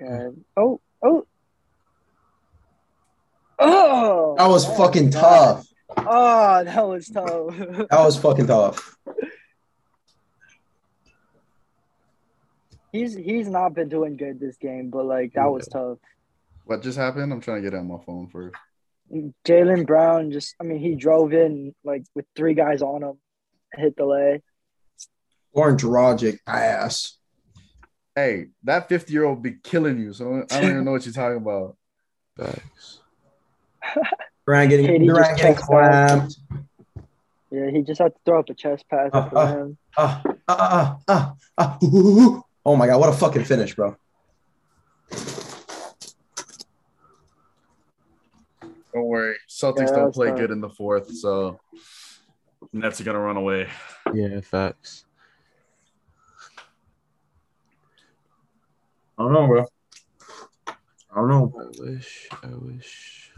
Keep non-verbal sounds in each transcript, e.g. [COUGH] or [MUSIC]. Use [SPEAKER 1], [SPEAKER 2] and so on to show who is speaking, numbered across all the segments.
[SPEAKER 1] man. Oh, oh. Oh,
[SPEAKER 2] That was
[SPEAKER 1] Oh,
[SPEAKER 2] fucking
[SPEAKER 1] God.
[SPEAKER 2] tough.
[SPEAKER 1] Oh, that was tough. [LAUGHS]
[SPEAKER 2] That was fucking tough.
[SPEAKER 1] he's he's not been doing good this game, but like that was tough.
[SPEAKER 3] What just happened? I'm trying to get it on my phone first.
[SPEAKER 1] Jalen Brown just, I mean, he drove in like with three guys on him, hit the lay.
[SPEAKER 2] Lauren Drogic ass.
[SPEAKER 3] Hey, that 50 year old be killing you. So I don't even know what you're talking about.
[SPEAKER 4] Facts.
[SPEAKER 2] Durant getting
[SPEAKER 1] KD just
[SPEAKER 2] Durant getting
[SPEAKER 1] checks out.
[SPEAKER 2] clamped.
[SPEAKER 1] Yeah, he just had to throw up a chest pass
[SPEAKER 2] Uh,
[SPEAKER 1] for
[SPEAKER 2] uh.
[SPEAKER 1] him.
[SPEAKER 2] Ah, ah, ah, ah, ah. [LAUGHS] Ooh, ooh, ooh, ooh. Oh my god, what a fucking finish, bro.
[SPEAKER 3] Don't worry. Celtics
[SPEAKER 1] Yeah,
[SPEAKER 3] don't
[SPEAKER 1] that's
[SPEAKER 3] play
[SPEAKER 1] fine.
[SPEAKER 3] good in the fourth, so Nets are gonna run away.
[SPEAKER 4] Yeah, facts.
[SPEAKER 2] I don't know, bro. I don't know.
[SPEAKER 4] I wish. I wish.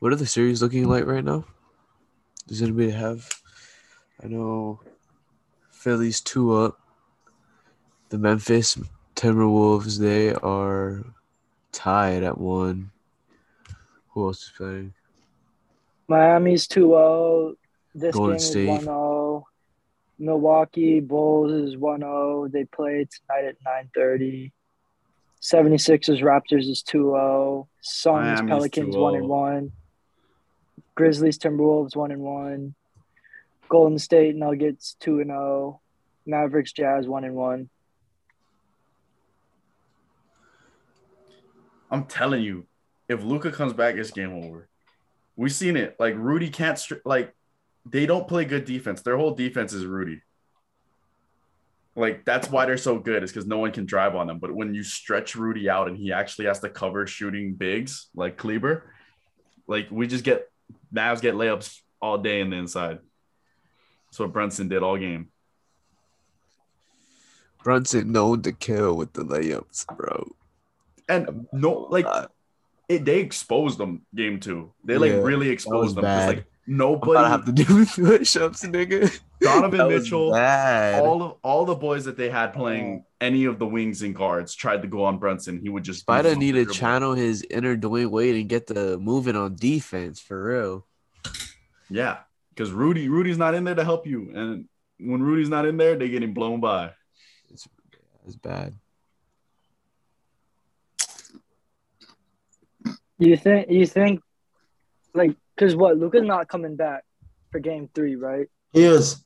[SPEAKER 4] What are the series looking like right now? Does anybody have? I know Philly's two up. The Memphis Timberwolves, they are tied at one. Who else is playing?
[SPEAKER 1] Miami's 2 0. This
[SPEAKER 4] Golden
[SPEAKER 1] game
[SPEAKER 4] State.
[SPEAKER 1] is 1 0. Milwaukee Bulls is 1 0. They play tonight at nine thirty. 76ers Raptors is 2 0. Suns
[SPEAKER 3] Miami's
[SPEAKER 1] Pelicans 1 and
[SPEAKER 3] 2-0.
[SPEAKER 1] 1. Grizzlies Timberwolves 1 and 1. Golden State Nuggets 2 and 0. Mavericks Jazz 1 and 1.
[SPEAKER 3] I'm telling you, if Luca comes back, it's game over. We've seen it. Like Rudy can't str- like they don't play good defense. Their whole defense is Rudy. Like that's why they're so good is because no one can drive on them. But when you stretch Rudy out and he actually has to cover shooting bigs like Kleber, like we just get Mavs get layups all day in the inside. That's what Brunson did all game.
[SPEAKER 4] Brunson known to kill with the layups, bro.
[SPEAKER 3] And no, like
[SPEAKER 4] Uh,
[SPEAKER 3] it, they exposed them game two. They like
[SPEAKER 4] Yeah,
[SPEAKER 3] really
[SPEAKER 4] was
[SPEAKER 3] exposed them. 'cause,
[SPEAKER 4] bad.
[SPEAKER 3] Like
[SPEAKER 4] I'm about to have
[SPEAKER 3] nobody,
[SPEAKER 4] to do [LAUGHS] push-ups, nigga. [LAUGHS]
[SPEAKER 3] Donovan
[SPEAKER 4] That was
[SPEAKER 3] Mitchell,
[SPEAKER 4] bad. Oh.
[SPEAKER 3] all of all the boys that they had playing any of the wings and guards tried to go on Brunson. He would just
[SPEAKER 4] Spider
[SPEAKER 3] beat
[SPEAKER 4] need to
[SPEAKER 3] them.
[SPEAKER 4] channel his inner Dwayne Wade and get the moving on defense for real.
[SPEAKER 3] Yeah, because Rudy Rudy's not in there to help you, and when Rudy's not in there, they're getting blown by.
[SPEAKER 4] That's bad.
[SPEAKER 1] You think, you think, like, because what? Luca's not coming back for game three, right?
[SPEAKER 2] He is.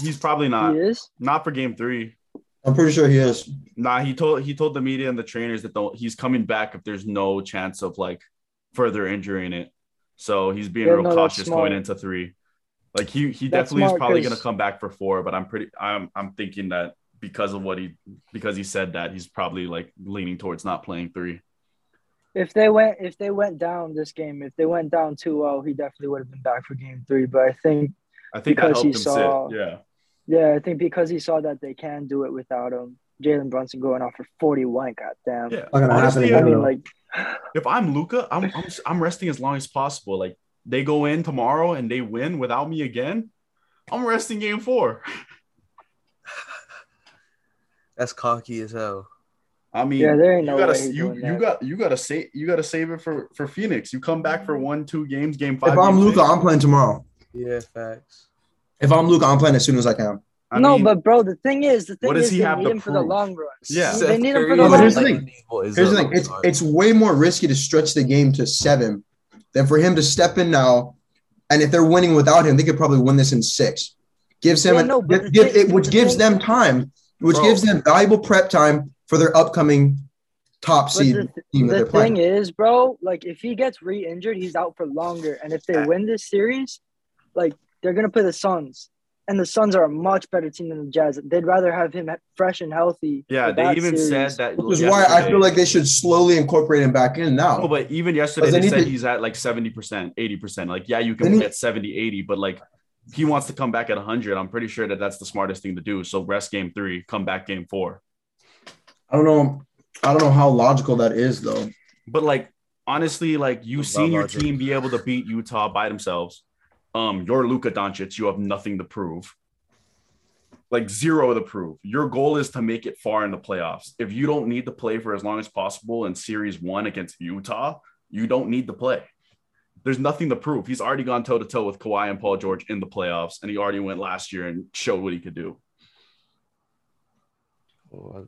[SPEAKER 3] He's probably not
[SPEAKER 1] he is?
[SPEAKER 3] not for game three.
[SPEAKER 2] I'm pretty sure he is.
[SPEAKER 3] Nah, he told he told the media and the trainers that the, he's coming back if there's no chance of like further injuring it. So he's being
[SPEAKER 1] Yeah,
[SPEAKER 3] real
[SPEAKER 1] no, that's
[SPEAKER 3] cautious
[SPEAKER 1] smart.
[SPEAKER 3] going into three. Like he he
[SPEAKER 1] That's
[SPEAKER 3] definitely is
[SPEAKER 1] smart
[SPEAKER 3] probably
[SPEAKER 1] 'cause-
[SPEAKER 3] gonna come back for four, but I'm pretty I'm I'm thinking that because of what he because he said that he's probably like leaning towards not playing three.
[SPEAKER 1] If they went if they went down this game, if they went down 2-0, he definitely would have been back for game 3, but I think
[SPEAKER 3] I think
[SPEAKER 1] Because
[SPEAKER 3] that helped
[SPEAKER 1] he
[SPEAKER 3] him
[SPEAKER 1] saw-
[SPEAKER 3] sit. Yeah.
[SPEAKER 1] yeah, I think because he saw that they can do it without him. Jalen Brunson going off for 41, goddamn.
[SPEAKER 3] Yeah.
[SPEAKER 2] Not gonna
[SPEAKER 3] Honestly,
[SPEAKER 1] I
[SPEAKER 2] happen
[SPEAKER 1] mean
[SPEAKER 2] again.
[SPEAKER 1] like
[SPEAKER 3] If I'm Luca, I'm, I'm I'm resting as long as possible. Like they go in tomorrow and they win without me again. I'm resting game four.
[SPEAKER 4] That's cocky as hell.
[SPEAKER 3] I mean,
[SPEAKER 1] Yeah, there ain't
[SPEAKER 3] you
[SPEAKER 1] no
[SPEAKER 3] gotta
[SPEAKER 1] way he's
[SPEAKER 3] you
[SPEAKER 1] doing
[SPEAKER 3] you
[SPEAKER 1] that.
[SPEAKER 3] got you gotta save you gotta save it for for Phoenix. You come back for one two games, game five.
[SPEAKER 2] If I'm
[SPEAKER 3] game
[SPEAKER 2] Luca,
[SPEAKER 3] six.
[SPEAKER 2] I'm playing tomorrow.
[SPEAKER 4] Yeah, facts.
[SPEAKER 2] If I'm Luca, I'm playing as soon as I can.
[SPEAKER 3] I
[SPEAKER 1] no,
[SPEAKER 3] mean,
[SPEAKER 1] but bro, the thing is, the thing
[SPEAKER 3] what does
[SPEAKER 1] is,
[SPEAKER 3] he
[SPEAKER 1] they
[SPEAKER 3] have
[SPEAKER 1] need
[SPEAKER 3] to
[SPEAKER 1] him for the
[SPEAKER 3] prove?
[SPEAKER 1] long run.
[SPEAKER 3] Yeah.
[SPEAKER 1] they need him for the
[SPEAKER 2] Curry
[SPEAKER 1] long
[SPEAKER 2] is here's the
[SPEAKER 1] run.
[SPEAKER 2] thing. Here's the thing: it's it's way more risky to stretch the game to seven than for him to step in now. And if they're winning without him, they could probably win this in six. Gives him
[SPEAKER 1] Yeah,
[SPEAKER 2] an-
[SPEAKER 1] no, but
[SPEAKER 2] give,
[SPEAKER 1] the
[SPEAKER 2] give-
[SPEAKER 1] thing-
[SPEAKER 2] it, which
[SPEAKER 1] the
[SPEAKER 2] gives
[SPEAKER 1] thing-
[SPEAKER 2] them time, which
[SPEAKER 3] Bro.
[SPEAKER 2] gives them valuable prep time for their upcoming top
[SPEAKER 1] But
[SPEAKER 2] seed
[SPEAKER 1] the,
[SPEAKER 2] team that
[SPEAKER 1] the
[SPEAKER 2] they're
[SPEAKER 1] thing
[SPEAKER 2] playing.
[SPEAKER 1] is, bro, like if he gets re-injured, he's out for longer. And if they win this series, like they're gonna play the Suns, and the Suns are a much better team than the Jazz. They'd rather have him fresh and healthy.
[SPEAKER 3] yeah,
[SPEAKER 1] for
[SPEAKER 3] they
[SPEAKER 1] that
[SPEAKER 3] even said
[SPEAKER 1] series.
[SPEAKER 3] that.
[SPEAKER 2] which is why I feel like they should slowly incorporate him back in now.
[SPEAKER 3] No, but even yesterday
[SPEAKER 2] Because they
[SPEAKER 3] they
[SPEAKER 2] need
[SPEAKER 3] said
[SPEAKER 2] to-
[SPEAKER 3] he's at like 70%, 80%. Like, yeah, you
[SPEAKER 2] They
[SPEAKER 3] can
[SPEAKER 2] need-
[SPEAKER 3] get 70, 80, but like he wants to come back at 100. I'm pretty sure that that's the smartest thing to do. So rest game 3, come back game 4.
[SPEAKER 2] I don't know. I don't know how logical that is though.
[SPEAKER 3] But like honestly, like you've
[SPEAKER 4] Without
[SPEAKER 3] seen your
[SPEAKER 4] logic.
[SPEAKER 3] team be able to beat Utah by themselves. Um, you're Luka Doncic. You have nothing to prove. like zero to prove. Your goal is to make it far in the playoffs. If you don't need to play for as long as possible in series one against Utah, you don't need to play. There's nothing to prove. He's already gone toe to toe with Kawhi and Paul George in the playoffs, and he already went last year and showed what he could do.
[SPEAKER 5] Oh,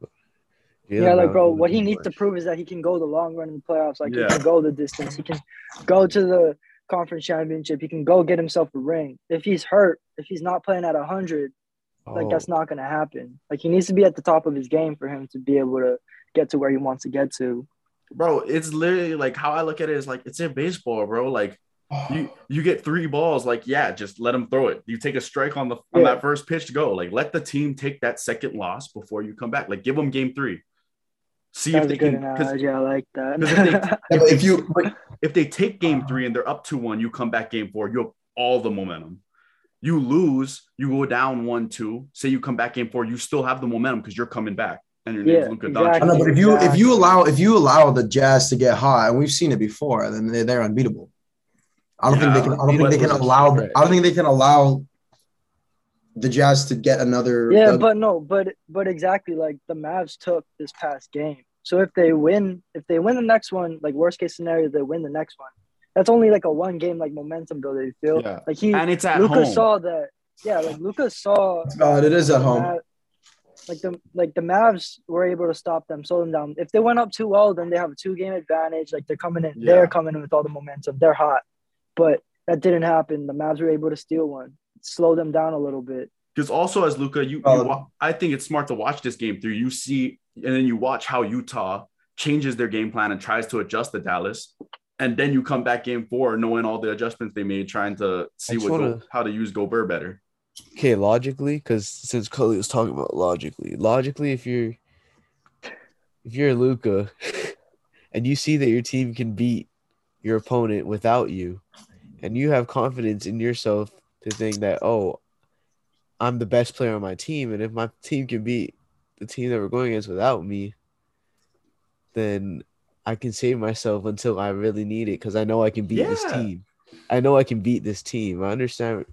[SPEAKER 1] Yeah, like bro, what he needs to prove is that he can go the long run in the playoffs. Like
[SPEAKER 3] Yeah.
[SPEAKER 1] he can go the distance. He can go to the conference championship. He can go get himself a ring. If he's hurt, if he's not playing at hundred, like
[SPEAKER 4] Oh,
[SPEAKER 1] that's not gonna happen. Like he needs to be at the top of his game for him to be able to get to where he wants to get to.
[SPEAKER 3] Bro, it's literally like how I look at it is like it's in baseball, bro. Like you you get three balls like yeah just let them throw it you take a strike on the on
[SPEAKER 1] Yeah.
[SPEAKER 3] that first pitch to go like let the team take that second loss before you come back like give them game three see
[SPEAKER 1] That
[SPEAKER 3] if
[SPEAKER 1] was a
[SPEAKER 3] they
[SPEAKER 1] good
[SPEAKER 3] can because
[SPEAKER 1] analogy. I like that.
[SPEAKER 3] 'cause if
[SPEAKER 1] [LAUGHS]
[SPEAKER 3] they-
[SPEAKER 2] Yeah, but if you but
[SPEAKER 3] if they take game
[SPEAKER 1] Uh-huh.
[SPEAKER 3] three and they're up to one you come back game four you have all the momentum you lose you go down one two say you come back game four you still have the momentum because you're coming back and your name's
[SPEAKER 1] Yeah,
[SPEAKER 3] Luka
[SPEAKER 2] I
[SPEAKER 1] exactly.
[SPEAKER 3] Doncic.
[SPEAKER 2] don't know, but if you if you allow if you allow the Jazz to get hot, and we've seen it before, then they they're unbeatable. I don't think they can. I don't think they can allow. I don't think they can allow the Jazz to get another.
[SPEAKER 1] Yeah,
[SPEAKER 2] uh,
[SPEAKER 1] but no, but but exactly like the Mavs took this past game. So if they win, if they win the next one, like worst case scenario, they win the next one. That's only like a one game like momentum builder. You feel
[SPEAKER 3] Yeah.
[SPEAKER 1] like he
[SPEAKER 3] and it's at
[SPEAKER 1] Luca
[SPEAKER 3] home
[SPEAKER 1] saw that. Yeah, like Luca saw.
[SPEAKER 2] it's valid. It is at home.
[SPEAKER 1] Mav- like the like the Mavs were able to stop them, slow them down. If they went up too well, then they have a two game advantage. Like they're coming in,
[SPEAKER 3] Yeah.
[SPEAKER 1] they're coming in with all the momentum. They're hot, but that didn't happen. The Mavs were able to steal one, slow them down a little bit.
[SPEAKER 3] Because also as Luca, you, you
[SPEAKER 2] Solid.
[SPEAKER 3] wa- I think it's smart to watch this game through. You see, and then you watch how Utah changes their game plan and tries to adjust to Dallas, and then you come back game four knowing all the adjustments they made, trying to see
[SPEAKER 5] just
[SPEAKER 3] what Go-
[SPEAKER 5] wanna-
[SPEAKER 3] how to use Gobert better.
[SPEAKER 5] okay logically because since Cully was talking about logically, logically if you're if you're Luca [LAUGHS] and you see that your team can beat your opponent without you, and you have confidence in yourself to think that oh, I'm the best player on my team, and if my team can beat the team that we're going against without me, then I can save myself until I really need it because I know I can beat this
[SPEAKER 3] Yeah.
[SPEAKER 5] team. I know I can beat this team. I understand.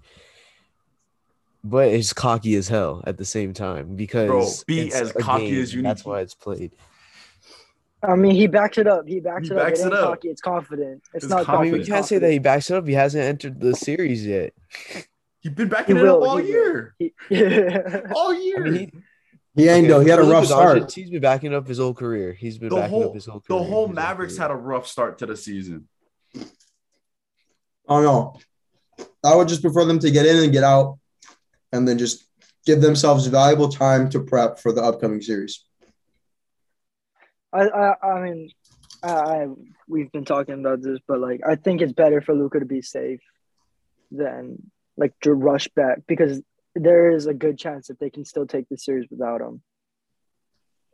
[SPEAKER 5] But it's cocky as hell at the same time because
[SPEAKER 3] be
[SPEAKER 5] it's
[SPEAKER 3] as
[SPEAKER 5] a
[SPEAKER 3] cocky as you need
[SPEAKER 5] That's
[SPEAKER 3] to
[SPEAKER 5] why it's played.
[SPEAKER 1] I mean, he backs it up. He backs
[SPEAKER 3] He
[SPEAKER 1] it
[SPEAKER 3] backs
[SPEAKER 1] up. It,
[SPEAKER 3] it
[SPEAKER 1] ain't
[SPEAKER 3] up.
[SPEAKER 1] cocky. It's confident. It's,
[SPEAKER 3] It's
[SPEAKER 1] not.
[SPEAKER 3] confident.
[SPEAKER 5] I mean,
[SPEAKER 1] Confident.
[SPEAKER 5] we can't say that he backs it up. He hasn't entered the series yet.
[SPEAKER 3] He's been
[SPEAKER 1] He
[SPEAKER 3] backing it up
[SPEAKER 1] will,
[SPEAKER 3] all
[SPEAKER 1] he will.
[SPEAKER 3] year,
[SPEAKER 1] He- [LAUGHS] yeah.
[SPEAKER 3] all
[SPEAKER 5] I
[SPEAKER 3] year.
[SPEAKER 5] mean, he,
[SPEAKER 2] He ain't though. He had a
[SPEAKER 5] Luka
[SPEAKER 2] rough
[SPEAKER 5] Doncic,
[SPEAKER 2] start.
[SPEAKER 5] He's been backing up his whole career. He's been
[SPEAKER 3] the
[SPEAKER 5] backing
[SPEAKER 3] whole
[SPEAKER 5] up his whole career.
[SPEAKER 3] the whole
[SPEAKER 5] his
[SPEAKER 3] Mavericks had a rough start to the season.
[SPEAKER 2] I don't know. I would just prefer them to get in and get out, and then just give themselves valuable time to prep for the upcoming series.
[SPEAKER 1] I, I, I mean, I, I, we've been talking about this, but like, I think it's better for Luca to be safe than like to rush back because there is a good chance that they can still take the series without him.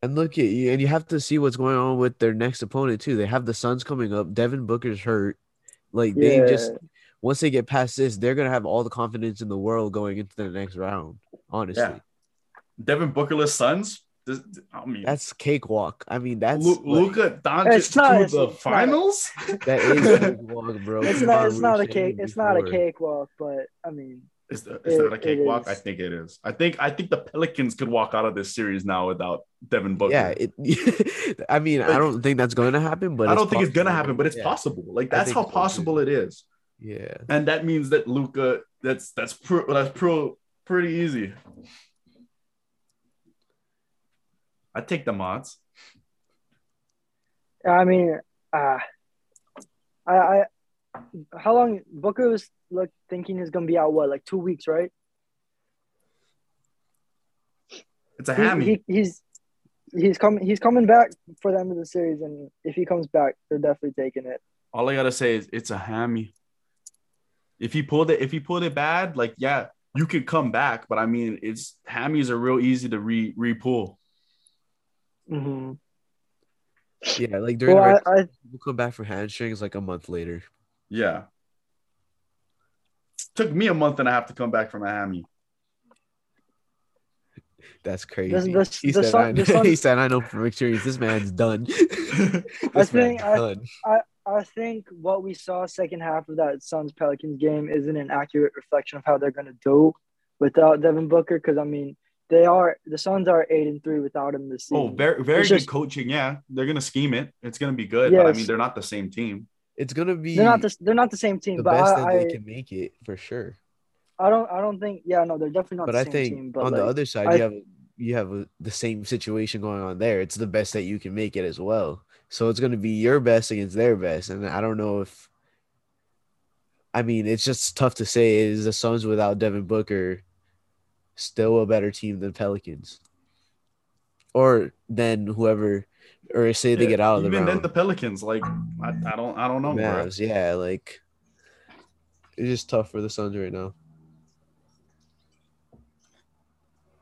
[SPEAKER 5] And look at you, and you have to see what's going on with their next opponent too. They have the Suns coming up. Devin Booker's hurt. Like they
[SPEAKER 1] yeah.
[SPEAKER 5] just once they get past this, they're gonna have all the confidence in the world going into the next round. Honestly,
[SPEAKER 3] Yeah. Devin Bookerless Suns. This, I mean,
[SPEAKER 5] that's cakewalk. I mean, that's
[SPEAKER 3] Lu-
[SPEAKER 5] like,
[SPEAKER 3] Luka Doncic
[SPEAKER 1] It's not-
[SPEAKER 3] to
[SPEAKER 1] it's-
[SPEAKER 3] the
[SPEAKER 1] it's not-
[SPEAKER 3] finals.
[SPEAKER 5] that is cakewalk, bro.
[SPEAKER 1] it's
[SPEAKER 5] Come
[SPEAKER 1] not.
[SPEAKER 5] on,
[SPEAKER 1] It's
[SPEAKER 5] we
[SPEAKER 1] not
[SPEAKER 5] were
[SPEAKER 1] a
[SPEAKER 5] saying
[SPEAKER 1] cake.
[SPEAKER 5] it
[SPEAKER 1] It's not a
[SPEAKER 5] before.
[SPEAKER 1] cakewalk, but I mean,
[SPEAKER 3] Is that,
[SPEAKER 1] It-
[SPEAKER 3] is that a
[SPEAKER 1] it
[SPEAKER 3] cakewalk?
[SPEAKER 1] is.
[SPEAKER 3] I think it is. I think I think the Pelicans could walk out of this series now without Devin Booker.
[SPEAKER 5] Yeah, it, [LAUGHS] I mean, I
[SPEAKER 3] Like-
[SPEAKER 5] don't think that's going to happen, but
[SPEAKER 3] I don't think it's gonna
[SPEAKER 5] possible.
[SPEAKER 3] happen, but it's
[SPEAKER 5] Yeah,
[SPEAKER 3] possible. Like
[SPEAKER 5] I
[SPEAKER 3] that's
[SPEAKER 5] think
[SPEAKER 3] how
[SPEAKER 5] so, too.
[SPEAKER 3] possible it is,
[SPEAKER 5] Yeah,
[SPEAKER 3] and that means that Luca. That's that's pr- that's pro pretty easy. I take the mods.
[SPEAKER 1] I mean, uh, I, I, how long Booker was like thinking he's gonna be out? What, like two weeks, right?
[SPEAKER 3] It's a
[SPEAKER 1] He-
[SPEAKER 3] hammy.
[SPEAKER 1] he- he's he's coming he's coming back for the end of the series, and if he comes back, they're definitely taking it.
[SPEAKER 3] All I gotta say is it's a hammy. If he pulled it, if he pulled it bad, like yeah, you could come back, but I mean, it's hammies are real easy to re re pull.
[SPEAKER 1] Mm-hmm.
[SPEAKER 5] yeah. Like during
[SPEAKER 1] Well,
[SPEAKER 5] the
[SPEAKER 1] I,
[SPEAKER 5] reg-
[SPEAKER 1] I
[SPEAKER 5] people come back from hamstrings like a month later.
[SPEAKER 3] Yeah. Took me a month and a half to come back from a hammy.
[SPEAKER 5] That's crazy.
[SPEAKER 1] this-
[SPEAKER 5] he,
[SPEAKER 1] the
[SPEAKER 5] said,
[SPEAKER 1] sun-
[SPEAKER 5] I
[SPEAKER 1] the
[SPEAKER 5] know-
[SPEAKER 1] sun-
[SPEAKER 5] [LAUGHS] he said, "I know from experience, this
[SPEAKER 3] [LAUGHS]
[SPEAKER 5] man's done." [LAUGHS]
[SPEAKER 1] I
[SPEAKER 5] This
[SPEAKER 1] think
[SPEAKER 5] man's
[SPEAKER 1] I-
[SPEAKER 5] done.
[SPEAKER 1] I think what we saw second half of that Suns Pelicans game isn't an accurate reflection of how they're gonna do without Devin Booker, because I mean They are the Suns are eight and three without him this
[SPEAKER 3] Oh,
[SPEAKER 1] season.
[SPEAKER 3] very very
[SPEAKER 1] It's
[SPEAKER 3] good
[SPEAKER 1] just-
[SPEAKER 3] coaching. Yeah, they're gonna scheme it. It's gonna be good. But I
[SPEAKER 1] Yes.
[SPEAKER 3] mean, they're not the same team.
[SPEAKER 5] It's gonna be
[SPEAKER 1] they're not the, they're not the same team,
[SPEAKER 5] the
[SPEAKER 1] but
[SPEAKER 5] best that
[SPEAKER 1] I, I,
[SPEAKER 5] they can make it for sure.
[SPEAKER 1] I don't I don't think yeah no they're definitely not
[SPEAKER 5] But
[SPEAKER 1] the
[SPEAKER 5] I
[SPEAKER 1] same
[SPEAKER 5] think
[SPEAKER 1] team. But
[SPEAKER 5] on the
[SPEAKER 1] like,
[SPEAKER 5] other side,
[SPEAKER 1] I-
[SPEAKER 5] you have you have a, the same situation going on there. It's the best that you can make it as well. So it's gonna be your best against their best, and I don't know if. I mean, it's just tough to say. Is the Suns without Devin Booker still a better team than Pelicans, or then whoever, or say they
[SPEAKER 3] Yeah,
[SPEAKER 5] get out of the
[SPEAKER 3] Even
[SPEAKER 5] round?
[SPEAKER 3] then, the Pelicans. Like, I, I don't I don't know, bro.
[SPEAKER 5] Mavs, yeah, like it's just tough for the Suns right now.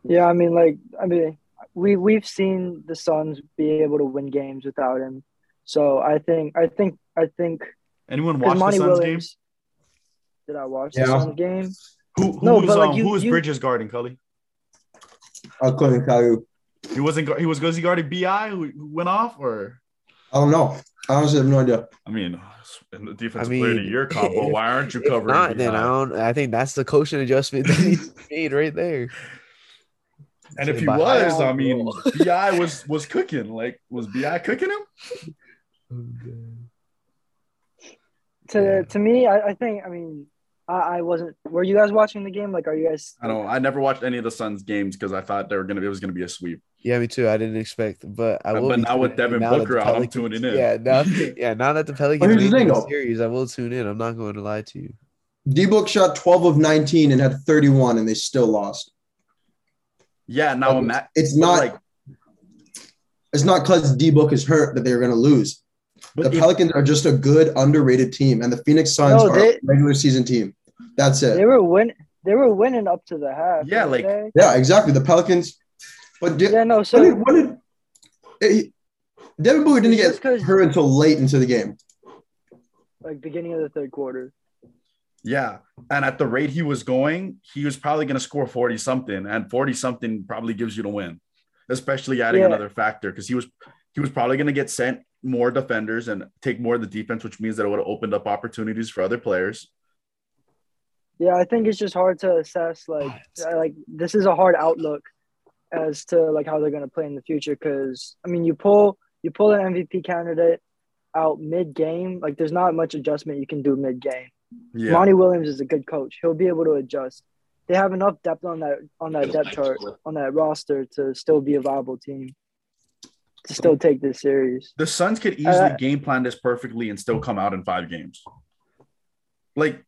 [SPEAKER 1] yeah, I mean like I mean we we've seen the Suns be able to win games without him. So I think I think I think
[SPEAKER 3] Anyone
[SPEAKER 1] because
[SPEAKER 3] watch the
[SPEAKER 1] Monty
[SPEAKER 3] Suns
[SPEAKER 1] Williams. Did I watch
[SPEAKER 2] Yeah.
[SPEAKER 1] the Suns game?
[SPEAKER 3] game? Who who
[SPEAKER 1] No,
[SPEAKER 3] was
[SPEAKER 1] but, like,
[SPEAKER 3] um,
[SPEAKER 1] you-
[SPEAKER 3] who was
[SPEAKER 1] you-
[SPEAKER 3] Bridges guarding Cully?
[SPEAKER 2] I couldn't tell you.
[SPEAKER 3] He wasn't. guard- He was. Was he guarding Bi? Who who went off or?
[SPEAKER 2] I don't know. I honestly have no idea.
[SPEAKER 3] I mean, [SIGHS] in the defensive
[SPEAKER 5] I
[SPEAKER 3] player of
[SPEAKER 5] mean,
[SPEAKER 3] the year combo.
[SPEAKER 5] if-
[SPEAKER 3] Why aren't you
[SPEAKER 5] If
[SPEAKER 3] covering?
[SPEAKER 5] not, then I
[SPEAKER 3] BI?
[SPEAKER 5] don't. I think that's the coaching adjustment [LAUGHS] that he made right there.
[SPEAKER 3] And if he
[SPEAKER 5] By
[SPEAKER 3] was,
[SPEAKER 5] high
[SPEAKER 3] I mean,
[SPEAKER 5] roll.
[SPEAKER 3] Bi was was cooking. Like, was Bi cooking him? Oh,
[SPEAKER 1] To
[SPEAKER 5] Yeah.
[SPEAKER 1] to me, I, I think I mean I, I wasn't. Were you guys watching the game? Like, are you guys?
[SPEAKER 3] I don't. I never watched any of the Suns games because I thought they were gonna. It was gonna be a sweep.
[SPEAKER 5] Yeah, me too. I didn't expect, but I
[SPEAKER 3] Uh,
[SPEAKER 5] will.
[SPEAKER 3] but
[SPEAKER 5] be
[SPEAKER 3] now with
[SPEAKER 5] tuning in
[SPEAKER 3] Devin
[SPEAKER 5] now that
[SPEAKER 3] Booker
[SPEAKER 5] the
[SPEAKER 3] out, I'm
[SPEAKER 5] Pelicans-
[SPEAKER 3] tuning in. [LAUGHS]
[SPEAKER 5] Yeah, now, yeah. Now that the Pelicans
[SPEAKER 2] here's the
[SPEAKER 5] made
[SPEAKER 2] thing,
[SPEAKER 5] the
[SPEAKER 2] though.
[SPEAKER 5] series, I will tune in. I'm not going to lie to you.
[SPEAKER 2] D Book shot 12 of 19 and had 31, and they still lost.
[SPEAKER 3] Yeah. Now I'm
[SPEAKER 2] it's,
[SPEAKER 3] at,
[SPEAKER 2] it's
[SPEAKER 3] but
[SPEAKER 2] not
[SPEAKER 3] like,
[SPEAKER 2] it's not because D Book is hurt that they're going to lose. the
[SPEAKER 3] but if-
[SPEAKER 2] Pelicans are just a good underrated team, and the Phoenix Suns
[SPEAKER 1] No,
[SPEAKER 2] are
[SPEAKER 1] they-
[SPEAKER 2] a regular season team. That's it.
[SPEAKER 1] They were win. They were winning up to the half.
[SPEAKER 3] Yeah,
[SPEAKER 1] weren't
[SPEAKER 3] like-
[SPEAKER 1] they?
[SPEAKER 2] yeah, exactly. The Pelicans. But did,
[SPEAKER 1] yeah. No,
[SPEAKER 2] when
[SPEAKER 1] so
[SPEAKER 2] did, when did eh, Devin Booker didn't
[SPEAKER 1] It's
[SPEAKER 2] get
[SPEAKER 1] just 'cause-
[SPEAKER 2] hurt until late into the game?
[SPEAKER 1] like beginning of the third quarter.
[SPEAKER 3] yeah, and at the rate he was going, he was probably gonna score forty something, and forty something probably gives you the win, especially adding
[SPEAKER 1] Yeah.
[SPEAKER 3] another factor because he was he was probably gonna get sent more defenders and take more of the defense, which means that it would have opened up opportunities for other players.
[SPEAKER 1] Yeah, I think it's just hard to assess. Like, uh, like this is a hard outlook as to like how they're gonna play in the future. Because I mean, you pull you pull an MVP candidate out mid game. Like, there's not much adjustment you can do mid game.
[SPEAKER 3] Yeah.
[SPEAKER 1] Monty Williams is a good coach. He'll be able to adjust. They have enough depth on that on that depth chart on that roster to still be a viable team. To still take this series.
[SPEAKER 3] the Suns could easily
[SPEAKER 1] Uh,
[SPEAKER 3] game plan this perfectly and still come out in five games. Like,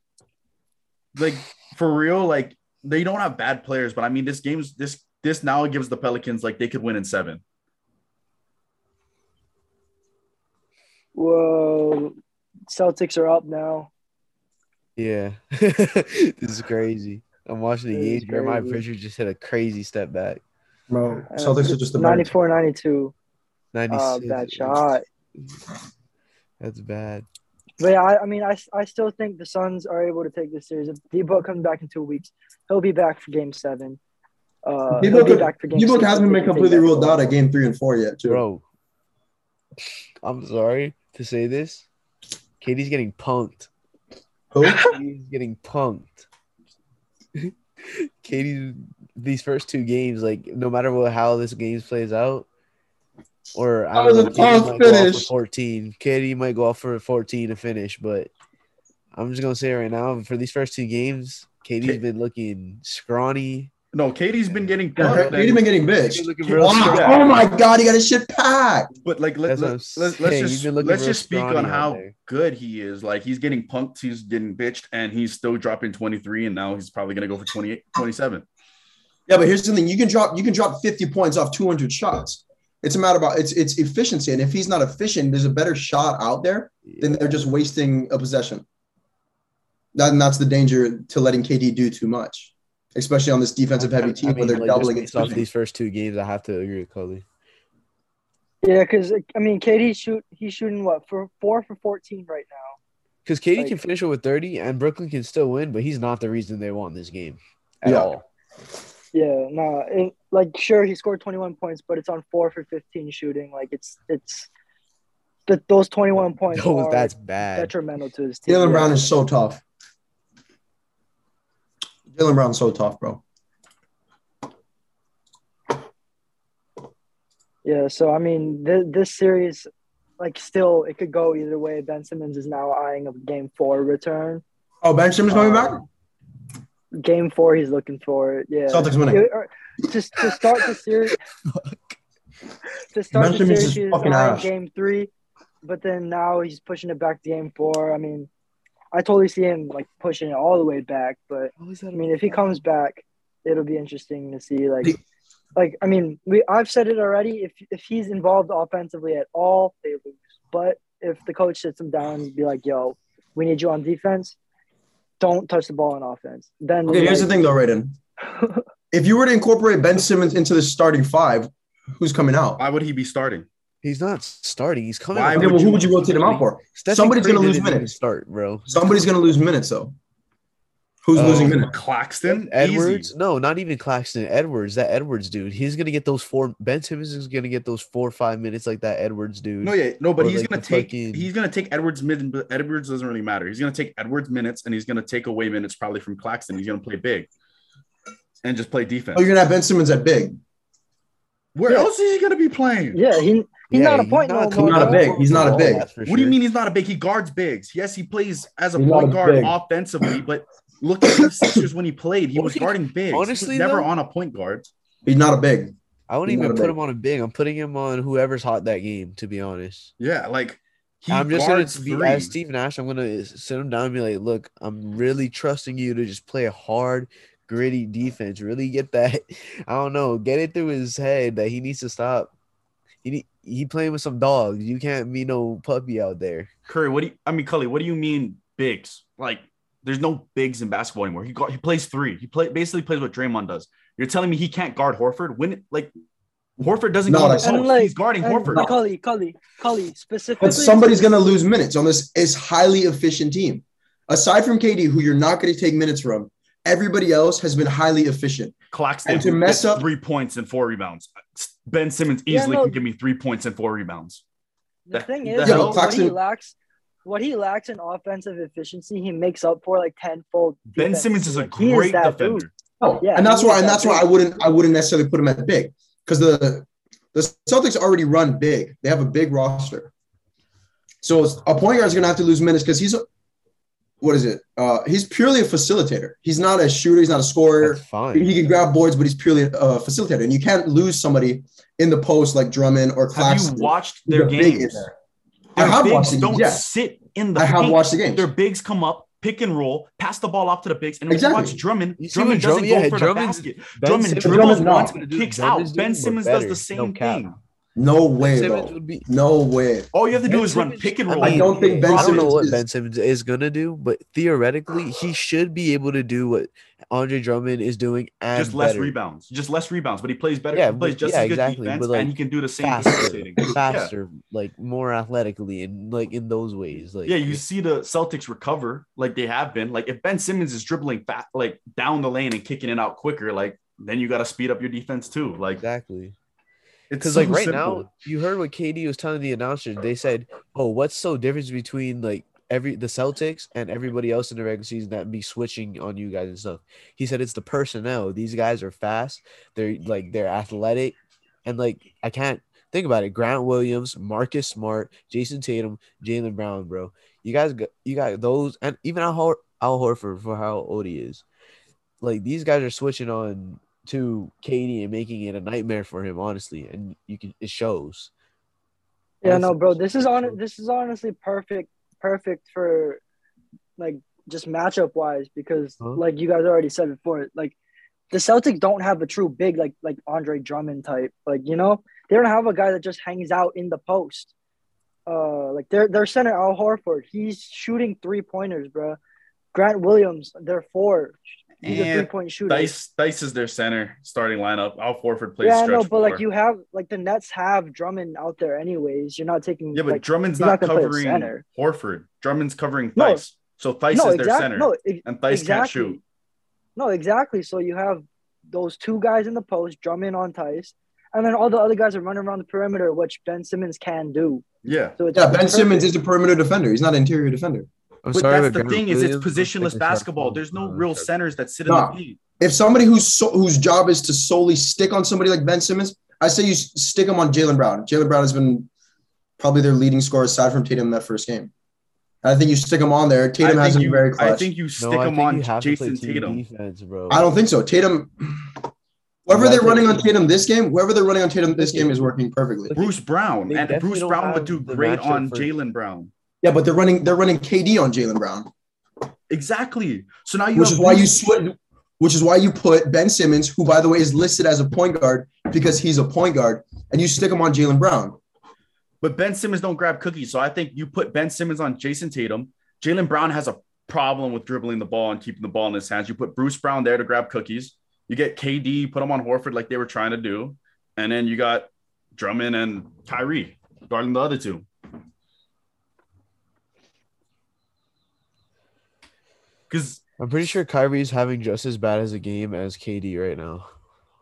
[SPEAKER 3] like for real, like they don't have bad players, but I mean, this game's this this now gives the Pelicans like they could win in seven.
[SPEAKER 1] Whoa. Celtics are up now.
[SPEAKER 5] Yeah, [LAUGHS] this is crazy. I'm watching the
[SPEAKER 1] This is
[SPEAKER 5] game. Jeremiah
[SPEAKER 1] crazy.
[SPEAKER 5] Pritchard just hit a crazy step back.
[SPEAKER 2] Bro,
[SPEAKER 1] Uh,
[SPEAKER 2] Celtics are just the better.
[SPEAKER 1] 94 92.
[SPEAKER 5] 96.
[SPEAKER 1] Uh, bad shot.
[SPEAKER 5] That's bad.
[SPEAKER 1] But yeah, I, I mean, I, I still think the Suns are able to take this series. If D Book comes back in two weeks, he'll be back for game seven. Uh,
[SPEAKER 2] D
[SPEAKER 1] he'll be
[SPEAKER 2] Book
[SPEAKER 1] back for game
[SPEAKER 2] D Book
[SPEAKER 1] six if
[SPEAKER 2] hasn't
[SPEAKER 1] they
[SPEAKER 2] been
[SPEAKER 1] can take
[SPEAKER 2] completely
[SPEAKER 1] that
[SPEAKER 2] ruled
[SPEAKER 1] goal.
[SPEAKER 2] out at game three and four yet, too.
[SPEAKER 5] Bro, I'm sorry to say this. Katie's getting punked.
[SPEAKER 2] Who?
[SPEAKER 5] Katie's getting punked. [LAUGHS] Katie, these first two games, like no matter what, how this game plays out, or
[SPEAKER 2] That
[SPEAKER 5] I don't
[SPEAKER 2] was
[SPEAKER 5] know,
[SPEAKER 2] a
[SPEAKER 5] Katie
[SPEAKER 2] tough
[SPEAKER 5] might go off for
[SPEAKER 2] finish.
[SPEAKER 5] 14. Katie might go off for 14 to finish, but I'm just gonna say right now, for these first two games, Katie's
[SPEAKER 3] Ka-
[SPEAKER 5] been looking scrawny.
[SPEAKER 3] No, Katie's been getting
[SPEAKER 2] Yeah,
[SPEAKER 3] punked,
[SPEAKER 2] he's
[SPEAKER 3] and-
[SPEAKER 2] been getting bitched.
[SPEAKER 5] He's looking real
[SPEAKER 2] Wow.
[SPEAKER 3] strong.
[SPEAKER 2] Oh my god, he got his shit packed.
[SPEAKER 3] but like let,
[SPEAKER 5] That's what
[SPEAKER 3] let,
[SPEAKER 5] I'm
[SPEAKER 3] us let's let's
[SPEAKER 5] saying. He's
[SPEAKER 3] just
[SPEAKER 5] been looking
[SPEAKER 3] let's
[SPEAKER 5] real
[SPEAKER 3] just speak
[SPEAKER 5] scrawny
[SPEAKER 3] on
[SPEAKER 5] out
[SPEAKER 3] how
[SPEAKER 5] there.
[SPEAKER 3] good he is. Like he's getting punked, he's getting bitched, and he's still dropping 23, and now he's probably gonna go for 28, 27.
[SPEAKER 2] Yeah, but here's the thing: you can drop you can drop 50 points off 200 shots. It's a matter about it's it's efficiency, and if he's not efficient, there's a better shot out there. Then they're just wasting a possession. That, and that's the danger to letting KD do too much, especially on this defensive heavy team
[SPEAKER 5] I
[SPEAKER 2] where
[SPEAKER 5] mean,
[SPEAKER 2] they're
[SPEAKER 5] like, just
[SPEAKER 2] doubling and
[SPEAKER 5] based off
[SPEAKER 2] switching.
[SPEAKER 5] these first two games, I have to agree with Cully.
[SPEAKER 1] Yeah, because I mean, KD shoot he's shooting what for four for fourteen right now.
[SPEAKER 5] Because Katie
[SPEAKER 1] Like-
[SPEAKER 5] can finish it with 30, and Brooklyn can still win, but he's not the reason they won this game at
[SPEAKER 2] Yeah.
[SPEAKER 5] all.
[SPEAKER 1] Yeah, no, it, like sure he scored twenty one points, but it's on four for fifteen shooting. Like it's it's that those twenty one
[SPEAKER 5] [LAUGHS]
[SPEAKER 1] points
[SPEAKER 5] Those-
[SPEAKER 1] are
[SPEAKER 5] that's bad.
[SPEAKER 1] detrimental to his team.
[SPEAKER 2] Jalen
[SPEAKER 1] Yeah.
[SPEAKER 2] Brown is so tough. Jalen Brown's so tough, bro.
[SPEAKER 1] Yeah, so I mean, th- this series, like, still it could go either way. Ben Simmons is now eyeing a game four return.
[SPEAKER 2] Oh, Ben Simmons coming back?
[SPEAKER 1] Game four, he's looking for it. Yeah,
[SPEAKER 2] Celtics winning.
[SPEAKER 1] Yeah, or- just to start the series. to start
[SPEAKER 2] Ben
[SPEAKER 1] the
[SPEAKER 2] Simmons
[SPEAKER 1] series,
[SPEAKER 2] is
[SPEAKER 1] he was
[SPEAKER 2] fucking
[SPEAKER 1] eyeing
[SPEAKER 2] ass.
[SPEAKER 1] game three, but then now he's pushing it back to game four. I mean, I totally see him like pushing it all the way back, but I mean, if he comes back, it'll be interesting to see. Like,
[SPEAKER 2] The-
[SPEAKER 1] like I mean, we I've said it already. If if he's involved offensively at all, they lose. But if the coach sits him down and be like, "Yo, we need you on defense. Don't touch the ball on offense." Then
[SPEAKER 2] Okay, here's the
[SPEAKER 1] like,
[SPEAKER 2] thing though,
[SPEAKER 5] [LAUGHS]
[SPEAKER 2] Raiden. If you were to incorporate Ben Simmons into the starting five, who's coming out?
[SPEAKER 3] Why would he be starting?
[SPEAKER 5] He's not starting. He's coming.
[SPEAKER 3] Why
[SPEAKER 5] off
[SPEAKER 2] Okay,
[SPEAKER 3] would
[SPEAKER 2] well,
[SPEAKER 5] injury.
[SPEAKER 2] who
[SPEAKER 3] you-
[SPEAKER 2] would you rotate him out for?
[SPEAKER 5] Stephen
[SPEAKER 2] somebody's
[SPEAKER 5] Curry
[SPEAKER 2] gonna lose
[SPEAKER 5] didn't even
[SPEAKER 2] minutes.
[SPEAKER 5] Start, bro.
[SPEAKER 2] Somebody's going to lose minutes though. Who's
[SPEAKER 5] Uh,
[SPEAKER 2] losing minutes?
[SPEAKER 3] Claxton,
[SPEAKER 5] Edwards?
[SPEAKER 3] Easy.
[SPEAKER 5] No, not even Claxton. Edwards, that Edwards dude. He's gonna get those four. Ben Simmons is gonna get those four or five minutes like that Edwards dude.
[SPEAKER 3] No, yeah, no, but
[SPEAKER 5] Or
[SPEAKER 3] he's
[SPEAKER 5] like
[SPEAKER 3] gonna
[SPEAKER 5] the
[SPEAKER 3] take
[SPEAKER 5] fucking-
[SPEAKER 3] he's gonna take Edwards mid, but Edwards doesn't really matter. He's gonna take Edwards minutes and he's gonna take away minutes probably from Claxton. He's gonna play big and just play defense.
[SPEAKER 2] Oh, you're going to have Ben Simmons at big.
[SPEAKER 3] Where
[SPEAKER 1] Yeah.
[SPEAKER 3] else is he gonna be playing?
[SPEAKER 1] yeah, he he's
[SPEAKER 5] Yeah,
[SPEAKER 1] not a point no
[SPEAKER 2] he's
[SPEAKER 1] more,
[SPEAKER 2] not a
[SPEAKER 1] bro.
[SPEAKER 2] big. He's not a big.
[SPEAKER 5] That's for
[SPEAKER 3] What do you
[SPEAKER 5] sure.
[SPEAKER 3] mean he's not a big? He guards bigs. Yes, he plays as a
[SPEAKER 2] He's not
[SPEAKER 3] point
[SPEAKER 2] a
[SPEAKER 3] guard
[SPEAKER 2] big.
[SPEAKER 3] offensively, but look at the Sixers when he played. He was
[SPEAKER 5] Honestly-
[SPEAKER 3] guarding bigs.
[SPEAKER 5] honestly,
[SPEAKER 3] Honestly, never
[SPEAKER 5] though-
[SPEAKER 3] on a point guard.
[SPEAKER 2] He's not a big.
[SPEAKER 5] I wouldn't
[SPEAKER 2] He's not
[SPEAKER 5] even
[SPEAKER 2] a
[SPEAKER 5] put
[SPEAKER 2] big.
[SPEAKER 5] him on a big. I'm putting him on whoever's hot that game. To be honest,
[SPEAKER 3] Yeah, like he
[SPEAKER 5] I'm just gonna
[SPEAKER 3] guards
[SPEAKER 5] be
[SPEAKER 3] three.
[SPEAKER 5] as Steve Nash. I'm gonna sit him down and be like, "Look, I'm really trusting you to just play a hard, gritty defense. Really get that. [LAUGHS] I don't know. Get it through his head that he needs to stop. He need, he playing with some dogs. You can't be no puppy out there.
[SPEAKER 3] Curry, what do you, I mean, Cully, what do you mean bigs? Like, there's no bigs in basketball anymore. He got, he plays three. He play basically plays what Draymond does. You're telling me he can't guard Horford? When like Horford doesn't
[SPEAKER 2] No,
[SPEAKER 3] guard
[SPEAKER 2] that's-
[SPEAKER 3] the post.
[SPEAKER 1] And, like,
[SPEAKER 3] He's guarding
[SPEAKER 1] And
[SPEAKER 3] Horford.
[SPEAKER 1] Cully, Cully, Cully, specifically.
[SPEAKER 2] But somebody's going to lose minutes on this is highly efficient team. Aside from KD, who you're not going to take minutes from, everybody else has been highly efficient.
[SPEAKER 3] Claxton
[SPEAKER 2] And to mess
[SPEAKER 3] gets
[SPEAKER 2] up-
[SPEAKER 3] three points and four rebounds. Ben Simmons
[SPEAKER 1] Yeah,
[SPEAKER 3] easily
[SPEAKER 1] no.
[SPEAKER 3] can give me three points and four rebounds.
[SPEAKER 1] The
[SPEAKER 3] The-
[SPEAKER 1] thing
[SPEAKER 3] the
[SPEAKER 1] is,
[SPEAKER 3] hell?
[SPEAKER 1] though, what he
[SPEAKER 2] Claxton-
[SPEAKER 1] lacks, what he lacks in offensive efficiency, he makes up for like tenfold.
[SPEAKER 3] Ben
[SPEAKER 1] defense.
[SPEAKER 3] Simmons is a
[SPEAKER 1] Like, he is
[SPEAKER 3] great
[SPEAKER 1] that
[SPEAKER 3] defender.
[SPEAKER 1] dude.
[SPEAKER 2] Oh,
[SPEAKER 1] Yeah,
[SPEAKER 2] and that's
[SPEAKER 1] he is
[SPEAKER 2] why, and
[SPEAKER 1] that
[SPEAKER 2] that's why I
[SPEAKER 1] big.
[SPEAKER 2] wouldn't, I wouldn't necessarily put him at big because the the Celtics already run big. They have a big roster, so it's- a point guard is going to have to lose minutes because he's a, what is it? Uh, he's purely a facilitator. He's not a shooter. He's not a scorer.
[SPEAKER 5] That's fine.
[SPEAKER 2] He can grab boards, but he's purely a facilitator, and you can't lose somebody in the post like Drummond or
[SPEAKER 3] Have
[SPEAKER 2] Claxton.
[SPEAKER 3] you watched their
[SPEAKER 2] He's a big in
[SPEAKER 3] games?
[SPEAKER 2] there. I
[SPEAKER 3] Their
[SPEAKER 2] have
[SPEAKER 3] bigs
[SPEAKER 2] watched the
[SPEAKER 3] don't
[SPEAKER 2] games. Yes,
[SPEAKER 3] sit in the
[SPEAKER 2] I have
[SPEAKER 3] paint.
[SPEAKER 2] watched the games.
[SPEAKER 3] Their bigs come up, pick and roll, pass the ball off to the bigs, and if
[SPEAKER 2] Exactly.
[SPEAKER 3] you watch Drummond.
[SPEAKER 5] You see
[SPEAKER 3] Drummond
[SPEAKER 5] what Drum-
[SPEAKER 3] doesn't
[SPEAKER 5] yeah,
[SPEAKER 3] go for
[SPEAKER 5] Drummond's-
[SPEAKER 3] the basket.
[SPEAKER 5] Ben
[SPEAKER 3] Drummond
[SPEAKER 5] Simmons-
[SPEAKER 3] dribbles
[SPEAKER 2] Drummond's
[SPEAKER 3] once,
[SPEAKER 2] not.
[SPEAKER 3] kicks
[SPEAKER 5] Drummond's
[SPEAKER 3] out.
[SPEAKER 5] doing
[SPEAKER 3] Ben
[SPEAKER 5] it
[SPEAKER 3] Simmons
[SPEAKER 5] better.
[SPEAKER 3] does the
[SPEAKER 5] No
[SPEAKER 3] same
[SPEAKER 5] cap.
[SPEAKER 3] thing.
[SPEAKER 2] No way,
[SPEAKER 5] Simmons
[SPEAKER 2] though.
[SPEAKER 5] would be.
[SPEAKER 2] No way.
[SPEAKER 3] All you have to do
[SPEAKER 5] Ben
[SPEAKER 3] is run
[SPEAKER 5] Simmons-
[SPEAKER 3] pick and
[SPEAKER 5] I
[SPEAKER 3] roll.
[SPEAKER 5] mean,
[SPEAKER 2] I don't think Ben
[SPEAKER 5] I don't know
[SPEAKER 2] Simmons
[SPEAKER 5] what
[SPEAKER 2] is-
[SPEAKER 5] Ben Simmons is gonna do, but theoretically,
[SPEAKER 3] [SIGHS]
[SPEAKER 5] he should be able to do what Andre Drummond is doing and
[SPEAKER 3] just less
[SPEAKER 5] better.
[SPEAKER 3] rebounds, just less rebounds, but he plays better.
[SPEAKER 5] Yeah,
[SPEAKER 3] he plays
[SPEAKER 5] but-
[SPEAKER 3] just
[SPEAKER 5] yeah,
[SPEAKER 3] as good
[SPEAKER 5] exactly,
[SPEAKER 3] defense,
[SPEAKER 5] but, like,
[SPEAKER 3] and he can do the same
[SPEAKER 5] faster,
[SPEAKER 3] facilitating. Yeah.
[SPEAKER 5] faster, like more athletically, and like in those ways. Like
[SPEAKER 3] Yeah, you see the Celtics recover like they have been. Like if Ben Simmons is dribbling fat, like down the lane and kicking it out quicker, like then you got to speed up your defense too. Like
[SPEAKER 5] exactly.
[SPEAKER 3] it's
[SPEAKER 5] Because
[SPEAKER 3] so
[SPEAKER 5] like right
[SPEAKER 3] simple.
[SPEAKER 5] now, you heard what KD was telling the announcer. They said, "Oh, what's so difference between like every the Celtics and everybody else in the regular season that be switching on you guys and stuff?" He said, "It's the personnel. These guys are fast. They're like they're athletic, and like I can't think about it. Grant Williams, Marcus Smart, Jason Tatum, Jalen Brown, bro. You guys, got, you got those, and even Al, Hor- Al Horford for how old he is. Like these guys are switching on to Katie and making it a nightmare for him, honestly. And you can it shows.
[SPEAKER 1] Yeah,
[SPEAKER 5] Honestly,
[SPEAKER 1] no, bro. This is
[SPEAKER 5] it
[SPEAKER 1] on.
[SPEAKER 5] shows.
[SPEAKER 1] This is honestly perfect. Perfect for, like, just matchup wise because,
[SPEAKER 5] Huh?
[SPEAKER 1] like, you guys already said before, like, the Celtics don't have a true big like like Andre Drummond type. Like, you know, they don't have a guy that just hangs out in the post. Uh, like their their center Al Horford, he's shooting three pointers, bro. Grant Williams, they're four. He's a
[SPEAKER 3] Eh,
[SPEAKER 1] three point shooter.
[SPEAKER 3] Dice Dice is their center starting lineup. Al Horford plays.
[SPEAKER 1] yeah, I
[SPEAKER 3] stretch
[SPEAKER 1] know, but like
[SPEAKER 3] four.
[SPEAKER 1] you have like the Nets have Drummond out there anyways. You're not taking
[SPEAKER 3] yeah, but
[SPEAKER 1] like,
[SPEAKER 3] Drummond's
[SPEAKER 1] he's not
[SPEAKER 3] not,
[SPEAKER 1] gonna play
[SPEAKER 3] covering
[SPEAKER 1] center.
[SPEAKER 3] Horford. Drummond's covering
[SPEAKER 1] No.
[SPEAKER 3] Dice, so Dice
[SPEAKER 1] no,
[SPEAKER 3] is their
[SPEAKER 1] exact-
[SPEAKER 3] center,
[SPEAKER 1] No, e-
[SPEAKER 3] and Dice can't
[SPEAKER 1] exactly.
[SPEAKER 3] shoot.
[SPEAKER 1] No, exactly. So you have those two guys in the post, Drummond on Tice, and then all the other guys are running around the perimeter, which Ben Simmons can do.
[SPEAKER 3] Yeah,
[SPEAKER 1] So it's
[SPEAKER 2] Yeah, Ben
[SPEAKER 1] perfect.
[SPEAKER 2] Simmons is a perimeter defender. He's not an interior defender.
[SPEAKER 4] I'm
[SPEAKER 3] but
[SPEAKER 4] sorry,
[SPEAKER 3] that's the
[SPEAKER 4] Grant
[SPEAKER 3] thing is it's
[SPEAKER 4] Williams-
[SPEAKER 3] positionless basketball. There's no real centers that sit in
[SPEAKER 2] Nah.
[SPEAKER 3] the paint.
[SPEAKER 2] If somebody who's so, whose job is to solely stick on somebody like Ben Simmons, I say you s- stick him on Jalen Brown. Jalen Brown has been probably their leading scorer aside from Tatum that first game. I think you stick him on there. Tatum
[SPEAKER 3] I,
[SPEAKER 2] has
[SPEAKER 3] think
[SPEAKER 2] been
[SPEAKER 3] you,
[SPEAKER 2] very clutch.
[SPEAKER 3] I think you stick
[SPEAKER 5] no, I
[SPEAKER 3] him
[SPEAKER 5] think
[SPEAKER 3] on
[SPEAKER 5] you have
[SPEAKER 3] Jason
[SPEAKER 5] to play team
[SPEAKER 3] Tatum.
[SPEAKER 5] defense, bro.
[SPEAKER 2] I don't think so. Tatum, whoever
[SPEAKER 5] Yeah, I
[SPEAKER 2] they're
[SPEAKER 5] think-
[SPEAKER 2] running on Tatum this game, whoever they're running on Tatum this
[SPEAKER 5] Look at-
[SPEAKER 2] game is working perfectly.
[SPEAKER 5] look at-
[SPEAKER 3] Bruce Brown
[SPEAKER 5] They
[SPEAKER 3] and
[SPEAKER 5] definitely
[SPEAKER 3] Bruce
[SPEAKER 5] don't
[SPEAKER 3] Brown would
[SPEAKER 5] have
[SPEAKER 3] do
[SPEAKER 5] the
[SPEAKER 3] great
[SPEAKER 5] matchup
[SPEAKER 3] on
[SPEAKER 5] for-
[SPEAKER 3] Jalen Brown.
[SPEAKER 2] Yeah, but they're running they're running KD on Jalen Brown,
[SPEAKER 3] Exactly. So now you
[SPEAKER 2] which is
[SPEAKER 3] have
[SPEAKER 2] why you
[SPEAKER 3] Bruce-
[SPEAKER 2] sw- which is why you put Ben Simmons, who by the way is listed as a point guard because he's a point guard, and you stick him on Jalen Brown.
[SPEAKER 3] But Ben Simmons don't grab cookies. So I think you put Ben Simmons on Jason Tatum. Jalen Brown has a problem with dribbling the ball and keeping the ball in his hands. You put Bruce Brown there to grab cookies. You get KD, you put him on Horford like they were trying to do. And then you got Drummond and Kyrie guarding the other two. Because,
[SPEAKER 5] I'm pretty sure Kyrie's having just as bad as a game as KD right now.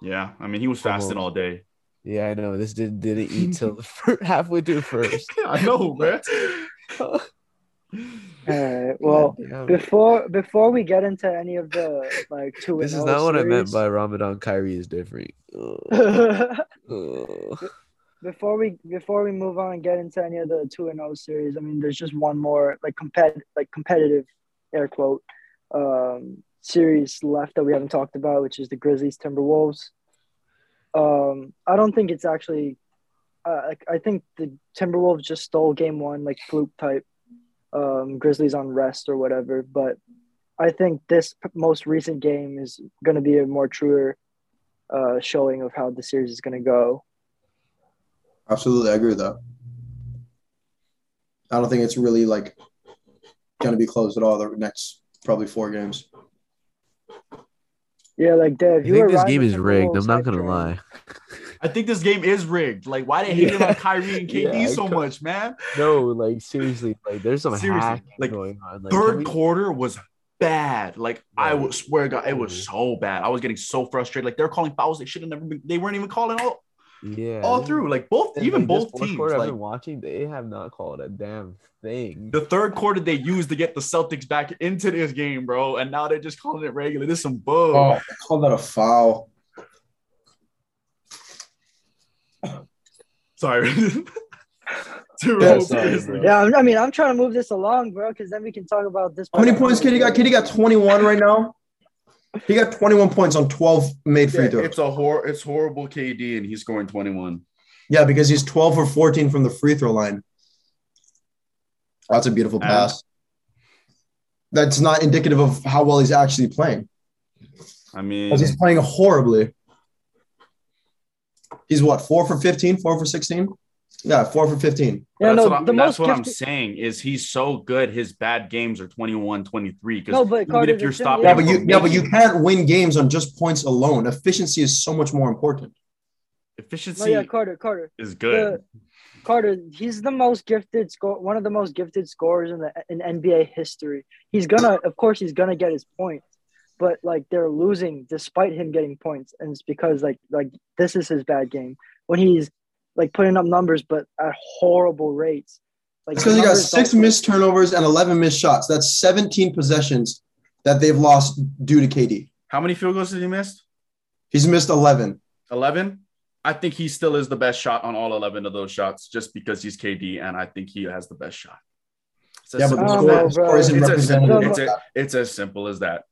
[SPEAKER 3] yeah, I mean, he was fasting all [LAUGHS] day.
[SPEAKER 5] Yeah, I know. This did, didn't eat till
[SPEAKER 3] [LAUGHS]
[SPEAKER 5] the fir- halfway through first.
[SPEAKER 3] I know, [LAUGHS] man.
[SPEAKER 1] All right. Well,
[SPEAKER 5] God damn it.
[SPEAKER 1] before before we get into any of the like two
[SPEAKER 5] this is
[SPEAKER 1] and
[SPEAKER 5] not
[SPEAKER 1] oh
[SPEAKER 5] what I meant
[SPEAKER 1] series-
[SPEAKER 5] by Ramadan Kyrie
[SPEAKER 3] [LAUGHS]
[SPEAKER 5] is different. Ugh.
[SPEAKER 1] [LAUGHS]
[SPEAKER 5] Ugh.
[SPEAKER 1] before we before we move on and get into any of the two and O series, I mean, there's just one more like compet like competitive air quote um, series left that we haven't talked about, which is the Grizzlies Timberwolves. Um, I don't think it's actually. Uh, like, I think the Timberwolves just stole Game One, like fluke type. Um, Grizzlies on rest or whatever, but I think this p- most recent game is going to be a more truer uh, showing of how the series is going to go.
[SPEAKER 2] Absolutely, I agree with that. I don't think it's really like going to be close at all the next probably four games.
[SPEAKER 1] Yeah, like Dev,
[SPEAKER 5] I
[SPEAKER 1] you
[SPEAKER 5] think
[SPEAKER 1] were
[SPEAKER 5] this
[SPEAKER 1] riding
[SPEAKER 5] game
[SPEAKER 1] the
[SPEAKER 5] is rigged. I'm
[SPEAKER 1] Timberwolves
[SPEAKER 5] not
[SPEAKER 1] hype
[SPEAKER 5] gonna
[SPEAKER 1] train.
[SPEAKER 5] lie.
[SPEAKER 3] [LAUGHS] I think this game is rigged. Like, why they hating on Kyrie and KD
[SPEAKER 5] Yeah, I
[SPEAKER 3] so
[SPEAKER 5] co-
[SPEAKER 3] much, man?
[SPEAKER 5] No, like seriously, like there's some
[SPEAKER 3] Seriously,
[SPEAKER 5] hack
[SPEAKER 3] like,
[SPEAKER 5] going on. Like,
[SPEAKER 3] third
[SPEAKER 5] can we-
[SPEAKER 3] quarter was bad. Like I
[SPEAKER 5] Yeah.
[SPEAKER 3] would swear, God, it was
[SPEAKER 5] Mhm.
[SPEAKER 1] Mm-hmm.
[SPEAKER 3] so bad. I was getting so frustrated. Like they're calling fouls they should have never been. They weren't even calling all
[SPEAKER 5] yeah,
[SPEAKER 3] all
[SPEAKER 5] this is-
[SPEAKER 3] through. Like both,
[SPEAKER 5] this-
[SPEAKER 3] even
[SPEAKER 5] like, this
[SPEAKER 3] both
[SPEAKER 5] fourth
[SPEAKER 3] teams.
[SPEAKER 5] quarter I've
[SPEAKER 3] Like
[SPEAKER 5] been watching, they have not called a damn thing.
[SPEAKER 3] the third quarter they used to get the Celtics back into this game, bro. And now they're just calling it regular. This is some bull.
[SPEAKER 2] Oh, I called that a foul.
[SPEAKER 3] Sorry. [LAUGHS] Zero
[SPEAKER 2] Yeah, sorry,
[SPEAKER 3] business.
[SPEAKER 5] bro.
[SPEAKER 1] Yeah, I'm- I mean, I'm trying to move this along, bro, because then we can talk about this.
[SPEAKER 2] How many points Kitty got? Kitty got 21 right now. He got 21 points on 12 made free
[SPEAKER 3] Yeah,
[SPEAKER 2] throws.
[SPEAKER 3] it's a hor- it's horrible KD and he's scoring 21.
[SPEAKER 2] Yeah, because he's 12 or 14 from the free throw line. That's a beautiful
[SPEAKER 3] And-
[SPEAKER 2] pass. That's not indicative of how well he's actually playing.
[SPEAKER 3] I mean
[SPEAKER 2] 'Cause he's playing horribly. He's what, four for 15, four for 16? Yeah, four for 15.
[SPEAKER 1] Yeah,
[SPEAKER 3] that's
[SPEAKER 1] no,
[SPEAKER 3] what, I'm,
[SPEAKER 1] the most
[SPEAKER 3] that's what I'm
[SPEAKER 1] gifted-
[SPEAKER 3] saying is he's so good. His bad games are 21, 23. Because
[SPEAKER 1] No, but
[SPEAKER 3] even
[SPEAKER 1] Carter,
[SPEAKER 3] if you're
[SPEAKER 1] the thing is-
[SPEAKER 3] stopping,
[SPEAKER 2] Yeah,
[SPEAKER 3] him
[SPEAKER 2] but you
[SPEAKER 3] from
[SPEAKER 2] yeah, but you
[SPEAKER 3] making-
[SPEAKER 2] can't win games on just points alone. Efficiency is so much more important.
[SPEAKER 1] No,
[SPEAKER 3] efficiency
[SPEAKER 1] yeah, Carter, Carter,
[SPEAKER 3] is good.
[SPEAKER 1] Carter. He's the most gifted score, one of the most gifted scorers in the in NBA history. He's gonna, of course, he's gonna get his points, but like they're losing despite him getting points, and it's because like like this is his bad game when he's like putting up numbers, but at horrible rates. Like
[SPEAKER 2] It's because he got
[SPEAKER 1] numbers
[SPEAKER 2] six
[SPEAKER 1] don't-
[SPEAKER 2] missed turnovers and 11 missed shots. That's 17 possessions that they've lost due to KD.
[SPEAKER 3] How many field goals did he miss?
[SPEAKER 2] He's missed 11.
[SPEAKER 3] 11? I think he still is the best shot on all 11 of those shots just because he's KD and I think he has the best shot. It's as
[SPEAKER 2] Yeah, but the
[SPEAKER 3] simple as
[SPEAKER 1] don't know,
[SPEAKER 2] score,
[SPEAKER 3] that.
[SPEAKER 2] the score
[SPEAKER 1] bro.
[SPEAKER 2] isn't
[SPEAKER 3] It's as
[SPEAKER 2] representative.
[SPEAKER 3] simple-
[SPEAKER 1] No,
[SPEAKER 3] it's
[SPEAKER 2] It's,
[SPEAKER 1] but-
[SPEAKER 3] a- it's as simple as that.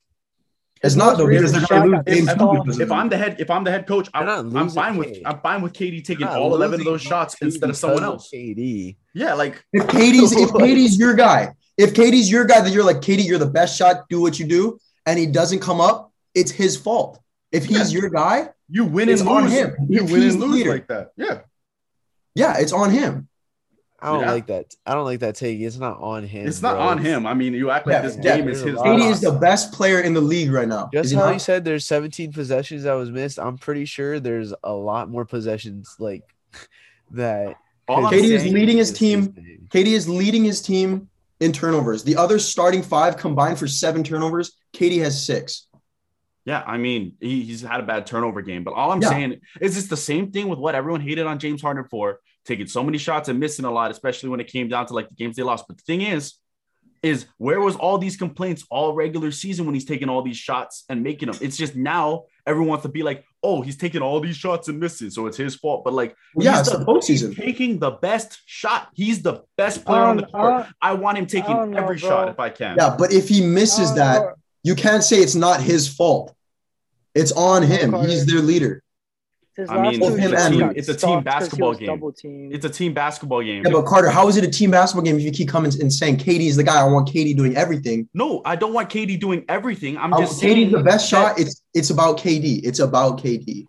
[SPEAKER 2] not though because they're trying to lose games
[SPEAKER 3] If-
[SPEAKER 2] too because of
[SPEAKER 3] If [LAUGHS] I'm
[SPEAKER 2] that.
[SPEAKER 3] the head, if I'm the head coach, I'm,
[SPEAKER 5] They're not
[SPEAKER 3] I'm
[SPEAKER 5] losing
[SPEAKER 3] fine with
[SPEAKER 5] KD.
[SPEAKER 3] I'm fine with KD taking
[SPEAKER 5] Not
[SPEAKER 3] all 11 of
[SPEAKER 5] losing
[SPEAKER 3] those shots
[SPEAKER 5] games
[SPEAKER 3] instead of someone
[SPEAKER 5] because
[SPEAKER 3] else.
[SPEAKER 5] KD.
[SPEAKER 3] Yeah, like
[SPEAKER 2] If KD's if KD's your guy, if KD's your guy, then you're like KD, you're the best shot. Do what you do, and he doesn't come up. It's his fault. If he's your guy,
[SPEAKER 3] you win
[SPEAKER 2] It's
[SPEAKER 3] and
[SPEAKER 2] on
[SPEAKER 3] lose.
[SPEAKER 2] him.
[SPEAKER 3] You
[SPEAKER 2] He's
[SPEAKER 3] win and
[SPEAKER 2] the
[SPEAKER 3] lose
[SPEAKER 2] leader.
[SPEAKER 3] like that. Yeah.
[SPEAKER 2] yeah, it's on him.
[SPEAKER 5] I don't
[SPEAKER 3] Yeah.
[SPEAKER 5] like that. I don't like that take. It's not on him.
[SPEAKER 3] It's not
[SPEAKER 5] bro.
[SPEAKER 3] on him. I mean, you act
[SPEAKER 2] Yeah,
[SPEAKER 3] like this
[SPEAKER 2] yeah,
[SPEAKER 3] game is his.
[SPEAKER 5] there's a lot.
[SPEAKER 2] KD
[SPEAKER 3] loss.
[SPEAKER 2] is the best player in the league right now. Is
[SPEAKER 5] Just
[SPEAKER 2] he
[SPEAKER 5] how
[SPEAKER 2] not?
[SPEAKER 5] you said there's 17 possessions that was missed. I'm pretty sure there's a lot more possessions like [LAUGHS] that.
[SPEAKER 3] All I'm
[SPEAKER 5] could-
[SPEAKER 2] KD is
[SPEAKER 3] saying-
[SPEAKER 2] leading his team.
[SPEAKER 5] This is-
[SPEAKER 2] KD is leading his team in turnovers. The other starting five combined for seven turnovers. KD has six.
[SPEAKER 3] Yeah, I mean, he, he's had a bad turnover game, but all I'm
[SPEAKER 2] Yeah.
[SPEAKER 3] saying is it's the same thing with what everyone hated on James Harden for taking so many shots and missing a lot, especially when it came down to like the games they lost. But the thing is, is where was all these complaints all regular season when he's taking all these shots and making them? It's just now everyone wants to be like, oh, he's taking all these shots and missing, so it's his fault. But like,
[SPEAKER 2] yeah,
[SPEAKER 3] he's
[SPEAKER 2] it's the postseason.
[SPEAKER 3] taking the best shot, he's the best player on the
[SPEAKER 1] Um,
[SPEAKER 3] court.
[SPEAKER 1] uh,
[SPEAKER 3] I want him
[SPEAKER 1] I
[SPEAKER 3] taking
[SPEAKER 1] don't know,
[SPEAKER 3] every
[SPEAKER 1] bro.
[SPEAKER 3] shot if I can.
[SPEAKER 2] Yeah, but if he misses
[SPEAKER 1] Oh,
[SPEAKER 2] that, you can't say it's not his fault. It's on him.
[SPEAKER 1] Carter.
[SPEAKER 2] He's their leader.
[SPEAKER 1] His
[SPEAKER 3] I
[SPEAKER 1] last
[SPEAKER 3] mean,
[SPEAKER 1] two
[SPEAKER 2] it's a
[SPEAKER 1] games
[SPEAKER 2] team-
[SPEAKER 1] got
[SPEAKER 3] it's a team
[SPEAKER 1] stopped 'cause he
[SPEAKER 3] basketball
[SPEAKER 1] was
[SPEAKER 3] game.
[SPEAKER 1] Double team.
[SPEAKER 3] It's a team basketball game.
[SPEAKER 2] Yeah, but Carter, how is it a team basketball game if you keep coming and saying Katie's the guy? I want Katie doing everything.
[SPEAKER 3] no, I don't want KD doing everything. I'm
[SPEAKER 2] i
[SPEAKER 3] just saying
[SPEAKER 2] Katie's Oh, the best
[SPEAKER 3] that-
[SPEAKER 2] shot. It's it's about KD. It's about KD.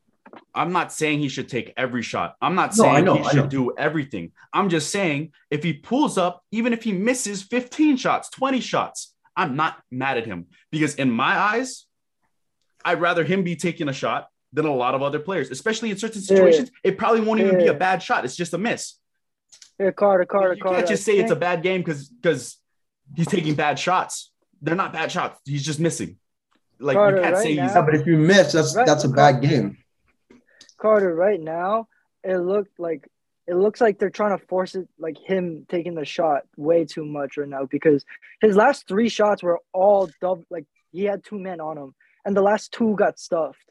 [SPEAKER 3] I'm not saying he should take every shot. I'm not
[SPEAKER 2] No, I
[SPEAKER 3] saying
[SPEAKER 2] know,
[SPEAKER 3] he
[SPEAKER 2] I
[SPEAKER 3] should
[SPEAKER 2] know.
[SPEAKER 3] do everything. I'm just saying if he pulls up, even if he misses 15 shots, 20 shots, I'm not mad at him because in my eyes, I'd rather him be taking a shot than a lot of other players, especially in certain
[SPEAKER 1] Yeah.
[SPEAKER 3] situations. It probably won't even be
[SPEAKER 1] Yeah.
[SPEAKER 3] a bad shot. It's just a miss.
[SPEAKER 1] Yeah, Carter, Carter,
[SPEAKER 3] you
[SPEAKER 1] Carter.
[SPEAKER 3] can't just
[SPEAKER 1] I
[SPEAKER 3] say it's a
[SPEAKER 1] think-
[SPEAKER 3] bad game because because he's taking bad shots. They're not bad shots. He's just missing. Like
[SPEAKER 1] Carter,
[SPEAKER 3] you can't
[SPEAKER 1] right
[SPEAKER 3] say he's
[SPEAKER 2] Yeah, but if you miss, that's
[SPEAKER 1] Right,
[SPEAKER 2] that's a bad game.
[SPEAKER 1] Carter right now. It looked like it looks like they're trying to force it, like him taking the shot way too much right now because his last three shots were all double. Like he had two men on him, and the last two got stuffed.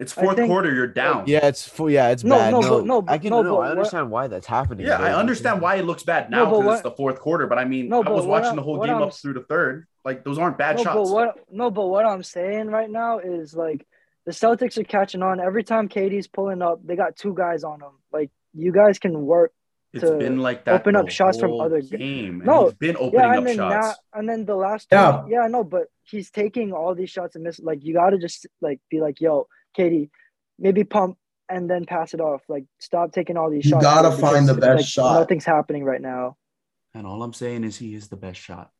[SPEAKER 3] it's
[SPEAKER 1] I
[SPEAKER 3] fourth
[SPEAKER 1] think-
[SPEAKER 3] quarter. You're down.
[SPEAKER 5] Yeah, it's full. Yeah, it's
[SPEAKER 1] No,
[SPEAKER 5] bad.
[SPEAKER 1] no,
[SPEAKER 5] No,
[SPEAKER 1] but- no,
[SPEAKER 5] I
[SPEAKER 1] but-
[SPEAKER 5] can.
[SPEAKER 1] no, but
[SPEAKER 5] No, I
[SPEAKER 1] what-
[SPEAKER 5] understand why that's happening.
[SPEAKER 3] Yeah,
[SPEAKER 5] though.
[SPEAKER 3] I understand why it looks bad
[SPEAKER 1] No,
[SPEAKER 3] now
[SPEAKER 1] but
[SPEAKER 3] because it's
[SPEAKER 1] what-
[SPEAKER 3] the fourth quarter. But I mean,
[SPEAKER 1] No,
[SPEAKER 3] I
[SPEAKER 1] but
[SPEAKER 3] was
[SPEAKER 1] what
[SPEAKER 3] watching
[SPEAKER 1] I-
[SPEAKER 3] the whole
[SPEAKER 1] what
[SPEAKER 3] game
[SPEAKER 1] I'm
[SPEAKER 3] up
[SPEAKER 1] s-
[SPEAKER 3] through the third. Like those aren't bad
[SPEAKER 1] no,
[SPEAKER 3] shots.
[SPEAKER 1] but what? No, but what I'm saying right now is like the Celtics are catching on. Every time Katie's pulling up, they got two guys on him. Like you guys can work.
[SPEAKER 3] it's
[SPEAKER 1] to
[SPEAKER 3] been like that.
[SPEAKER 1] open up
[SPEAKER 3] the
[SPEAKER 1] shots from
[SPEAKER 3] whole
[SPEAKER 1] other g-
[SPEAKER 3] game.
[SPEAKER 1] No,
[SPEAKER 3] No, he's been opening
[SPEAKER 1] Yeah, and
[SPEAKER 3] up
[SPEAKER 1] then
[SPEAKER 3] shots.
[SPEAKER 1] now, and then the last.
[SPEAKER 2] Yeah.
[SPEAKER 1] yeah, no, but he's taking all these shots and miss. Like you got to just like be like, yo, Katie, maybe pump and then pass it off. Like stop taking all these
[SPEAKER 2] You
[SPEAKER 1] shots.
[SPEAKER 2] gotta
[SPEAKER 1] because
[SPEAKER 2] find the
[SPEAKER 1] it's,
[SPEAKER 2] best
[SPEAKER 1] like,
[SPEAKER 2] shot.
[SPEAKER 1] Nothing's happening right now.
[SPEAKER 3] And all I'm saying is he is the best shot.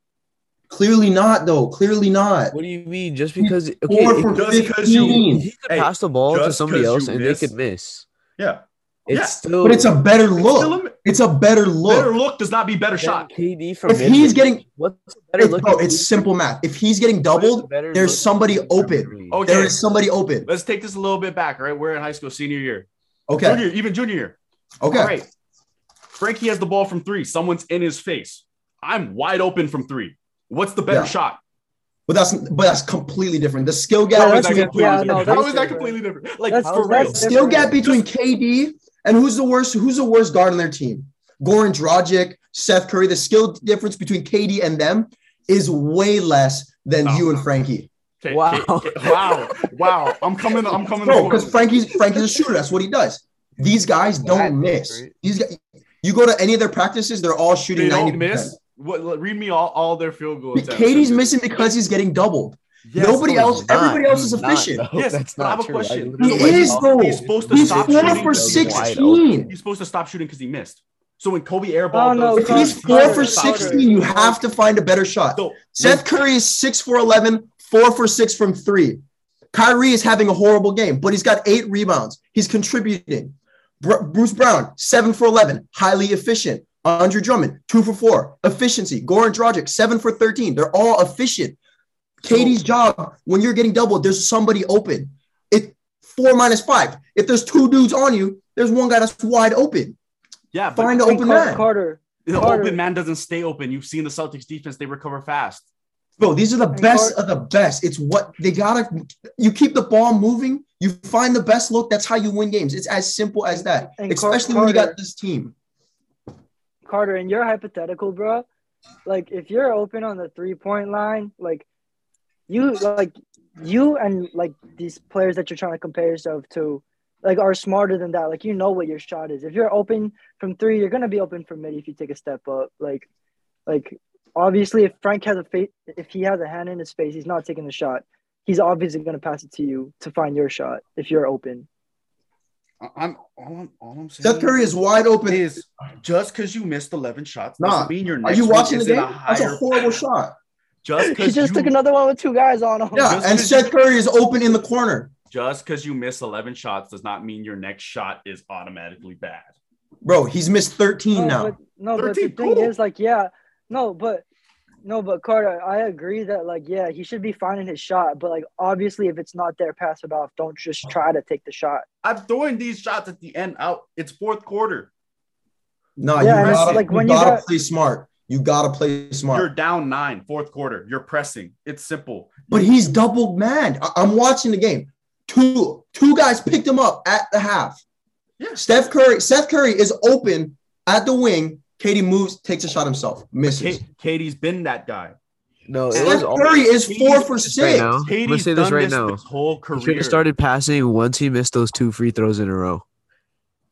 [SPEAKER 2] Clearly not, though. Clearly not.
[SPEAKER 5] [LAUGHS] What do you mean? Just because? Okay,
[SPEAKER 2] Four
[SPEAKER 5] if-
[SPEAKER 2] for
[SPEAKER 3] just because you-
[SPEAKER 5] if
[SPEAKER 2] 15.
[SPEAKER 5] he could
[SPEAKER 3] Hey,
[SPEAKER 5] pass the ball to
[SPEAKER 3] just
[SPEAKER 5] somebody
[SPEAKER 3] 'cause
[SPEAKER 5] else
[SPEAKER 3] you
[SPEAKER 5] and
[SPEAKER 3] miss-
[SPEAKER 5] they could miss.
[SPEAKER 3] Yeah,
[SPEAKER 5] It's
[SPEAKER 3] Yeah.
[SPEAKER 5] still.
[SPEAKER 2] But it's a better look.
[SPEAKER 3] Still a-
[SPEAKER 2] It's a better
[SPEAKER 3] better
[SPEAKER 2] look.
[SPEAKER 3] look does not be better
[SPEAKER 5] then
[SPEAKER 3] shot.
[SPEAKER 5] KD from
[SPEAKER 2] If he's
[SPEAKER 5] mid-range.
[SPEAKER 2] getting,
[SPEAKER 5] what's a better
[SPEAKER 2] it's,
[SPEAKER 5] look?
[SPEAKER 2] bro, it's simple math. If he's getting doubled, there's somebody open.
[SPEAKER 5] Oh,
[SPEAKER 3] Okay,
[SPEAKER 2] there is somebody open.
[SPEAKER 3] let's take this a little bit back. Right, we're in high school, senior year,
[SPEAKER 2] Okay.
[SPEAKER 3] junior, even junior year.
[SPEAKER 2] Okay.
[SPEAKER 3] All right, Frankie has the ball from three. Someone's in his face. I'm wide open from three. What's the better
[SPEAKER 2] Yeah.
[SPEAKER 3] shot?
[SPEAKER 2] But that's but that's completely different. The skill
[SPEAKER 3] How
[SPEAKER 2] gap
[SPEAKER 3] is that
[SPEAKER 2] between
[SPEAKER 3] completely
[SPEAKER 1] yeah, no,
[SPEAKER 3] different?
[SPEAKER 1] that's
[SPEAKER 3] How is that
[SPEAKER 1] different.
[SPEAKER 3] completely different? Like
[SPEAKER 1] That's-
[SPEAKER 3] for real.
[SPEAKER 1] that's
[SPEAKER 2] the skill
[SPEAKER 1] different.
[SPEAKER 2] gap between KD and who's the worst? Who's the worst guard on their team? Goran Dragic, Seth Curry. The skill difference between KD and them is way less than
[SPEAKER 3] Oh.
[SPEAKER 2] you and Frankie.
[SPEAKER 3] Okay,
[SPEAKER 5] Wow. [LAUGHS]
[SPEAKER 3] okay, okay. wow. Wow. I'm coming. I'm coming.
[SPEAKER 2] Bro,
[SPEAKER 3] forward.
[SPEAKER 2] because Frankie's Frankie's a shooter. That's what he does. These guys don't miss.
[SPEAKER 5] right?
[SPEAKER 2] These guys, you go to any of their practices, they're all
[SPEAKER 3] they
[SPEAKER 2] shooting
[SPEAKER 3] don't
[SPEAKER 2] 90
[SPEAKER 3] miss. What, let- read me all, all their field goal attempts.
[SPEAKER 2] Katie's missing because he's getting doubled.
[SPEAKER 5] yes,
[SPEAKER 2] Nobody
[SPEAKER 5] no,
[SPEAKER 2] else-
[SPEAKER 5] he's not.
[SPEAKER 2] everybody else is
[SPEAKER 5] He's not,
[SPEAKER 2] efficient.
[SPEAKER 5] though.
[SPEAKER 3] Yes,
[SPEAKER 5] that's
[SPEAKER 3] but
[SPEAKER 5] not
[SPEAKER 3] I have a
[SPEAKER 5] true.
[SPEAKER 3] question.
[SPEAKER 5] literally-
[SPEAKER 2] He is, though.
[SPEAKER 3] He's supposed to
[SPEAKER 2] He's
[SPEAKER 3] stop
[SPEAKER 2] four
[SPEAKER 3] shooting
[SPEAKER 2] for
[SPEAKER 3] those wide
[SPEAKER 2] sixteen.
[SPEAKER 3] He's supposed to stop shooting because he missed. So when Kobe
[SPEAKER 1] Oh,
[SPEAKER 3] airballed,
[SPEAKER 1] no,
[SPEAKER 3] those
[SPEAKER 2] If he's
[SPEAKER 3] shots,
[SPEAKER 2] four
[SPEAKER 1] Carter,
[SPEAKER 2] for
[SPEAKER 3] he stopped shooting.
[SPEAKER 2] sixteen, you have to find a better shot.
[SPEAKER 3] So
[SPEAKER 2] Seth Curry is six for 11, four for six from three. Kyrie is having a horrible game, but he's got eight rebounds. He's contributing. Br- Bruce Brown, seven for 11, highly efficient. Andre Drummond, two for four, efficiency. Goran Dragic, seven for 13. They're all efficient. Katie's job, when you're getting doubled, there's somebody open. It four minus five. If there's two dudes on you, there's one guy that's wide open.
[SPEAKER 3] yeah, but
[SPEAKER 2] Find an
[SPEAKER 1] And
[SPEAKER 2] open
[SPEAKER 1] Car-
[SPEAKER 2] man.
[SPEAKER 1] Carter.
[SPEAKER 3] the
[SPEAKER 1] Carter-
[SPEAKER 3] open man doesn't stay open. You've seen the Celtics defense; they recover fast.
[SPEAKER 2] Bro, these are the
[SPEAKER 1] And
[SPEAKER 2] best
[SPEAKER 1] Car-
[SPEAKER 2] of the best. It's what they gotta. You keep the ball moving. You find the best look. That's how you win games. It's as simple as that.
[SPEAKER 1] And Car-
[SPEAKER 2] Especially when you
[SPEAKER 1] Carter-
[SPEAKER 2] got this team.
[SPEAKER 1] Carter, in your hypothetical, bro, like if you're open on the three point line, like you like you and like these players that you're trying to compare yourself to, like are smarter than that. Like you know what your shot is. If you're open from three, you're gonna be open from mid if you take a step up. Like like obviously if Frank has a face if he has a hand in his face, he's not taking the shot. He's obviously gonna pass it to you to find your shot if you're open.
[SPEAKER 3] I- I'm all I'm, all I'm saying.
[SPEAKER 2] Seth Curry is wide open.
[SPEAKER 3] is just because you missed 11 shots
[SPEAKER 2] Nah.
[SPEAKER 3] doesn't mean your
[SPEAKER 2] are
[SPEAKER 3] next
[SPEAKER 2] you
[SPEAKER 3] one
[SPEAKER 2] watching the
[SPEAKER 3] isn't
[SPEAKER 2] game?
[SPEAKER 3] a
[SPEAKER 2] That's a
[SPEAKER 3] higher-
[SPEAKER 2] horrible shot.
[SPEAKER 3] Just
[SPEAKER 1] He
[SPEAKER 3] because
[SPEAKER 1] just
[SPEAKER 3] you
[SPEAKER 1] took another one with two guys on him.
[SPEAKER 2] Yeah,
[SPEAKER 3] Just
[SPEAKER 2] and
[SPEAKER 3] because-
[SPEAKER 2] Seth Curry is open in the corner,
[SPEAKER 3] just because you miss 11 shots does not mean your next shot is automatically bad.
[SPEAKER 2] bro. He's missed
[SPEAKER 1] no,
[SPEAKER 2] thirteen now.
[SPEAKER 1] But, no, but the
[SPEAKER 3] 13,
[SPEAKER 1] thing
[SPEAKER 3] cool.
[SPEAKER 1] is, like, yeah, no, but no, but Carter, I agree that, like, yeah, he should be finding his shot, but like, obviously, if it's not there, pass it off. Don't just try to take the shot.
[SPEAKER 3] I'm throwing these shots at the end out. It's fourth quarter.
[SPEAKER 2] no,
[SPEAKER 1] Yeah,
[SPEAKER 2] you
[SPEAKER 1] and it's
[SPEAKER 2] gotta,
[SPEAKER 1] like
[SPEAKER 2] you
[SPEAKER 1] when you
[SPEAKER 2] gotta
[SPEAKER 1] got-
[SPEAKER 2] play smart. You gotta play smart.
[SPEAKER 3] You're down nine, fourth quarter. You're pressing. It's simple.
[SPEAKER 2] but he's double manned. I- I'm watching the game. Two two guys picked him up at the half.
[SPEAKER 3] Yeah.
[SPEAKER 2] Steph Curry, Seth Curry is open at the wing. Katie moves, takes a shot himself, misses.
[SPEAKER 3] Ka- Katie's been that guy.
[SPEAKER 5] No, Oh, it
[SPEAKER 2] Steph
[SPEAKER 5] was all
[SPEAKER 2] Curry is four for
[SPEAKER 4] This right
[SPEAKER 2] six.
[SPEAKER 4] now. I'm
[SPEAKER 3] Katie's
[SPEAKER 4] gonna say this
[SPEAKER 3] done
[SPEAKER 4] right
[SPEAKER 3] this
[SPEAKER 4] now.
[SPEAKER 3] his whole
[SPEAKER 4] He should
[SPEAKER 3] career.
[SPEAKER 4] have started passing once he missed those two free throws in a row.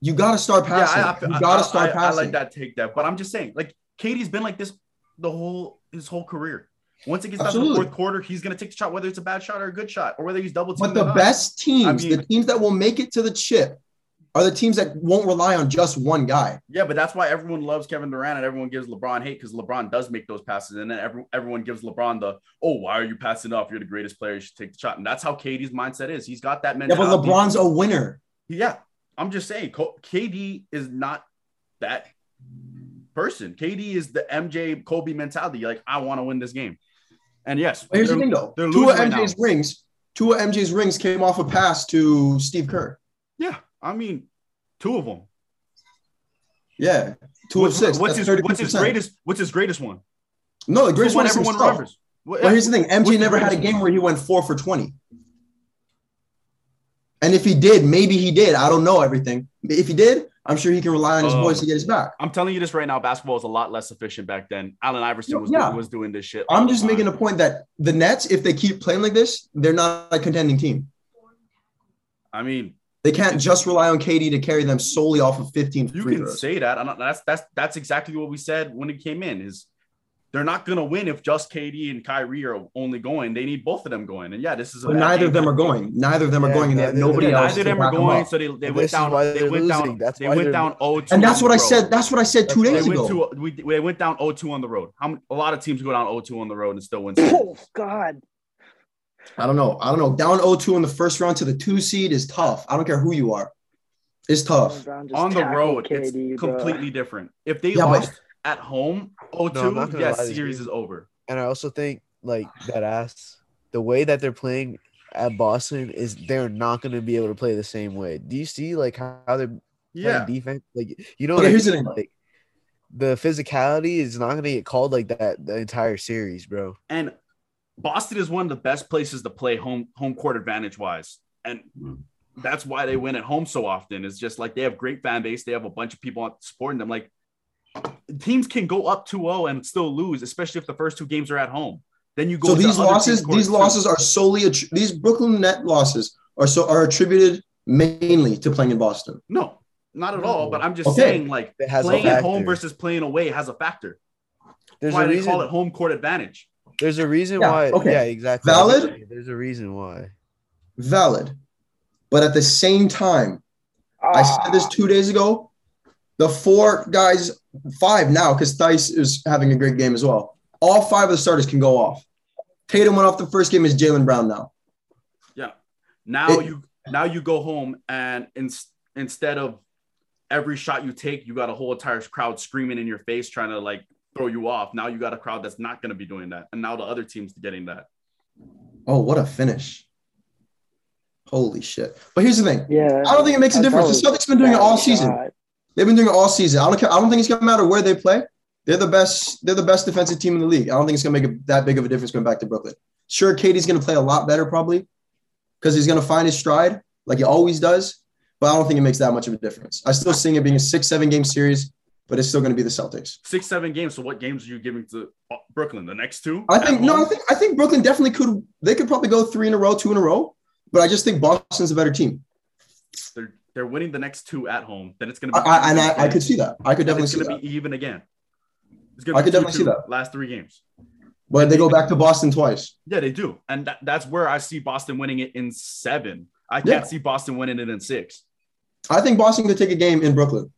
[SPEAKER 2] You gotta start
[SPEAKER 3] Yeah,
[SPEAKER 2] passing.
[SPEAKER 3] I, I,
[SPEAKER 2] you gotta
[SPEAKER 3] I-
[SPEAKER 2] start
[SPEAKER 3] I- I
[SPEAKER 2] passing.
[SPEAKER 3] like that take that, but I'm just saying, like Katie's been like this the whole his whole career. Once it gets down to the
[SPEAKER 2] Absolutely.
[SPEAKER 3] fourth quarter, he's gonna take the shot, whether it's a bad shot or a good shot, or whether he's double
[SPEAKER 2] But
[SPEAKER 3] teamed.
[SPEAKER 2] the
[SPEAKER 3] or not.
[SPEAKER 2] best teams,
[SPEAKER 3] I mean-
[SPEAKER 2] the teams that will make it to the chip, are the teams that won't rely on just one guy.
[SPEAKER 3] Yeah, but that's why everyone loves Kevin Durant and everyone gives LeBron hate because LeBron does make those passes, and then every, everyone gives LeBron the oh, why are you passing off? You're the greatest player. You should take the shot, and that's how Katie's mindset is. He's got that
[SPEAKER 2] Yeah, but
[SPEAKER 3] mentality.
[SPEAKER 2] LeBron's a winner.
[SPEAKER 3] Yeah, I'm just saying, Co- KD is not that person. KD is the MJ Kobe mentality. Like, I want to win this game. And yes,
[SPEAKER 2] But here's the
[SPEAKER 3] they're-
[SPEAKER 2] thing, though.
[SPEAKER 3] they're
[SPEAKER 2] Two of
[SPEAKER 3] losing right
[SPEAKER 2] MJ's rings, two of MJ's rings came off a pass to Steve Kerr.
[SPEAKER 3] yeah, I mean, two of them.
[SPEAKER 2] Yeah, two
[SPEAKER 3] What's-
[SPEAKER 2] of six.
[SPEAKER 3] What's
[SPEAKER 2] That's
[SPEAKER 3] his What's his
[SPEAKER 2] 32%.
[SPEAKER 3] greatest? What's his greatest one?
[SPEAKER 2] No, the
[SPEAKER 3] What's
[SPEAKER 2] greatest one is
[SPEAKER 3] everyone
[SPEAKER 2] himself.
[SPEAKER 3] remembers. What-
[SPEAKER 2] But here's the thing: MJ
[SPEAKER 3] What's
[SPEAKER 2] never
[SPEAKER 3] the
[SPEAKER 2] had a
[SPEAKER 3] greatest
[SPEAKER 2] game where he went four for twenty. And if he did, maybe he did. I don't know everything. But If he did, I'm sure he can rely on his
[SPEAKER 3] Oh.
[SPEAKER 2] voice to get his back.
[SPEAKER 3] I'm telling you this right now. Basketball was a lot less efficient back then. Allen Iverson was,
[SPEAKER 2] Yeah.
[SPEAKER 3] was doing this shit. all
[SPEAKER 2] I'm
[SPEAKER 3] the
[SPEAKER 2] just
[SPEAKER 3] time.
[SPEAKER 2] making a point that the Nets, if they keep playing like this, they're not a contending team.
[SPEAKER 3] I mean,
[SPEAKER 2] They can't just rely on KD to carry them solely off of 15
[SPEAKER 3] you
[SPEAKER 2] free
[SPEAKER 3] can
[SPEAKER 2] throws.
[SPEAKER 3] say that. I'm not, that's that's that's exactly what we said when it came in. Is they're not gonna win if just KD and Kyrie are only going. They need both of them going. And yeah, this is a
[SPEAKER 2] But
[SPEAKER 3] bad
[SPEAKER 2] neither
[SPEAKER 3] game.
[SPEAKER 2] of them are going. Neither of them are
[SPEAKER 5] Yeah,
[SPEAKER 2] going, and they have
[SPEAKER 5] neither-
[SPEAKER 2] nobody
[SPEAKER 3] Yeah,
[SPEAKER 2] else.
[SPEAKER 3] neither
[SPEAKER 2] to
[SPEAKER 3] of them are
[SPEAKER 2] back 'em
[SPEAKER 3] going,
[SPEAKER 2] up.
[SPEAKER 3] so they, they
[SPEAKER 5] And
[SPEAKER 3] went
[SPEAKER 5] this is
[SPEAKER 3] down.
[SPEAKER 5] why
[SPEAKER 3] They
[SPEAKER 5] they're
[SPEAKER 3] went down.
[SPEAKER 5] losing. That's
[SPEAKER 3] they
[SPEAKER 5] why
[SPEAKER 3] went
[SPEAKER 5] they're-
[SPEAKER 3] down 0
[SPEAKER 2] And that's what I said. That's what I said two
[SPEAKER 5] That's
[SPEAKER 3] They
[SPEAKER 2] days
[SPEAKER 3] went
[SPEAKER 2] ago.
[SPEAKER 3] to we, they went down 0-2 on the road. How many, a lot of teams go down 0-2 on the road and still win.
[SPEAKER 2] [COUGHS]
[SPEAKER 3] series.
[SPEAKER 1] Oh God.
[SPEAKER 2] I don't know. I don't know. Down 0-2 in the first round to the two seed is tough. I don't care who you are. It's tough.
[SPEAKER 1] LeBron just
[SPEAKER 3] on the
[SPEAKER 1] tackled
[SPEAKER 3] road,
[SPEAKER 1] KD,
[SPEAKER 3] it's
[SPEAKER 1] bro.
[SPEAKER 3] completely different. If they
[SPEAKER 2] Yeah, but-
[SPEAKER 3] lost at home 0-2,
[SPEAKER 5] No, I'm not gonna lie
[SPEAKER 3] yes,
[SPEAKER 5] to you.
[SPEAKER 3] series is over.
[SPEAKER 5] and I also think like that ass the way that they're playing at Boston is they're not going to be able to play the same way. Do you see like how they're playing
[SPEAKER 3] Yeah,
[SPEAKER 5] defense? Like you know,
[SPEAKER 2] Okay,
[SPEAKER 5] like,
[SPEAKER 2] here's the thing.
[SPEAKER 5] like the physicality is not going to get called like that the entire series, bro.
[SPEAKER 3] and Boston is one of the best places to play home home court advantage wise, and
[SPEAKER 5] Hmm.
[SPEAKER 3] that's why they win at home so often. It's just like they have great fan base. They have a bunch of people supporting them. Like teams can go up 2-0 and still lose, especially if the first two games are at home. Then you go.
[SPEAKER 2] So
[SPEAKER 3] to
[SPEAKER 2] these
[SPEAKER 3] other
[SPEAKER 2] losses,
[SPEAKER 3] teams'
[SPEAKER 2] these
[SPEAKER 3] courts, too.
[SPEAKER 2] losses are solely attr- these Brooklyn Net losses are so are attributed mainly to playing in Boston.
[SPEAKER 3] No, not at all. But I'm just
[SPEAKER 2] Okay.
[SPEAKER 3] saying, like
[SPEAKER 5] It has a
[SPEAKER 3] playing at home
[SPEAKER 5] factor.
[SPEAKER 3] versus playing away has a factor.
[SPEAKER 5] There's
[SPEAKER 3] why
[SPEAKER 5] a
[SPEAKER 3] they
[SPEAKER 5] reason.
[SPEAKER 3] call it home court advantage.
[SPEAKER 5] There's a reason
[SPEAKER 2] Yeah,
[SPEAKER 5] why.
[SPEAKER 2] okay.
[SPEAKER 5] Yeah, exactly.
[SPEAKER 2] Valid?
[SPEAKER 5] There's a reason why.
[SPEAKER 2] Valid, but at the same time, I said this
[SPEAKER 1] Ah,
[SPEAKER 2] two days ago. The four guys, five now, because Dice is having a great game as well. All five of the starters can go off. Tatum went off the first game. Is Jalen Brown now?
[SPEAKER 3] Now
[SPEAKER 2] It-
[SPEAKER 3] you now you go home and in, instead of every shot you take, you got a whole entire crowd screaming in your face trying to like throw you off. Now you got a crowd that's not going to be doing that, and now the other team's getting that.
[SPEAKER 2] Oh, what a finish! Holy shit! But here's the thing.
[SPEAKER 1] Yeah.
[SPEAKER 2] I don't think it makes a
[SPEAKER 1] That
[SPEAKER 2] difference.
[SPEAKER 1] was-
[SPEAKER 2] The Celtics been doing it
[SPEAKER 1] that
[SPEAKER 2] all
[SPEAKER 1] was
[SPEAKER 2] season.
[SPEAKER 1] hot.
[SPEAKER 2] They've been doing it all season. I don't care. I don't think it's gonna matter where they play. They're the best. They're the best defensive team in the league. I don't think it's gonna make a, that big of a difference going back to Brooklyn. Sure, Katie's gonna play a lot better probably because he's gonna find his stride like he always does. But I don't think it makes that much of a difference. I still see it being a six-seven game series, but it's still gonna be the Celtics.
[SPEAKER 3] Six, seven games. So what games are you giving to uh, Brooklyn? The next two?
[SPEAKER 2] I
[SPEAKER 3] At
[SPEAKER 2] think no. I
[SPEAKER 3] home?
[SPEAKER 2] think I think Brooklyn definitely could. They could probably go three in a row, two in a row. But I just think Boston's a better team.
[SPEAKER 3] they're they're winning the next two at home. Then it's going to
[SPEAKER 2] I,
[SPEAKER 3] be
[SPEAKER 2] I, and I, I could see that. I could
[SPEAKER 3] Then
[SPEAKER 2] definitely
[SPEAKER 3] it's
[SPEAKER 2] see
[SPEAKER 3] going
[SPEAKER 2] that.
[SPEAKER 3] to be even again. It's gonna
[SPEAKER 2] I could definitely see
[SPEAKER 3] 2-2
[SPEAKER 2] that.
[SPEAKER 3] Last three games.
[SPEAKER 2] But they go back to Boston twice.
[SPEAKER 3] Yeah, they do, and that, that's where I see Boston winning it in seven. I
[SPEAKER 2] Yeah.
[SPEAKER 3] can't see Boston winning it in six.
[SPEAKER 2] I think Boston could take a game in Brooklyn.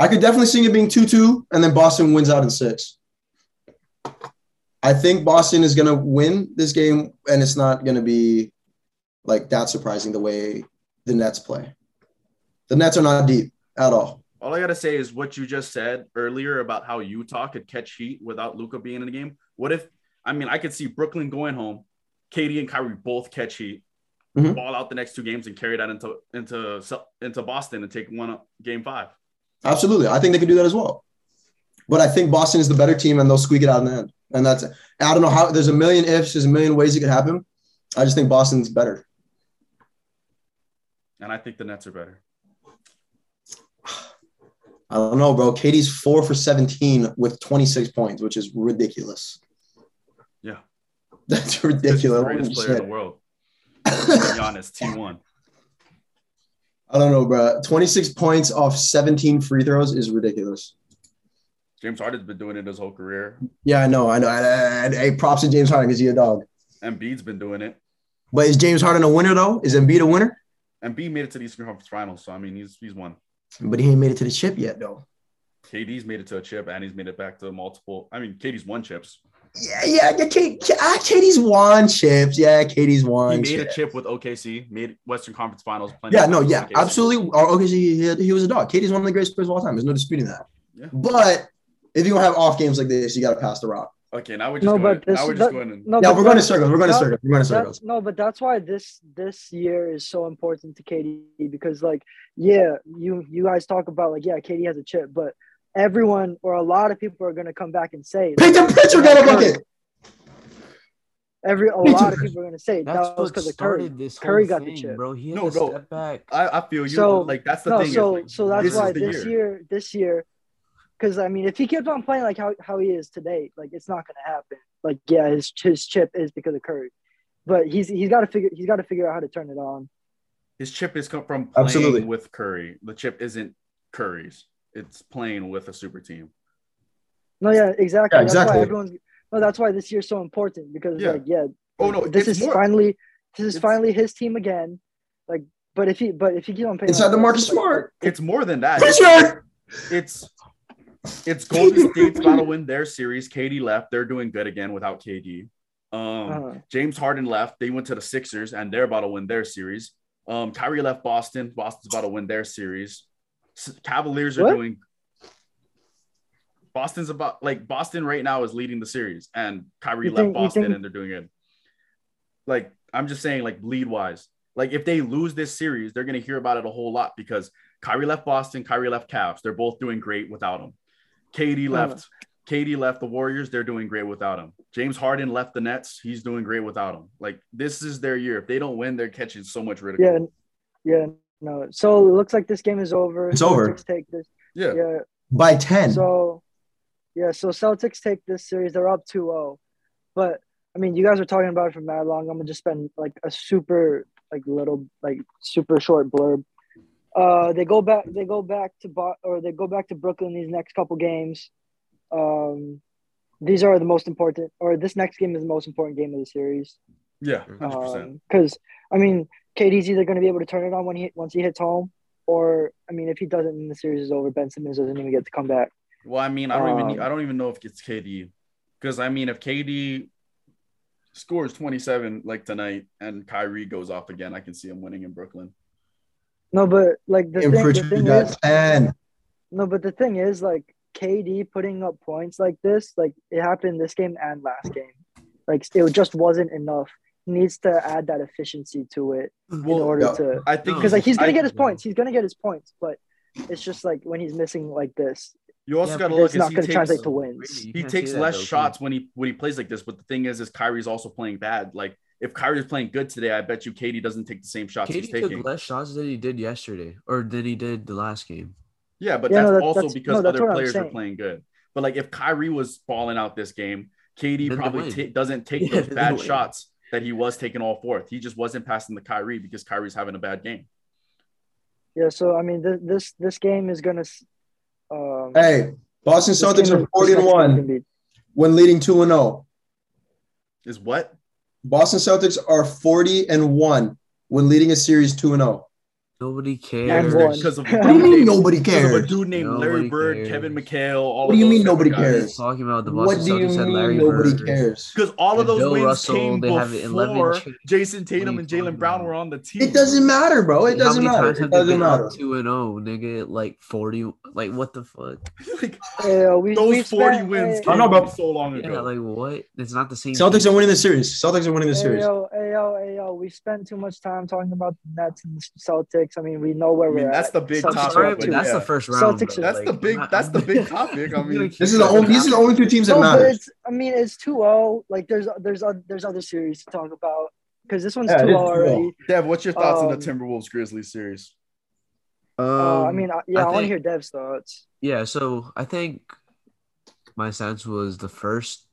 [SPEAKER 2] I could definitely see it being 2 2, and then Boston wins out in six. I think Boston is going to win this game, and it's not going to be like that surprising the way the Nets play. The Nets are not deep at all.
[SPEAKER 3] All I gotta say is what you just said earlier about how Utah could catch heat without Luca being in the game. What if? I mean, I could see Brooklyn going home, Katie and Kyrie both catch heat,
[SPEAKER 2] Mhm.
[SPEAKER 3] ball out the next two games, and carry that into into Cel- into Boston and take one up game five.
[SPEAKER 2] Absolutely. I think they could do that as well. But I think Boston is the better team, and they'll squeak it out in the end. And that's it. I don't know how there's a million ifs, there's a million ways it could happen. I just think Boston's better.
[SPEAKER 3] And I think the Nets are better.
[SPEAKER 2] I don't know, bro. Katie's four for 17 with 26 points, which is ridiculous.
[SPEAKER 3] Yeah.
[SPEAKER 2] [LAUGHS] That's
[SPEAKER 3] This is the
[SPEAKER 2] ridiculous.
[SPEAKER 3] greatest player in the world. Giannis T1.
[SPEAKER 2] [LAUGHS] I don't know, bro. 26 points off 17 free throws is ridiculous.
[SPEAKER 3] James Harden's been doing it his whole career.
[SPEAKER 2] Yeah, I know. I know. I, I, I- hey, props to James Harden because he's a dog.
[SPEAKER 3] Embiid's been doing it.
[SPEAKER 2] But is James Harden a winner, though? Is Embiid a winner?
[SPEAKER 3] Embiid made it to the Eastern Conference Finals, so I mean he's he's won.
[SPEAKER 2] But he ain't made it to the chip yet, though.
[SPEAKER 3] KD's made it to a chip, and he's made it back to multiple. I mean, KD's won chips.
[SPEAKER 2] Yeah, yeah. yeah Kate, ah, Katie's won chips. Yeah, Katie's
[SPEAKER 3] He
[SPEAKER 2] won.
[SPEAKER 3] made a
[SPEAKER 2] chips.
[SPEAKER 3] chip with OKC, made Western Conference Finals. plenty
[SPEAKER 2] Yeah,
[SPEAKER 3] of
[SPEAKER 2] no,
[SPEAKER 3] times with
[SPEAKER 2] yeah,
[SPEAKER 3] OKC.
[SPEAKER 2] absolutely. Or okay, he, he was a dog. Katie's one of the greatest players of all time. There's no disputing that.
[SPEAKER 3] Yeah.
[SPEAKER 2] But if you're gonna have off games like this, you gotta pass the rock.
[SPEAKER 3] Okay, now we're just
[SPEAKER 1] No,
[SPEAKER 3] going.
[SPEAKER 1] but this-
[SPEAKER 3] now we're just
[SPEAKER 1] that-
[SPEAKER 3] going. And,
[SPEAKER 1] No,
[SPEAKER 2] Yeah,
[SPEAKER 1] but
[SPEAKER 2] we're going
[SPEAKER 1] that-
[SPEAKER 2] to circles. We're going to
[SPEAKER 1] that-
[SPEAKER 2] circles. We're going to
[SPEAKER 1] that-
[SPEAKER 2] circles.
[SPEAKER 1] no, but that's why this this year is so important to KD because like yeah, you you guys talk about like yeah, KD has a chip, but everyone or a lot of people are gonna come back and say
[SPEAKER 2] Peyton Pritchard got a bucket.
[SPEAKER 1] every a lot of people are gonna say
[SPEAKER 5] That's
[SPEAKER 1] that was
[SPEAKER 5] what
[SPEAKER 1] because of Curry.
[SPEAKER 5] started this whole
[SPEAKER 1] Curry got the
[SPEAKER 5] thing,
[SPEAKER 1] chip.
[SPEAKER 5] bro. He had
[SPEAKER 3] No,
[SPEAKER 5] to
[SPEAKER 3] no.
[SPEAKER 5] step back.
[SPEAKER 3] I, I feel you.
[SPEAKER 1] So-
[SPEAKER 3] like that's the
[SPEAKER 1] No,
[SPEAKER 3] thing. is,
[SPEAKER 1] so
[SPEAKER 3] like,
[SPEAKER 1] so that's
[SPEAKER 3] this is
[SPEAKER 1] why
[SPEAKER 3] the
[SPEAKER 1] this year. this year, because I mean, if he kept on playing like how, how he is today, like it's not gonna happen. Like yeah, his his chip is because of Curry, but he's he's got to figure he's got to figure out how to turn it on.
[SPEAKER 3] His chip is come from playing
[SPEAKER 2] Absolutely.
[SPEAKER 3] with Curry. The chip isn't Curry's. It's playing with a super team.
[SPEAKER 1] No, yeah, exactly.
[SPEAKER 2] Yeah,
[SPEAKER 1] That's
[SPEAKER 2] exactly.
[SPEAKER 1] why everyone's no. That's why this year's so important because
[SPEAKER 3] Yeah.
[SPEAKER 1] like yeah,
[SPEAKER 3] Oh no,
[SPEAKER 1] this
[SPEAKER 3] it's
[SPEAKER 1] is
[SPEAKER 3] more-
[SPEAKER 1] finally this is
[SPEAKER 3] It's-
[SPEAKER 1] finally his team again. Like, but if he but if he keep on paying
[SPEAKER 2] Inside the Marcus Smart.
[SPEAKER 3] It's more than that. It's
[SPEAKER 2] Pritchard.
[SPEAKER 3] it's, it's Golden State's got to win their series. KD left. They're doing good again without KD. Um,
[SPEAKER 1] Uh-huh.
[SPEAKER 3] James Harden left. They went to the Sixers, and they're about to win their series. Um, Kyrie left Boston. Boston's about to win their series. S- Cavaliers are
[SPEAKER 1] What?
[SPEAKER 3] doing. Boston's about like Boston right now is leading the series, and Kyrie
[SPEAKER 1] You
[SPEAKER 3] left
[SPEAKER 1] think- you
[SPEAKER 3] Boston,
[SPEAKER 1] think-
[SPEAKER 3] and they're doing it. Like I'm just saying, like lead wise, like if they lose this series, they're gonna hear about it a whole lot because Kyrie left Boston, Kyrie left Cavs. They're both doing great without him. KD
[SPEAKER 1] Uh-huh.
[SPEAKER 3] left. KD left the Warriors. They're doing great without him. James Harden left the Nets. He's doing great without him. Like this is their year. If they don't win, they're catching so much
[SPEAKER 1] yeah,
[SPEAKER 3] ridicule.
[SPEAKER 1] yeah, no. So it looks like this game is over.
[SPEAKER 2] It's over.
[SPEAKER 1] Celtics take this.
[SPEAKER 3] Yeah.
[SPEAKER 1] Yeah.
[SPEAKER 2] By 10.
[SPEAKER 1] So, yeah, so Celtics take this series. They're up 2 0. But, I mean, you guys were talking about it for mad long. I'm going to just spend like a super, like, little, like, super short blurb. Uh, they go back. They go back to Bo- or they go back to Brooklyn these next couple games. Um, these are the most important, or this next game is the most important game of the series.
[SPEAKER 3] Yeah. Hundred percent.
[SPEAKER 1] Because I mean, KD's either going to be able to turn it on when he once he hits home, or I mean, if he doesn't, then the series is over. Ben Simmons doesn't even get to come back.
[SPEAKER 3] Well, I mean, I don't even.
[SPEAKER 1] Um,
[SPEAKER 3] I don't even know if it's KD, because I mean, if KD scores 27 like tonight and Kyrie goes off again, I can see him winning in Brooklyn.
[SPEAKER 1] No, but like the
[SPEAKER 2] And
[SPEAKER 1] thing, the
[SPEAKER 2] Pritchard
[SPEAKER 1] thing
[SPEAKER 2] got
[SPEAKER 1] is,
[SPEAKER 2] 10.
[SPEAKER 1] no, but the thing is, like KD putting up points like this, like it happened this game and last game. Like it just wasn't enough. He needs to add that efficiency to it in
[SPEAKER 3] Well,
[SPEAKER 1] order
[SPEAKER 2] yeah.
[SPEAKER 1] to
[SPEAKER 3] I think
[SPEAKER 4] No,
[SPEAKER 1] because like he's gonna
[SPEAKER 3] I-
[SPEAKER 1] get his points. He's gonna get his points, but it's just like when he's missing like this,
[SPEAKER 3] You also
[SPEAKER 4] Yeah,
[SPEAKER 3] got to
[SPEAKER 4] but
[SPEAKER 3] look.
[SPEAKER 1] it's
[SPEAKER 3] is
[SPEAKER 1] not
[SPEAKER 3] he
[SPEAKER 1] gonna
[SPEAKER 3] takes-
[SPEAKER 1] translate to wins.
[SPEAKER 4] You
[SPEAKER 3] he
[SPEAKER 4] can't
[SPEAKER 3] takes
[SPEAKER 4] say that,
[SPEAKER 3] less
[SPEAKER 4] though, can
[SPEAKER 3] shots when he when he plays like this. But the thing is, is Kyrie's also playing bad. Like if Kyrie's playing good today, I bet you Katie doesn't take the same shots
[SPEAKER 4] you?
[SPEAKER 3] he's
[SPEAKER 4] KD
[SPEAKER 3] taking.
[SPEAKER 4] took less shots than he did yesterday, or than he did the last game.
[SPEAKER 3] Yeah, but
[SPEAKER 1] Yeah, no,
[SPEAKER 3] that's
[SPEAKER 1] that's-
[SPEAKER 3] also
[SPEAKER 1] that's-
[SPEAKER 3] because
[SPEAKER 1] no, that's
[SPEAKER 3] other
[SPEAKER 1] what I'm
[SPEAKER 3] players are
[SPEAKER 1] saying.
[SPEAKER 3] playing good. But like if Kyrie was balling out this game,
[SPEAKER 4] Then
[SPEAKER 3] KD
[SPEAKER 4] they
[SPEAKER 3] probably
[SPEAKER 4] win.
[SPEAKER 3] ta- doesn't take
[SPEAKER 4] Yeah,
[SPEAKER 3] those
[SPEAKER 4] then they
[SPEAKER 3] bad
[SPEAKER 4] win.
[SPEAKER 3] shots that he was taking all fourth. He just wasn't passing the Kyrie because Kyrie's having a bad game.
[SPEAKER 1] Yeah, so I mean, this this this game is gonna. s- Um,
[SPEAKER 2] Hey, Boston
[SPEAKER 1] this
[SPEAKER 2] Celtics
[SPEAKER 1] game is-
[SPEAKER 2] are 40 and
[SPEAKER 1] this next game's
[SPEAKER 2] 1
[SPEAKER 1] gonna be-
[SPEAKER 2] when leading 2 and 0.
[SPEAKER 3] Is what?
[SPEAKER 2] Boston Celtics are 40 and 1 when leading a series 2 and 0.
[SPEAKER 4] Nobody
[SPEAKER 1] And
[SPEAKER 4] cares.
[SPEAKER 1] one.
[SPEAKER 3] Because of
[SPEAKER 1] What do
[SPEAKER 2] you mean
[SPEAKER 3] named-
[SPEAKER 2] nobody
[SPEAKER 3] because of
[SPEAKER 2] cares?
[SPEAKER 3] a dude named Larry
[SPEAKER 4] Nobody
[SPEAKER 3] Bird,
[SPEAKER 4] cares.
[SPEAKER 3] Kevin McHale. All
[SPEAKER 2] What do you mean nobody cares?
[SPEAKER 4] He's talking about the Boston
[SPEAKER 2] What do you
[SPEAKER 4] Celtics had Larry
[SPEAKER 2] mean nobody
[SPEAKER 4] Bird.
[SPEAKER 2] cares?
[SPEAKER 3] Because all of
[SPEAKER 4] And
[SPEAKER 3] those
[SPEAKER 4] Bill
[SPEAKER 3] wins
[SPEAKER 4] Russell,
[SPEAKER 3] came
[SPEAKER 4] they have 11
[SPEAKER 3] before
[SPEAKER 4] chips.
[SPEAKER 3] Jason
[SPEAKER 4] What
[SPEAKER 3] Tatum
[SPEAKER 4] are
[SPEAKER 3] and
[SPEAKER 4] you
[SPEAKER 3] Jalen
[SPEAKER 4] talking
[SPEAKER 3] Brown
[SPEAKER 4] about?
[SPEAKER 3] were on the team.
[SPEAKER 2] It doesn't matter, bro. It
[SPEAKER 4] How
[SPEAKER 2] doesn't
[SPEAKER 4] many
[SPEAKER 2] matter.
[SPEAKER 4] times
[SPEAKER 2] It
[SPEAKER 4] have they
[SPEAKER 2] doesn't
[SPEAKER 4] been
[SPEAKER 2] matter.
[SPEAKER 4] up two and zero, nigga? Like forty. Like what the fuck?
[SPEAKER 3] [LAUGHS] like
[SPEAKER 1] Yeah, we,
[SPEAKER 3] those
[SPEAKER 1] we've
[SPEAKER 3] forty
[SPEAKER 1] spent-
[SPEAKER 3] wins
[SPEAKER 1] hey,
[SPEAKER 3] came
[SPEAKER 2] I know, bro.
[SPEAKER 3] from so long ago.
[SPEAKER 4] Yeah, like what? It's not the same.
[SPEAKER 2] Celtics
[SPEAKER 4] team.
[SPEAKER 2] are winning the series. Celtics are winning the series.
[SPEAKER 1] Ayo, ayo, ayo. We spent too much time talking about the Nets and the Celtics. I mean, we know where
[SPEAKER 3] I mean,
[SPEAKER 1] we're
[SPEAKER 3] that's
[SPEAKER 1] at.
[SPEAKER 3] the big
[SPEAKER 1] Celtics
[SPEAKER 4] I'm
[SPEAKER 3] topic.
[SPEAKER 1] are
[SPEAKER 4] sorry,
[SPEAKER 1] up
[SPEAKER 4] but
[SPEAKER 3] but
[SPEAKER 4] that's
[SPEAKER 3] yeah.
[SPEAKER 4] the first round.
[SPEAKER 1] Celtics-
[SPEAKER 4] bro.
[SPEAKER 3] That's
[SPEAKER 4] Like,
[SPEAKER 3] the
[SPEAKER 4] I'm
[SPEAKER 3] big-
[SPEAKER 4] not-
[SPEAKER 3] that's
[SPEAKER 4] [LAUGHS]
[SPEAKER 3] the
[SPEAKER 4] I'm-
[SPEAKER 3] big topic. I
[SPEAKER 4] I'm gonna
[SPEAKER 3] mean,
[SPEAKER 4] keep
[SPEAKER 2] This is the
[SPEAKER 4] talking
[SPEAKER 2] only. These are the
[SPEAKER 4] about
[SPEAKER 2] only two teams that
[SPEAKER 1] No, but
[SPEAKER 2] matter.
[SPEAKER 1] oh. it's. I mean, it's 2-0. Like, there's there's oth- there's other series to talk about. because this one's
[SPEAKER 2] Yeah, it
[SPEAKER 1] two oh
[SPEAKER 2] is
[SPEAKER 3] oh.
[SPEAKER 1] already.
[SPEAKER 3] Dev, what's your thoughts on the
[SPEAKER 1] Um,
[SPEAKER 3] Timberwolves Grizzlies series?
[SPEAKER 6] Um,
[SPEAKER 1] Uh, I mean, I, yeah, I,
[SPEAKER 5] I
[SPEAKER 1] want to
[SPEAKER 5] think-
[SPEAKER 1] hear Dev's thoughts.
[SPEAKER 5] Yeah, so I think my sense was the first,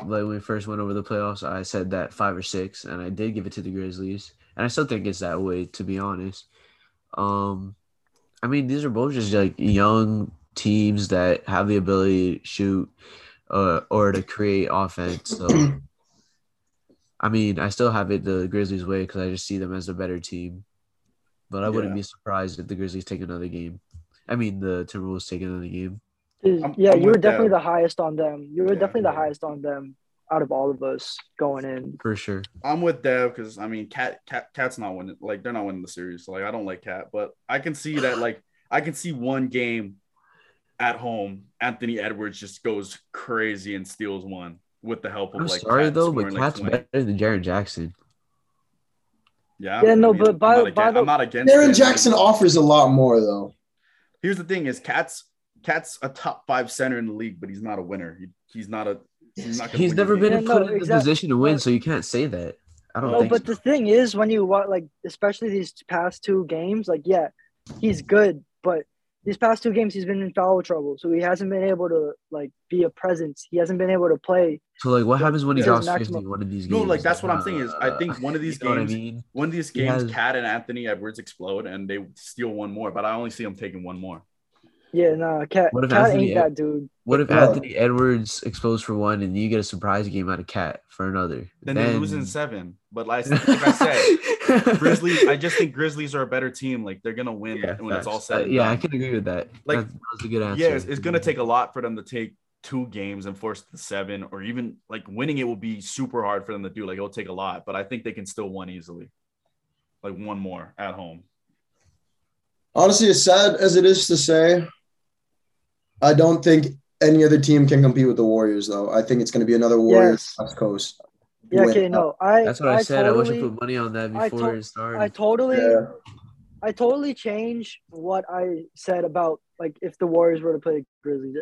[SPEAKER 5] like when we first went over the playoffs, I said that five or six, and I did give it to the Grizzlies, and I still think it's that way to be honest. Um, I mean, these are both just like young teams that have the ability to shoot, uh, or to create offense. So, [CLEARS THROAT] I mean, I still have it the Grizzlies way because I just see them as a better team, but I wouldn't
[SPEAKER 3] Yeah.
[SPEAKER 5] be surprised if the Grizzlies take another game. I mean, the Timberwolves taking another game.
[SPEAKER 1] 'Cause,
[SPEAKER 3] I'm-
[SPEAKER 1] yeah,
[SPEAKER 3] I'm
[SPEAKER 1] you were
[SPEAKER 3] with
[SPEAKER 1] definitely
[SPEAKER 3] Dev.
[SPEAKER 1] the highest on them. You were
[SPEAKER 3] Yeah,
[SPEAKER 1] definitely the
[SPEAKER 3] yeah.
[SPEAKER 1] highest on them out of all of us going in.
[SPEAKER 5] For sure.
[SPEAKER 3] I'm with Dev because I mean, Cat, Cat, Cat's not winning. Like they're not winning the series. Like I don't like Cat, but I can see that. Like I can see one game at home. Anthony Edwards just goes crazy and steals one with the help of
[SPEAKER 5] I'm
[SPEAKER 3] like.
[SPEAKER 5] sorry
[SPEAKER 3] Cat
[SPEAKER 5] though, but
[SPEAKER 3] scoring, like,
[SPEAKER 5] Cat's
[SPEAKER 3] 20.
[SPEAKER 5] better than Jaron Jackson.
[SPEAKER 3] Yeah.
[SPEAKER 1] Yeah, no,
[SPEAKER 3] I mean,
[SPEAKER 1] but by-
[SPEAKER 3] I'm not against,
[SPEAKER 1] by the-
[SPEAKER 3] I'm not against
[SPEAKER 2] Darren
[SPEAKER 3] it.
[SPEAKER 2] Jackson offers a lot more though.
[SPEAKER 3] Here's the thing: is Cat's Cat's a top five center in the league, but he's not a winner. He, he's not a. He's, not gonna
[SPEAKER 5] He's
[SPEAKER 3] win
[SPEAKER 5] never
[SPEAKER 3] you
[SPEAKER 5] been
[SPEAKER 1] Yeah,
[SPEAKER 3] games.
[SPEAKER 5] put
[SPEAKER 1] no,
[SPEAKER 5] in the
[SPEAKER 1] exact-
[SPEAKER 5] position to win, so you can't say that. I don't
[SPEAKER 3] No,
[SPEAKER 1] No,
[SPEAKER 5] think.
[SPEAKER 1] Oh, but the thing is, when you watch, like, especially these past two games, like, yeah, he's good, but these past two games, he's been in foul trouble, so he hasn't been able to like be a presence. He hasn't been able to play.
[SPEAKER 5] so. like, what happens when he
[SPEAKER 1] Yeah.
[SPEAKER 5] drops
[SPEAKER 1] Maximum-
[SPEAKER 5] fifty? One of these
[SPEAKER 3] No,
[SPEAKER 5] games. Uh,
[SPEAKER 3] like, that's what I'm saying is I think one of these
[SPEAKER 5] you know
[SPEAKER 3] games-
[SPEAKER 5] What
[SPEAKER 3] [LAUGHS]
[SPEAKER 5] I mean,
[SPEAKER 3] One of these
[SPEAKER 5] He
[SPEAKER 3] games,
[SPEAKER 5] has-
[SPEAKER 3] Cat and Anthony Edwards explode, and they steal one more. But I only see them taking one more.
[SPEAKER 1] Yeah, nah, cat,
[SPEAKER 5] What if
[SPEAKER 1] cat
[SPEAKER 5] Anthony
[SPEAKER 1] ain't
[SPEAKER 5] Ed-
[SPEAKER 1] that dude.
[SPEAKER 5] what if
[SPEAKER 2] Bro.
[SPEAKER 5] Anthony Edwards exposed for one, and you get a surprise game out of Cat for another?
[SPEAKER 3] Then, they lose in seven. But like, [LAUGHS] like I said,
[SPEAKER 5] [LAUGHS]
[SPEAKER 3] Grizzlies. I just think Grizzlies are a better team. Like they're gonna win
[SPEAKER 5] yeah,
[SPEAKER 3] when it's all
[SPEAKER 5] facts. Uh,
[SPEAKER 3] said. and
[SPEAKER 5] yeah, I
[SPEAKER 3] done.
[SPEAKER 5] can agree with that.
[SPEAKER 3] Like,
[SPEAKER 5] Like, that, that was a good answer.
[SPEAKER 3] yeah, it's, it's gonna take a lot for them to take two games and force the seven, or even like winning it will be super hard for them to do. Like it'll take a lot, but I think they can still win easily. Like one more at home.
[SPEAKER 2] Honestly, as sad as it is to say, I don't think any other team can compete with the Warriors though. I think it's going to be another Warriors West Coast.
[SPEAKER 1] Yeah,
[SPEAKER 2] win.
[SPEAKER 1] okay, no, I.
[SPEAKER 5] That's what I, said.
[SPEAKER 1] Totally,
[SPEAKER 5] I wish I put money on that
[SPEAKER 1] I
[SPEAKER 5] before
[SPEAKER 1] to-
[SPEAKER 5] it started.
[SPEAKER 1] I totally,
[SPEAKER 2] Yeah.
[SPEAKER 1] I totally change what I said about like if the Warriors were to play the Grizzlies,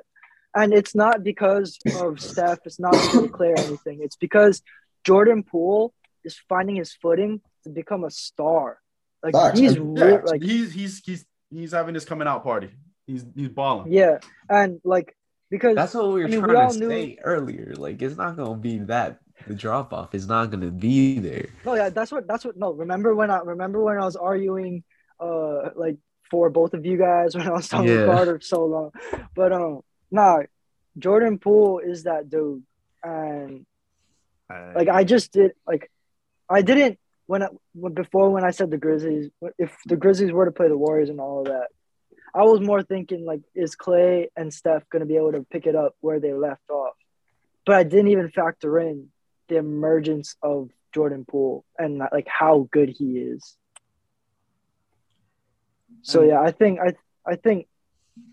[SPEAKER 1] and it's not because
[SPEAKER 2] [LAUGHS]
[SPEAKER 1] of Steph. It's not because of Clay or anything. It's because Jordan Poole is finding his footing to become a star. Like
[SPEAKER 2] Facts.
[SPEAKER 1] he's
[SPEAKER 2] And-
[SPEAKER 1] re- like
[SPEAKER 3] he's he's he's he's having his coming out party. He's he's balling.
[SPEAKER 1] yeah, and like because
[SPEAKER 5] That's what we were
[SPEAKER 1] I mean, we
[SPEAKER 5] trying
[SPEAKER 1] all
[SPEAKER 5] to
[SPEAKER 1] knew-
[SPEAKER 5] say earlier. Like, it's not gonna be that. The drop off is not gonna be there.
[SPEAKER 1] No, oh, yeah, that's what that's what. No, remember when I remember when I was arguing, uh, like for both of you guys when I was talking
[SPEAKER 5] Yeah.
[SPEAKER 1] about Carter for so long, but um, nah, Jordan Poole is that dude, and like I just did like, I didn't when I when, before when I said the Grizzlies if the Grizzlies were to play the Warriors and all of that, I was more thinking like is Clay and Steph gonna be able to pick it up where they left off, but I didn't even factor in the emergence of Jordan Poole and like how good he is. So
[SPEAKER 2] Mm.
[SPEAKER 3] And-
[SPEAKER 1] yeah, I think I I think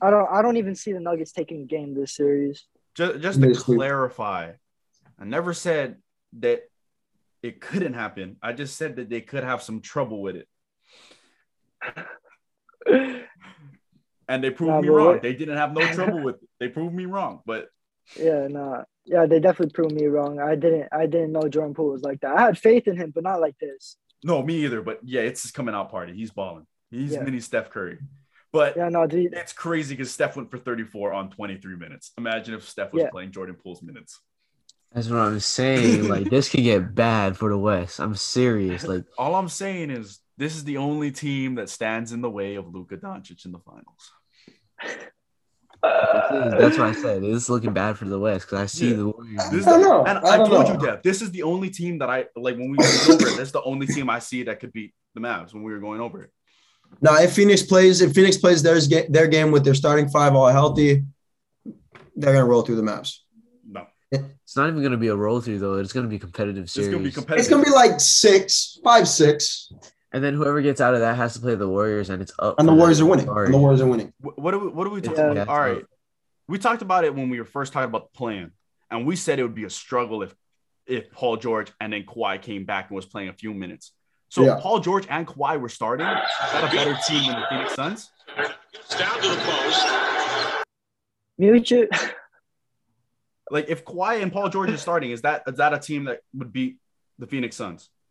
[SPEAKER 1] I don't I don't even see the Nuggets taking a game this series.
[SPEAKER 3] just, just to
[SPEAKER 2] Basically.
[SPEAKER 3] clarify, I never said that it couldn't happen. I just said that they could have some trouble with it. And they proved
[SPEAKER 1] Nah,
[SPEAKER 3] me
[SPEAKER 1] but
[SPEAKER 3] wrong.
[SPEAKER 1] what-
[SPEAKER 3] They didn't have no trouble with it. They proved me wrong. But
[SPEAKER 1] Yeah, nah. Yeah, they definitely proved me wrong. I didn't I didn't know Jordan Poole was like that. I had faith in him, but not like this.
[SPEAKER 3] no, me either. But yeah, it's his coming out party. He's balling. He's
[SPEAKER 1] Yeah.
[SPEAKER 3] mini Steph Curry. But
[SPEAKER 1] Yeah, no, dude,
[SPEAKER 3] it's crazy because Steph went for 34 on 23 minutes. Imagine if Steph was
[SPEAKER 1] Yeah.
[SPEAKER 3] playing Jordan Poole's minutes.
[SPEAKER 5] That's what I'm saying. Like, this could get bad for the West. I'm serious. Like,
[SPEAKER 3] All I'm saying is this is the only team that stands in the way of Luka Doncic in the finals.
[SPEAKER 5] that's what I said. It's looking bad for the West because I see
[SPEAKER 3] Yeah.
[SPEAKER 5] the Warriors.
[SPEAKER 2] I don't know.
[SPEAKER 3] And
[SPEAKER 2] I
[SPEAKER 3] I,
[SPEAKER 2] don't
[SPEAKER 3] told
[SPEAKER 2] know.
[SPEAKER 3] you that this is the only team that I like when we went over it. That's the only team I see that could beat the Mavs when we were going over it.
[SPEAKER 2] Now, if Phoenix plays, if Phoenix plays their, ga- their game with their starting five all healthy, they're gonna roll through the maps.
[SPEAKER 3] No,
[SPEAKER 5] It's not even gonna be a roll through though. It's gonna be competitive
[SPEAKER 3] it's
[SPEAKER 5] series.
[SPEAKER 3] gonna be competitive.
[SPEAKER 2] It's gonna be like six, five, six,
[SPEAKER 5] and then whoever gets out of that has to play the Warriors, and it's up.
[SPEAKER 2] and the
[SPEAKER 5] for
[SPEAKER 2] Warriors are
[SPEAKER 5] them.
[SPEAKER 2] winning.
[SPEAKER 5] Sorry.
[SPEAKER 2] And the Warriors are winning.
[SPEAKER 3] Wh- what are we, what are we
[SPEAKER 5] It's-
[SPEAKER 3] talking
[SPEAKER 1] Yeah.
[SPEAKER 3] about?
[SPEAKER 5] that's
[SPEAKER 3] All right,
[SPEAKER 5] up.
[SPEAKER 3] we talked about it when we were first talking about the plan, and we said it would be a struggle if if Paul George and then Kawhi came back and was playing a few minutes. So
[SPEAKER 2] Yeah.
[SPEAKER 3] Paul George and Kawhi were starting. Is that a better team than the Phoenix Suns?
[SPEAKER 7] down to the post.
[SPEAKER 1] mute you.
[SPEAKER 3] Like if Kawhi and Paul George are starting, is that is that a team that would beat the Phoenix Suns?
[SPEAKER 1] [LAUGHS]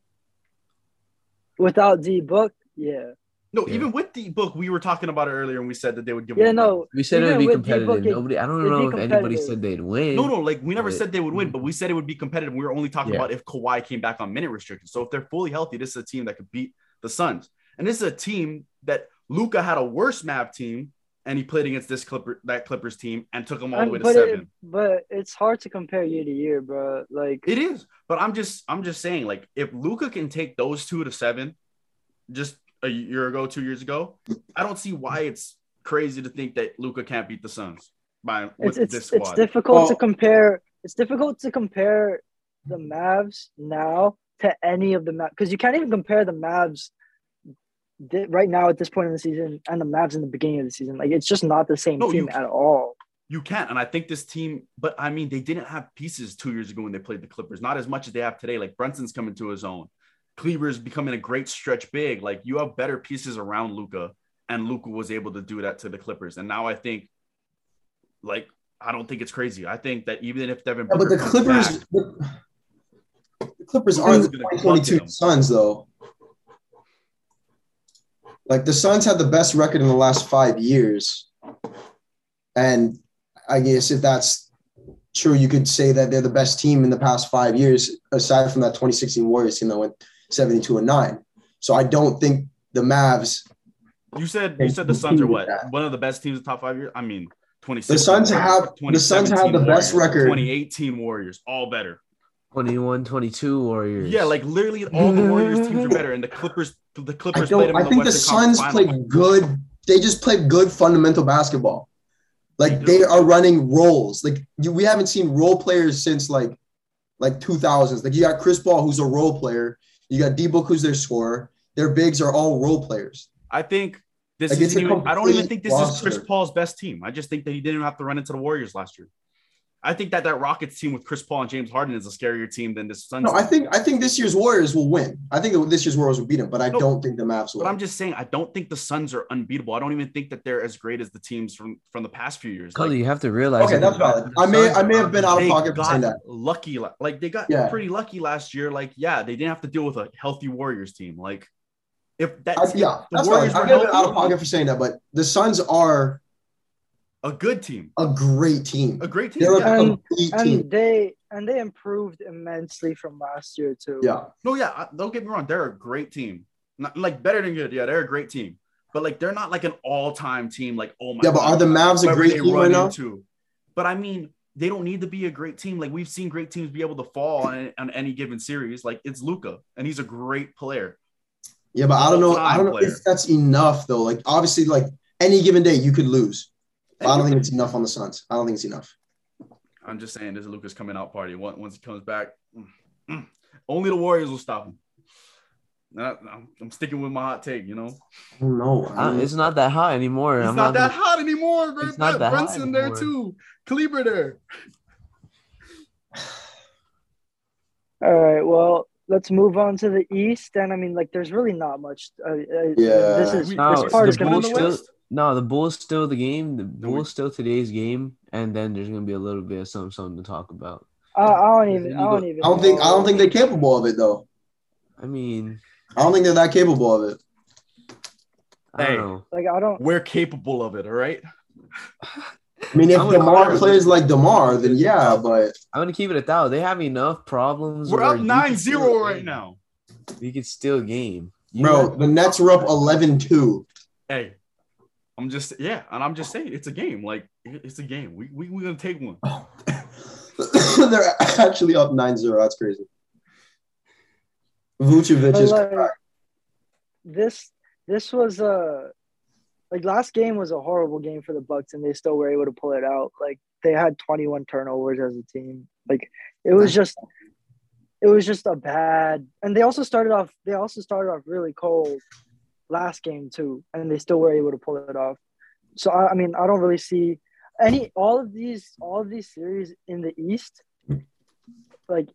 [SPEAKER 1] Without D book, yeah.
[SPEAKER 3] No,
[SPEAKER 4] Yeah.
[SPEAKER 3] even with the book, we were talking about it earlier, and we said that they would give.
[SPEAKER 1] Yeah,
[SPEAKER 3] him a
[SPEAKER 1] no.
[SPEAKER 4] We said
[SPEAKER 1] Even
[SPEAKER 4] it would be
[SPEAKER 1] with D-Book,
[SPEAKER 4] competitive.
[SPEAKER 1] it-
[SPEAKER 4] Nobody, I don't
[SPEAKER 1] it'd be
[SPEAKER 4] know if anybody
[SPEAKER 1] competitive.
[SPEAKER 4] said they'd win.
[SPEAKER 3] win. No, no, like we never
[SPEAKER 4] Right. Mm-hmm.
[SPEAKER 3] said they would win, but we said it would be competitive. We were only talking
[SPEAKER 4] Yeah.
[SPEAKER 3] about if Kawhi came back on minute restriction. So if they're fully healthy, this is a team that could beat the Suns, and this is a team that Luca had a worse map team, and he played against this Clipper that Clippers team and took them all the
[SPEAKER 1] Um,
[SPEAKER 3] way to
[SPEAKER 1] but,
[SPEAKER 3] seven.
[SPEAKER 1] it, but it's hard to compare year to year, bro. Like
[SPEAKER 3] It is, but I'm just I'm just saying, like, if Luca can take those two to seven, just a year ago, two years ago, I don't see why it's crazy to think that Luca can't beat the Suns by with
[SPEAKER 1] it's
[SPEAKER 3] this
[SPEAKER 1] it's,
[SPEAKER 3] squad.
[SPEAKER 1] it's difficult to
[SPEAKER 2] Well-
[SPEAKER 1] compare. It's difficult to compare the Mavs now to any of the Mavs because you can't even compare the Mavs thi- right now at this point in the season and the Mavs in the beginning of the season. Like it's just not the same
[SPEAKER 3] No,
[SPEAKER 1] team
[SPEAKER 3] you-
[SPEAKER 1] at all.
[SPEAKER 3] You can't, and I think this team. But I mean, they didn't have pieces two years ago when they played the Clippers. Not as much as they have today. Like Brunson's coming to his own. Cleaver's becoming a great stretch big. Like you have better pieces around Luca, and Luca was able to do that to the Clippers. And now I think, like, I don't think it's crazy. I think that even if Devin,
[SPEAKER 2] Yeah, but
[SPEAKER 3] Booker
[SPEAKER 2] the
[SPEAKER 3] comes
[SPEAKER 2] Clippers,
[SPEAKER 3] back-
[SPEAKER 2] the, the Clippers
[SPEAKER 3] Who's
[SPEAKER 2] aren't the
[SPEAKER 3] gonna clutch
[SPEAKER 2] 2022
[SPEAKER 3] them?
[SPEAKER 2] Suns though. Like the Suns had the best record in the last five years, and I guess if that's true, you could say that they're the best team in the past five years, aside from that 2016 Warriors team that went 72 and nine. So I don't think the Mavs,
[SPEAKER 3] you said
[SPEAKER 2] they
[SPEAKER 3] you said the Suns are what
[SPEAKER 2] continue that.
[SPEAKER 3] one of the best teams in the top five years. I mean, twenty six.
[SPEAKER 2] the Suns have the Suns have the best record.
[SPEAKER 3] Twenty eighteen Warriors, all better.
[SPEAKER 4] 21 22 Warriors.
[SPEAKER 3] Yeah, like literally all the Warriors teams are better, and the Clippers, the
[SPEAKER 2] I
[SPEAKER 3] Clippers
[SPEAKER 2] don't.
[SPEAKER 3] played them.
[SPEAKER 2] I
[SPEAKER 3] in the
[SPEAKER 2] think the
[SPEAKER 3] Western Conference
[SPEAKER 2] Suns played good. They just played good fundamental basketball. Like
[SPEAKER 3] They do.
[SPEAKER 2] they are running roles. Like you, we haven't seen role players since like like two thousands. Like you got Chris Paul, who's a role player. You got D Book, who's their scorer. Their bigs are all role players.
[SPEAKER 3] I think this
[SPEAKER 2] Like, it's
[SPEAKER 3] is.
[SPEAKER 2] a
[SPEAKER 3] Even, I don't even
[SPEAKER 2] complete
[SPEAKER 3] think this is Chris
[SPEAKER 2] roster.
[SPEAKER 3] Paul's best team. I just think that he didn't have to run into the Warriors last year. I think that that Rockets team with Chris Paul and James Harden is a scarier team than this Suns.
[SPEAKER 2] No, I
[SPEAKER 3] team.
[SPEAKER 2] think I think this year's Warriors will win. I think this year's Warriors will beat them, but I
[SPEAKER 3] No,
[SPEAKER 2] don't think the Mavs will.
[SPEAKER 3] But I'm just saying, I don't think the Suns are unbeatable. I don't even think that they're as great as the teams from from the past few years.
[SPEAKER 4] Cully,
[SPEAKER 3] Like,
[SPEAKER 4] you have to realize.
[SPEAKER 2] okay,
[SPEAKER 4] that
[SPEAKER 2] that's
[SPEAKER 4] the-
[SPEAKER 2] valid.
[SPEAKER 4] the
[SPEAKER 2] I may
[SPEAKER 4] Suns
[SPEAKER 2] I may
[SPEAKER 4] are
[SPEAKER 2] have been out of
[SPEAKER 3] they
[SPEAKER 2] pocket for
[SPEAKER 3] got
[SPEAKER 2] saying that.
[SPEAKER 3] lucky. la- Like they got
[SPEAKER 2] Yeah.
[SPEAKER 3] pretty lucky last year. Like yeah, they didn't have to deal with a healthy Warriors team. Like if that
[SPEAKER 2] I, yeah, that's valid. I may have been out of pocket for saying that, but the Suns are
[SPEAKER 3] a good team,
[SPEAKER 2] a great team.
[SPEAKER 3] a great team.
[SPEAKER 2] They're
[SPEAKER 3] yeah.
[SPEAKER 2] a
[SPEAKER 1] And-
[SPEAKER 2] complete team.
[SPEAKER 1] And they and they improved immensely from last year too.
[SPEAKER 2] Yeah.
[SPEAKER 3] No, yeah, I- don't get me wrong. They're a great team. Not, like better than good. Yeah, they're a great team. But like they're not like an all-time team. Like oh my.
[SPEAKER 2] Yeah, but
[SPEAKER 3] God,
[SPEAKER 2] are the Mavs a
[SPEAKER 3] whoever
[SPEAKER 2] great
[SPEAKER 3] they
[SPEAKER 2] team
[SPEAKER 3] run
[SPEAKER 2] right now?
[SPEAKER 3] into. But I mean, they don't need to be a great team. Like we've seen great teams be able to fall on, on any given series. Like it's Luca, and he's a great player.
[SPEAKER 2] Yeah, but I don't know. I
[SPEAKER 3] All-time
[SPEAKER 2] don't know
[SPEAKER 3] player.
[SPEAKER 2] if that's enough though. Like obviously, like any given day you could lose. But I don't think it's enough on the Suns. I don't think it's enough.
[SPEAKER 3] I'm just saying this is Luca's coming out party. Once once he comes back, mm, mm, only the Warriors will stop him. Nah, I'm- I'm sticking with my hot take. You know,
[SPEAKER 2] I don't know. I
[SPEAKER 4] Uh,
[SPEAKER 2] don't-
[SPEAKER 4] it's not that hot anymore.
[SPEAKER 3] it's
[SPEAKER 4] I'm
[SPEAKER 3] not, that
[SPEAKER 4] gonna-
[SPEAKER 3] hot anymore.
[SPEAKER 4] It's not that hot
[SPEAKER 3] Brunson there
[SPEAKER 4] anymore.
[SPEAKER 3] too. Kleber there.
[SPEAKER 1] All right. Well, let's move on to the East. And I mean, like, there's really not much. Uh, uh,
[SPEAKER 2] Yeah.
[SPEAKER 1] This is
[SPEAKER 3] We-
[SPEAKER 4] No,
[SPEAKER 1] this part
[SPEAKER 4] the
[SPEAKER 1] is gonna
[SPEAKER 4] Bulls
[SPEAKER 1] be
[SPEAKER 4] still,
[SPEAKER 1] tough.
[SPEAKER 4] no, the Bulls still the game. The
[SPEAKER 3] we-
[SPEAKER 4] Bulls still today's game, and then there's gonna be a little bit of something, something to talk about.
[SPEAKER 1] I, I don't
[SPEAKER 4] You
[SPEAKER 1] even. I
[SPEAKER 4] go-
[SPEAKER 1] don't even.
[SPEAKER 2] I don't think I
[SPEAKER 1] know.
[SPEAKER 2] don't think they're capable of it though.
[SPEAKER 4] I mean,
[SPEAKER 2] I don't think they're that capable of it.
[SPEAKER 4] I
[SPEAKER 3] Hey.
[SPEAKER 4] don't know.
[SPEAKER 1] Like I don't.
[SPEAKER 3] We're capable of it. All right.
[SPEAKER 2] I mean, if
[SPEAKER 4] I'm with
[SPEAKER 2] Demar
[SPEAKER 4] Harden.
[SPEAKER 2] plays like Demar, then yeah, but
[SPEAKER 4] I'm gonna keep it a thousand. They have enough problems.
[SPEAKER 3] We're
[SPEAKER 4] where
[SPEAKER 3] up
[SPEAKER 4] you can
[SPEAKER 3] 9 0
[SPEAKER 4] still
[SPEAKER 3] right
[SPEAKER 4] game.
[SPEAKER 3] now.
[SPEAKER 4] You could still game, You
[SPEAKER 2] bro,
[SPEAKER 4] have-
[SPEAKER 2] the Nets were up 11-2.
[SPEAKER 3] Hey, I'm just, yeah, and I'm just saying it's a game. Like, it- it's a game. we, we, we're going to take one.
[SPEAKER 2] [LAUGHS] they're actually up 9-0. That's crazy. Vucevic
[SPEAKER 1] But
[SPEAKER 2] is
[SPEAKER 1] like, this this was a like last game was a horrible game for the Bucks, and they still were able to pull it out. Like they had 21 turnovers as a team. Like it was just it was just a bad. And they also started off. They also started off really cold last game too, and they still were able to pull it off. So I, I mean, I don't really see any all of these all of these series in the East, like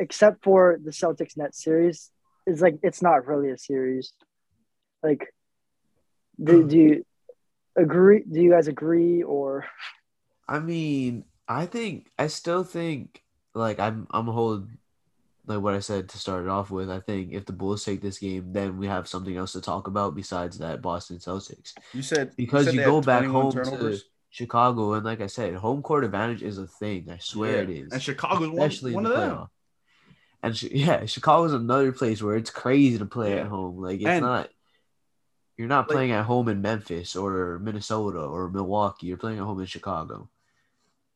[SPEAKER 1] except for the Celtics Nets series, is like it's not really a series. Like, do, do you agree? Do you guys agree or
[SPEAKER 4] I mean, I think I still think like I'm I'm hold
[SPEAKER 5] like what I said to start it off with, I think if the Bulls take this game, then we have something else to talk about besides that Boston Celtics.
[SPEAKER 3] You said
[SPEAKER 5] Because
[SPEAKER 3] said
[SPEAKER 5] you
[SPEAKER 3] they had
[SPEAKER 5] go back
[SPEAKER 3] 21
[SPEAKER 5] home to- Chicago, and like I said, home court advantage is a thing. I swear it
[SPEAKER 3] Yeah.
[SPEAKER 5] is.
[SPEAKER 3] and Chicago's one,
[SPEAKER 5] especially
[SPEAKER 3] one
[SPEAKER 5] in
[SPEAKER 3] of
[SPEAKER 5] the
[SPEAKER 3] them.
[SPEAKER 5] playoff. And sh- yeah, Chicago's another place where it's crazy to play at home. Like it's
[SPEAKER 3] And-
[SPEAKER 5] not. You're not
[SPEAKER 3] Like-
[SPEAKER 5] playing at home in Memphis or Minnesota or Milwaukee. You're playing at home in Chicago.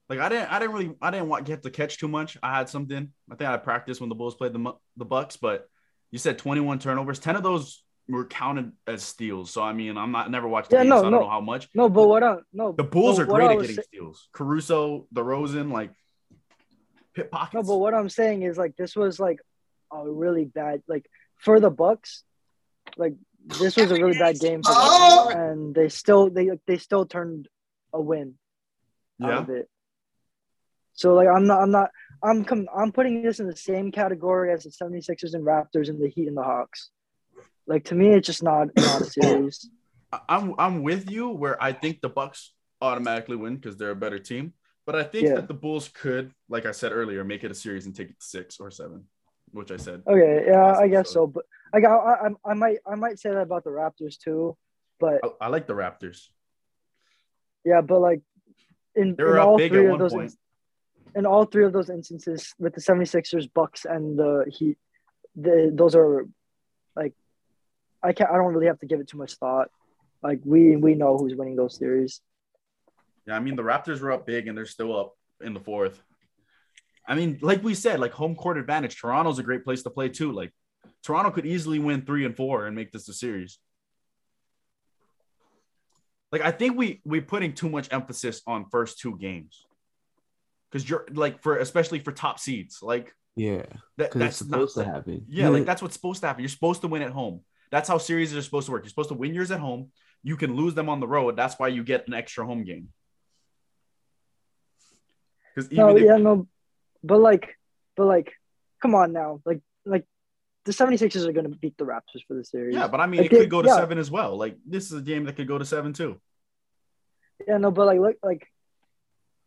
[SPEAKER 3] Like I didn't, I didn't really, I didn't want get to catch too much. I had something. I think I practiced when the Bulls played the Mu- the Bucks, but you said 21 turnovers. Ten of those were counted as steals. So I mean, I'm not never watched the
[SPEAKER 1] Yeah,
[SPEAKER 3] game,
[SPEAKER 1] no,
[SPEAKER 3] so I don't
[SPEAKER 1] no.
[SPEAKER 3] know how much.
[SPEAKER 1] No, but what I no
[SPEAKER 3] The Bulls
[SPEAKER 1] but
[SPEAKER 3] are
[SPEAKER 1] what
[SPEAKER 3] great
[SPEAKER 1] I
[SPEAKER 3] at
[SPEAKER 1] was
[SPEAKER 3] getting
[SPEAKER 1] sa-
[SPEAKER 3] steals. Caruso, DeRozan, like pit pockets.
[SPEAKER 1] No, but what I'm saying is like this was like a really bad like for the Bucks, like this was a really bad game for them,
[SPEAKER 2] Oh!
[SPEAKER 1] and they still they they still turned a win out
[SPEAKER 3] yeah,
[SPEAKER 1] of it. So like I'm not I'm not I'm com- I'm putting this in the same category as the 76ers and Raptors and the Heat and the Hawks. Like to me, it's just not
[SPEAKER 3] [COUGHS]
[SPEAKER 1] not a series.
[SPEAKER 3] I- I'm I'm with you where I think the Bucks automatically win because they're a better team. But I think
[SPEAKER 1] Yeah.
[SPEAKER 3] that the Bulls could, like I said earlier, make it a series and take it to six or seven, which I said.
[SPEAKER 1] Okay, yeah, I
[SPEAKER 3] Awesome,
[SPEAKER 1] guess
[SPEAKER 3] so-
[SPEAKER 1] so. But like I, I I'm- I might I might say that about the Raptors too, but
[SPEAKER 3] I, I like the Raptors.
[SPEAKER 1] yeah, but like in,
[SPEAKER 3] They were
[SPEAKER 1] in
[SPEAKER 3] up
[SPEAKER 1] all
[SPEAKER 3] big
[SPEAKER 1] three
[SPEAKER 3] at
[SPEAKER 1] of
[SPEAKER 3] one
[SPEAKER 1] those
[SPEAKER 3] point.
[SPEAKER 1] in all three of those instances with the 76ers, Bucks, and the Heat, the, those are like I can't I don't really have to give it too much thought. Like we we know who's winning those series.
[SPEAKER 3] Yeah, I mean the Raptors were up big and they're still up in the fourth. I mean, like we said, like home court advantage. Toronto's a great place to play too. Like Toronto could easily win three and four and make this a series. Like I think we we're putting too much emphasis on first two games. Because you're like for especially for top seeds, like
[SPEAKER 4] Yeah.
[SPEAKER 3] that,
[SPEAKER 4] Because it's
[SPEAKER 3] that's not
[SPEAKER 4] supposed to happen.
[SPEAKER 3] Yeah, like that's what's supposed to happen. You're supposed to win at home. That's how series are supposed to work. You're supposed to win yours at home. You can lose them on the road. That's why you get an extra home game. Because even
[SPEAKER 1] no,
[SPEAKER 3] if,
[SPEAKER 1] Oh, yeah, no, but like, but like, come on now, like, like the 76ers are gonna beat the Raptors for the series.
[SPEAKER 3] yeah, but I mean,
[SPEAKER 1] Like,
[SPEAKER 3] it could
[SPEAKER 1] they-
[SPEAKER 3] go to
[SPEAKER 1] yeah.
[SPEAKER 3] seven as well. Like this is a game that could go to seven too.
[SPEAKER 1] Yeah, no, but like, look, like,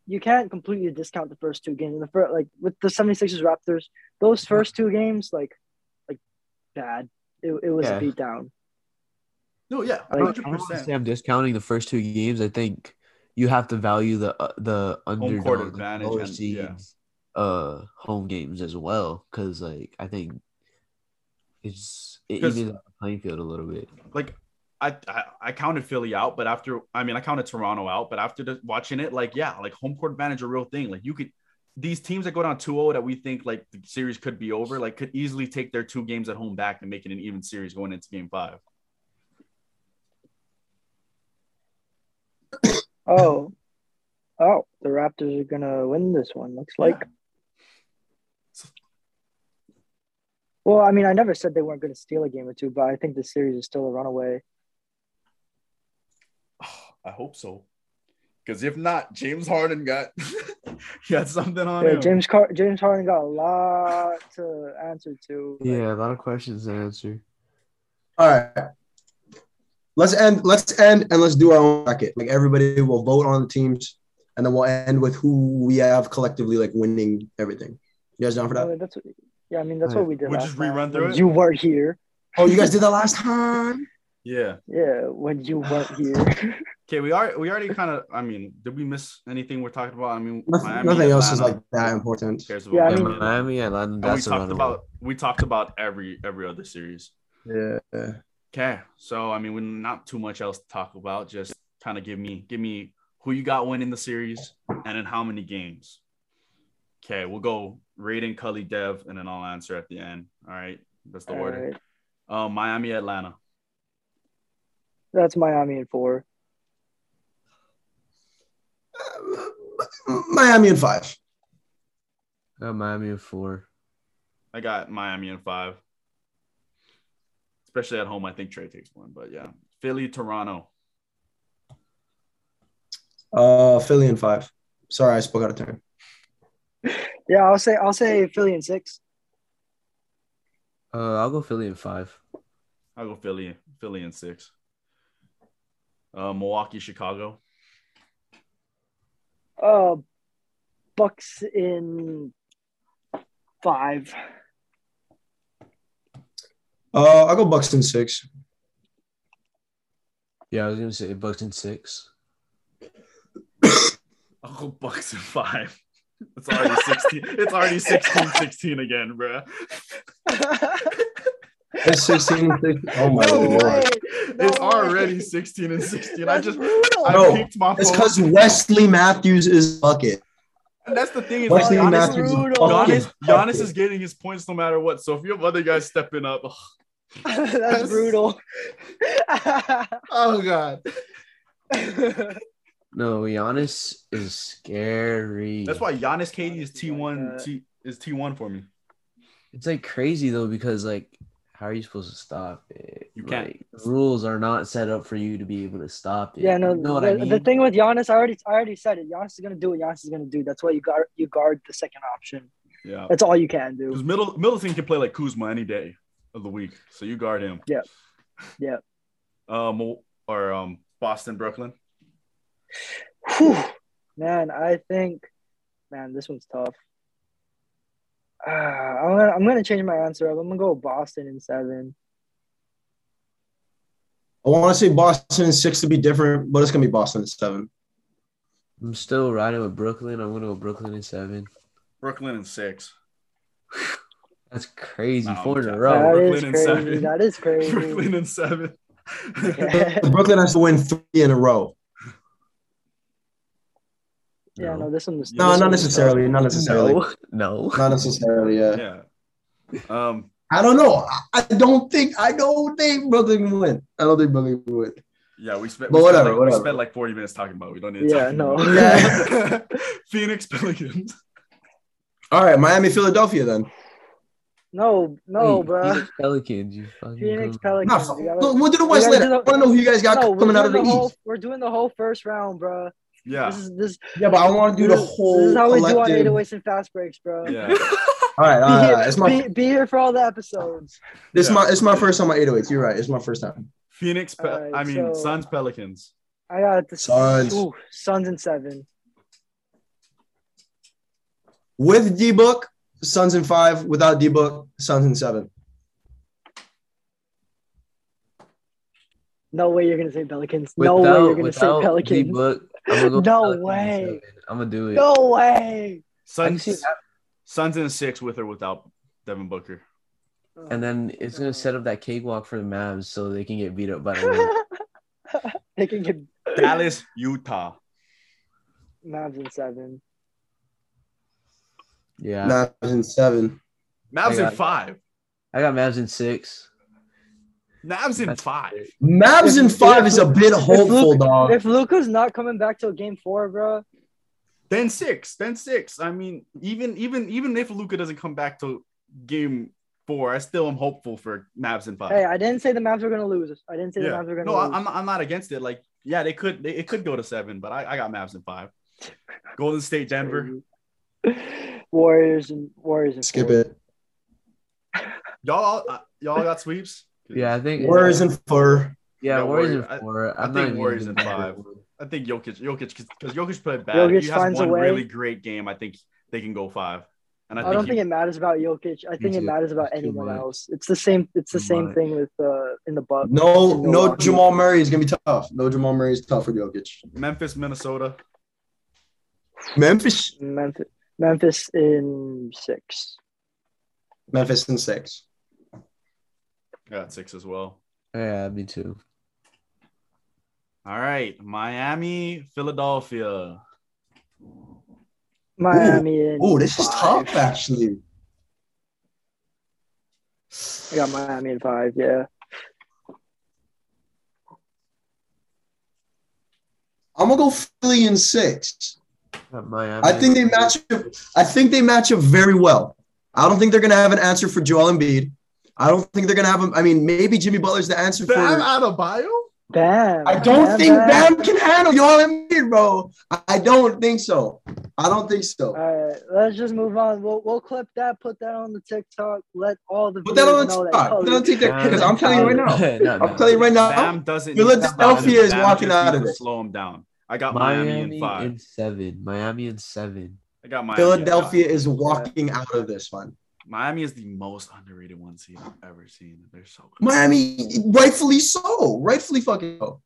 [SPEAKER 1] you can't completely discount the first two games. The first, like, with the 76ers Raptors, those first two games, like, like, bad. It, it was
[SPEAKER 5] Yeah.
[SPEAKER 1] a beat down.
[SPEAKER 3] No, yeah,
[SPEAKER 1] I
[SPEAKER 5] I don't,
[SPEAKER 3] hundred
[SPEAKER 5] I don't wanna say
[SPEAKER 3] percent.
[SPEAKER 5] I'm discounting the first two games. I think you have to value the uh, the
[SPEAKER 3] court
[SPEAKER 5] underdog, like,
[SPEAKER 3] advantage
[SPEAKER 5] lower
[SPEAKER 3] and- yeah.
[SPEAKER 5] seeds, uh, home games as well. Because like I think it's it
[SPEAKER 3] 'Cause-
[SPEAKER 5] evens out the playing field a little bit.
[SPEAKER 3] Like I, I I counted Philly out, but after I mean, I counted Toronto out, but after the, watching it, like yeah, like home court advantage a real thing. Like you could. These teams that go down 2-0 that we think like the series could be over, like could easily take their two games at home back and make it an even series going into game five.
[SPEAKER 1] Oh, oh, the Raptors are gonna win this one. Looks like. Well, I mean, I never said they weren't gonna steal a game or two, but I think this series is still a runaway.
[SPEAKER 3] [SIGHS] I hope so. Because if not, James Harden [LAUGHS] got he had something
[SPEAKER 5] Oh,
[SPEAKER 3] on
[SPEAKER 1] Yeah,
[SPEAKER 3] him.
[SPEAKER 1] James Car- James Harden got a lot to answer to. Like,
[SPEAKER 5] Yeah, a lot of questions to answer.
[SPEAKER 2] All right. Let's end. Let's end, and let's do our own bracket. Like everybody will vote on the teams, and then we'll end with who we have collectively like winning everything. You guys down for
[SPEAKER 1] I
[SPEAKER 2] that?
[SPEAKER 1] mean, that's what, yeah, I mean that's
[SPEAKER 5] Right.
[SPEAKER 1] what we did.
[SPEAKER 3] We'll
[SPEAKER 1] last
[SPEAKER 3] just rerun
[SPEAKER 1] time
[SPEAKER 3] through
[SPEAKER 1] when
[SPEAKER 3] it?
[SPEAKER 1] You weren't here.
[SPEAKER 2] Oh, you guys did that last time.
[SPEAKER 3] yeah.
[SPEAKER 1] Yeah,
[SPEAKER 4] [LAUGHS]
[SPEAKER 1] when you weren't here.
[SPEAKER 3] Okay, we are we already kind of I mean, did we miss anything we're talking about? I mean,
[SPEAKER 2] Nothing,
[SPEAKER 3] Miami,
[SPEAKER 2] nothing else is like
[SPEAKER 3] Atlanta,
[SPEAKER 2] that
[SPEAKER 3] who
[SPEAKER 2] important.
[SPEAKER 3] cares about
[SPEAKER 1] Yeah, I
[SPEAKER 5] Yeah,
[SPEAKER 1] mean-
[SPEAKER 3] Miami?
[SPEAKER 5] Miami, Atlanta.
[SPEAKER 3] And we
[SPEAKER 5] That's a
[SPEAKER 3] talked
[SPEAKER 5] runaway.
[SPEAKER 3] about we talked about every every other series.
[SPEAKER 2] Yeah.
[SPEAKER 3] Okay. So I mean we're not too much else to talk about. Just kind of give me give me who you got winning the series and in how many games. Okay, we'll go Raiden, Cully, Dev, and then I'll answer at the end. All right. That's the
[SPEAKER 1] All
[SPEAKER 3] order.
[SPEAKER 1] right.
[SPEAKER 3] Um, Miami, Atlanta.
[SPEAKER 1] That's Miami in four.
[SPEAKER 2] Miami in five.
[SPEAKER 5] Got Miami at four.
[SPEAKER 3] I got Miami in five. Especially at home, I think Trey takes one. But yeah, Philly, Toronto.
[SPEAKER 2] Uh, Philly in five. Sorry, I spoke out of turn.
[SPEAKER 1] Yeah, I'll say I'll say Philly in six.
[SPEAKER 5] Uh, I'll go Philly in five.
[SPEAKER 3] I'll go Philly, Philly in six. Uh, Milwaukee, Chicago. [LAUGHS]
[SPEAKER 1] Uh, Bucks in five.
[SPEAKER 2] Uh, I'll go Bucks in six.
[SPEAKER 4] Yeah, I was gonna say Bucks in six.
[SPEAKER 3] I'll go Bucks in five. It's already 16. it's already 16 16 again, bruh.
[SPEAKER 2] It's 16 and 16. Oh my
[SPEAKER 1] No
[SPEAKER 2] lord.
[SPEAKER 1] way. No
[SPEAKER 3] it's
[SPEAKER 1] way.
[SPEAKER 3] already 16 and 16. I
[SPEAKER 1] That's
[SPEAKER 3] just
[SPEAKER 1] brutal.
[SPEAKER 3] I
[SPEAKER 2] No,
[SPEAKER 3] peeked my
[SPEAKER 2] It's
[SPEAKER 3] phone.
[SPEAKER 2] because Wesley Matthews is bucket.
[SPEAKER 3] And that's the thing is like,
[SPEAKER 2] Wesley
[SPEAKER 1] Giannis
[SPEAKER 3] Giannis,
[SPEAKER 2] Matthews is
[SPEAKER 1] Brutal.
[SPEAKER 2] fucking
[SPEAKER 3] Giannis, Giannis
[SPEAKER 2] bucket.
[SPEAKER 3] is getting his points no matter what. So if you have other guys stepping up, ugh.
[SPEAKER 1] [LAUGHS] That's brutal.
[SPEAKER 3] [LAUGHS] oh god.
[SPEAKER 4] No, Giannis is scary.
[SPEAKER 3] That's why Giannis KD is T1
[SPEAKER 1] Like
[SPEAKER 3] T is T1 for me.
[SPEAKER 4] it's like crazy though because like how are you supposed to stop it?
[SPEAKER 3] You can't.
[SPEAKER 4] Like, rules are not set up for you to be able to stop it.
[SPEAKER 1] yeah, no.
[SPEAKER 4] You know what
[SPEAKER 1] the,
[SPEAKER 4] I mean?
[SPEAKER 1] the thing with Giannis, I already, I already said it. Giannis is gonna do what Giannis is gonna do. That's why you guard, you guard the second option.
[SPEAKER 3] Yeah.
[SPEAKER 1] That's all you can
[SPEAKER 3] Because
[SPEAKER 1] do.
[SPEAKER 3] Middle, Middleton can play like Kuzma any day of the week. So you guard him.
[SPEAKER 1] Yeah. Yeah.
[SPEAKER 3] Um or um Boston, Brooklyn.
[SPEAKER 1] Whew. Man, I think, man, this one's tough. Uh, I'm gonna, I'm gonna change my answer up. I'm gonna go Boston in seven.
[SPEAKER 2] I want to say Boston in six to be different, but it's gonna be Boston in seven.
[SPEAKER 4] I'm still riding with Brooklyn. I'm gonna go Brooklyn in seven.
[SPEAKER 3] Brooklyn and six.
[SPEAKER 4] That's crazy.
[SPEAKER 3] Nah,
[SPEAKER 4] Four in
[SPEAKER 3] I'm-
[SPEAKER 4] a
[SPEAKER 3] Bro,
[SPEAKER 1] That
[SPEAKER 4] row.
[SPEAKER 1] is
[SPEAKER 3] Brooklyn in
[SPEAKER 1] crazy.
[SPEAKER 3] seven.
[SPEAKER 1] That is crazy.
[SPEAKER 3] Brooklyn and seven.
[SPEAKER 1] [LAUGHS]
[SPEAKER 2] [LAUGHS]
[SPEAKER 1] yeah,
[SPEAKER 2] Brooklyn has to win three in a row.
[SPEAKER 1] yeah, no, this one was.
[SPEAKER 2] No,
[SPEAKER 1] this
[SPEAKER 2] not
[SPEAKER 1] one was
[SPEAKER 2] necessarily. Not necessarily.
[SPEAKER 4] No, no.
[SPEAKER 2] [LAUGHS] Not necessarily. Yeah.
[SPEAKER 3] yeah. Um
[SPEAKER 2] I don't know. I, I don't think. I don't think Brooklyn can win. I don't think Brooklyn can win.
[SPEAKER 3] Yeah, we spent.
[SPEAKER 2] But
[SPEAKER 3] we
[SPEAKER 2] whatever,
[SPEAKER 3] spent like,
[SPEAKER 2] whatever.
[SPEAKER 3] We spent like forty minutes talking about. It. We don't need. To
[SPEAKER 1] Yeah,
[SPEAKER 3] talk
[SPEAKER 1] no.
[SPEAKER 3] about it. [LAUGHS] Phoenix Pelicans.
[SPEAKER 2] All right, Miami, Philadelphia. Then.
[SPEAKER 1] No, no,
[SPEAKER 4] Wait,
[SPEAKER 1] bro.
[SPEAKER 4] Phoenix Pelicans. You fucking
[SPEAKER 1] Phoenix
[SPEAKER 4] go.
[SPEAKER 2] Nah,
[SPEAKER 1] Pelicans.
[SPEAKER 2] fuck.
[SPEAKER 1] we gotta-
[SPEAKER 2] Look, we'll do the
[SPEAKER 1] we
[SPEAKER 2] West
[SPEAKER 1] gotta
[SPEAKER 2] later.
[SPEAKER 1] do the-
[SPEAKER 2] I want to know who you guys got
[SPEAKER 1] No, we're
[SPEAKER 2] coming out of the,
[SPEAKER 1] doing
[SPEAKER 2] East.
[SPEAKER 1] whole- We're doing the whole first round, bro.
[SPEAKER 3] Yeah,
[SPEAKER 1] This is this.
[SPEAKER 2] Yeah, but I want to do the
[SPEAKER 1] this is-
[SPEAKER 2] whole.
[SPEAKER 1] This is how we do our
[SPEAKER 2] collective-
[SPEAKER 1] 808s and fast breaks, bro.
[SPEAKER 3] yeah.
[SPEAKER 2] All
[SPEAKER 1] Be,
[SPEAKER 2] right, all right, all
[SPEAKER 1] here,
[SPEAKER 2] right. It's my
[SPEAKER 1] be, be here for all the episodes.
[SPEAKER 2] This
[SPEAKER 3] Yeah.
[SPEAKER 2] my it's my first time on 808s. You're right. It's my first time.
[SPEAKER 3] Phoenix. Pe-
[SPEAKER 1] Alright,
[SPEAKER 3] I mean,
[SPEAKER 1] so-
[SPEAKER 3] Suns Pelicans.
[SPEAKER 1] I got the
[SPEAKER 2] Suns.
[SPEAKER 1] Ooh, Suns and seven.
[SPEAKER 2] With D book, Suns in five. Without D book, Suns in seven.
[SPEAKER 1] No way you're gonna say Pelicans. no way
[SPEAKER 4] Without-
[SPEAKER 1] you're gonna say
[SPEAKER 4] without
[SPEAKER 1] Pelicans.
[SPEAKER 4] D-Book, I'm gonna go
[SPEAKER 1] [LAUGHS] No
[SPEAKER 4] Pelicans in
[SPEAKER 1] way.
[SPEAKER 4] seven. I'm gonna do it.
[SPEAKER 1] No way.
[SPEAKER 4] I can see
[SPEAKER 3] Suns. Suns in six with or without Devin Booker.
[SPEAKER 4] And then it's gonna set up that cakewalk for the Mavs so they can get beat up
[SPEAKER 1] [LAUGHS]
[SPEAKER 4] by the Wolves.
[SPEAKER 1] [LAUGHS] they can get
[SPEAKER 3] Dallas, Utah.
[SPEAKER 1] [LAUGHS] Mavs in seven.
[SPEAKER 4] Yeah,
[SPEAKER 2] Mavs in seven.
[SPEAKER 3] Mavs
[SPEAKER 4] I
[SPEAKER 3] in
[SPEAKER 4] got-
[SPEAKER 3] five.
[SPEAKER 4] I got Mavs in six.
[SPEAKER 3] Mavs in
[SPEAKER 4] That's
[SPEAKER 3] five.
[SPEAKER 4] great.
[SPEAKER 2] Mavs in five is a bit hopeful,
[SPEAKER 3] Oh.
[SPEAKER 2] dog.
[SPEAKER 1] If Luca's not coming back till game four, bro,
[SPEAKER 3] Then six. Then six. I mean, even even even if Luca doesn't come back to game four, I still am hopeful for Mavs in five.
[SPEAKER 1] hey, I didn't say the Mavs were gonna lose. I didn't say the
[SPEAKER 3] Yeah.
[SPEAKER 1] Mavs were gonna
[SPEAKER 3] No,
[SPEAKER 1] lose.
[SPEAKER 3] I- I'm, I'm not against it. Like, yeah, they could they, it could go to seven, but I, I got Mavs in five. Golden State, Denver.
[SPEAKER 1] Crazy. [LAUGHS] Warriors and Warriors and
[SPEAKER 2] Skip
[SPEAKER 1] four.
[SPEAKER 2] it.
[SPEAKER 3] Y'all uh, y'all got [LAUGHS] sweeps.
[SPEAKER 4] Yeah, I think.
[SPEAKER 2] Warriors in four.
[SPEAKER 4] Yeah,
[SPEAKER 3] Yeah,
[SPEAKER 4] Warriors
[SPEAKER 3] Warrior- I-
[SPEAKER 4] in four.
[SPEAKER 3] I
[SPEAKER 4] I'm not
[SPEAKER 3] think
[SPEAKER 4] even
[SPEAKER 3] Warriors
[SPEAKER 4] gonna
[SPEAKER 3] in
[SPEAKER 4] do
[SPEAKER 3] five.
[SPEAKER 4] that.
[SPEAKER 3] I think Jokic, Jokic, because Jokic played bad.
[SPEAKER 1] Jokic
[SPEAKER 3] he has
[SPEAKER 1] finds a
[SPEAKER 3] one
[SPEAKER 1] way.
[SPEAKER 3] really great game. I think they can go five. And
[SPEAKER 1] I,
[SPEAKER 3] I think,
[SPEAKER 1] don't
[SPEAKER 3] he-
[SPEAKER 1] think it matters about Jokic. I think it
[SPEAKER 4] too.
[SPEAKER 1] matters about
[SPEAKER 4] Too
[SPEAKER 1] anyone
[SPEAKER 4] much.
[SPEAKER 1] else. It's the same. It's the
[SPEAKER 4] Too
[SPEAKER 1] same
[SPEAKER 4] much.
[SPEAKER 1] thing with uh in the Bucks.
[SPEAKER 2] No,
[SPEAKER 1] in
[SPEAKER 2] no
[SPEAKER 1] Milwaukee.
[SPEAKER 2] Jamal Murray is gonna be tough. No Jamal Murray is tough for Jokic.
[SPEAKER 3] Memphis, Minnesota.
[SPEAKER 2] Memphis,
[SPEAKER 1] Memphis, Memphis in six.
[SPEAKER 2] Memphis in six.
[SPEAKER 3] I got six as well.
[SPEAKER 4] Yeah, me too.
[SPEAKER 3] All right. Miami, Philadelphia.
[SPEAKER 1] Miami in.
[SPEAKER 2] Oh, this is
[SPEAKER 1] five.
[SPEAKER 2] tough actually.
[SPEAKER 1] I got Miami in five. Yeah.
[SPEAKER 2] I'm gonna go Philly in six.
[SPEAKER 4] Got Miami.
[SPEAKER 2] I think they match up. I think they match up very well. I don't think they're gonna have an answer for Joel Embiid. I don't think they're gonna have him. I mean, maybe Jimmy Butler's the answer for.
[SPEAKER 3] Bam out of bio?
[SPEAKER 1] Bam.
[SPEAKER 2] I don't think
[SPEAKER 1] Bam.
[SPEAKER 2] Bam can handle Joel Embiid, bro. I- I don't think so. I don't think
[SPEAKER 1] All
[SPEAKER 2] so.
[SPEAKER 1] right, let's just move on. We'll, we'll clip that, put that on the TikTok, let all the
[SPEAKER 2] Put that
[SPEAKER 1] viewers
[SPEAKER 2] on the
[SPEAKER 1] know that
[SPEAKER 2] TikTok. Put that on
[SPEAKER 1] Kobe-
[SPEAKER 2] TikTok because I'm telling you right
[SPEAKER 5] [LAUGHS]
[SPEAKER 2] now.
[SPEAKER 4] No, no.
[SPEAKER 2] I'm telling you right now.
[SPEAKER 3] Bam doesn't.
[SPEAKER 2] Philadelphia is walking out of
[SPEAKER 3] it.
[SPEAKER 2] it.
[SPEAKER 3] Slow him down. I got Miami,
[SPEAKER 4] Miami
[SPEAKER 3] in five.
[SPEAKER 4] in seven. Miami in seven.
[SPEAKER 3] I got Miami. in five.
[SPEAKER 2] Philadelphia is walking out of this one.
[SPEAKER 3] Miami is the most underrated one seed I've ever seen. They're so good.
[SPEAKER 2] Miami, rightfully so. Rightfully fucking so.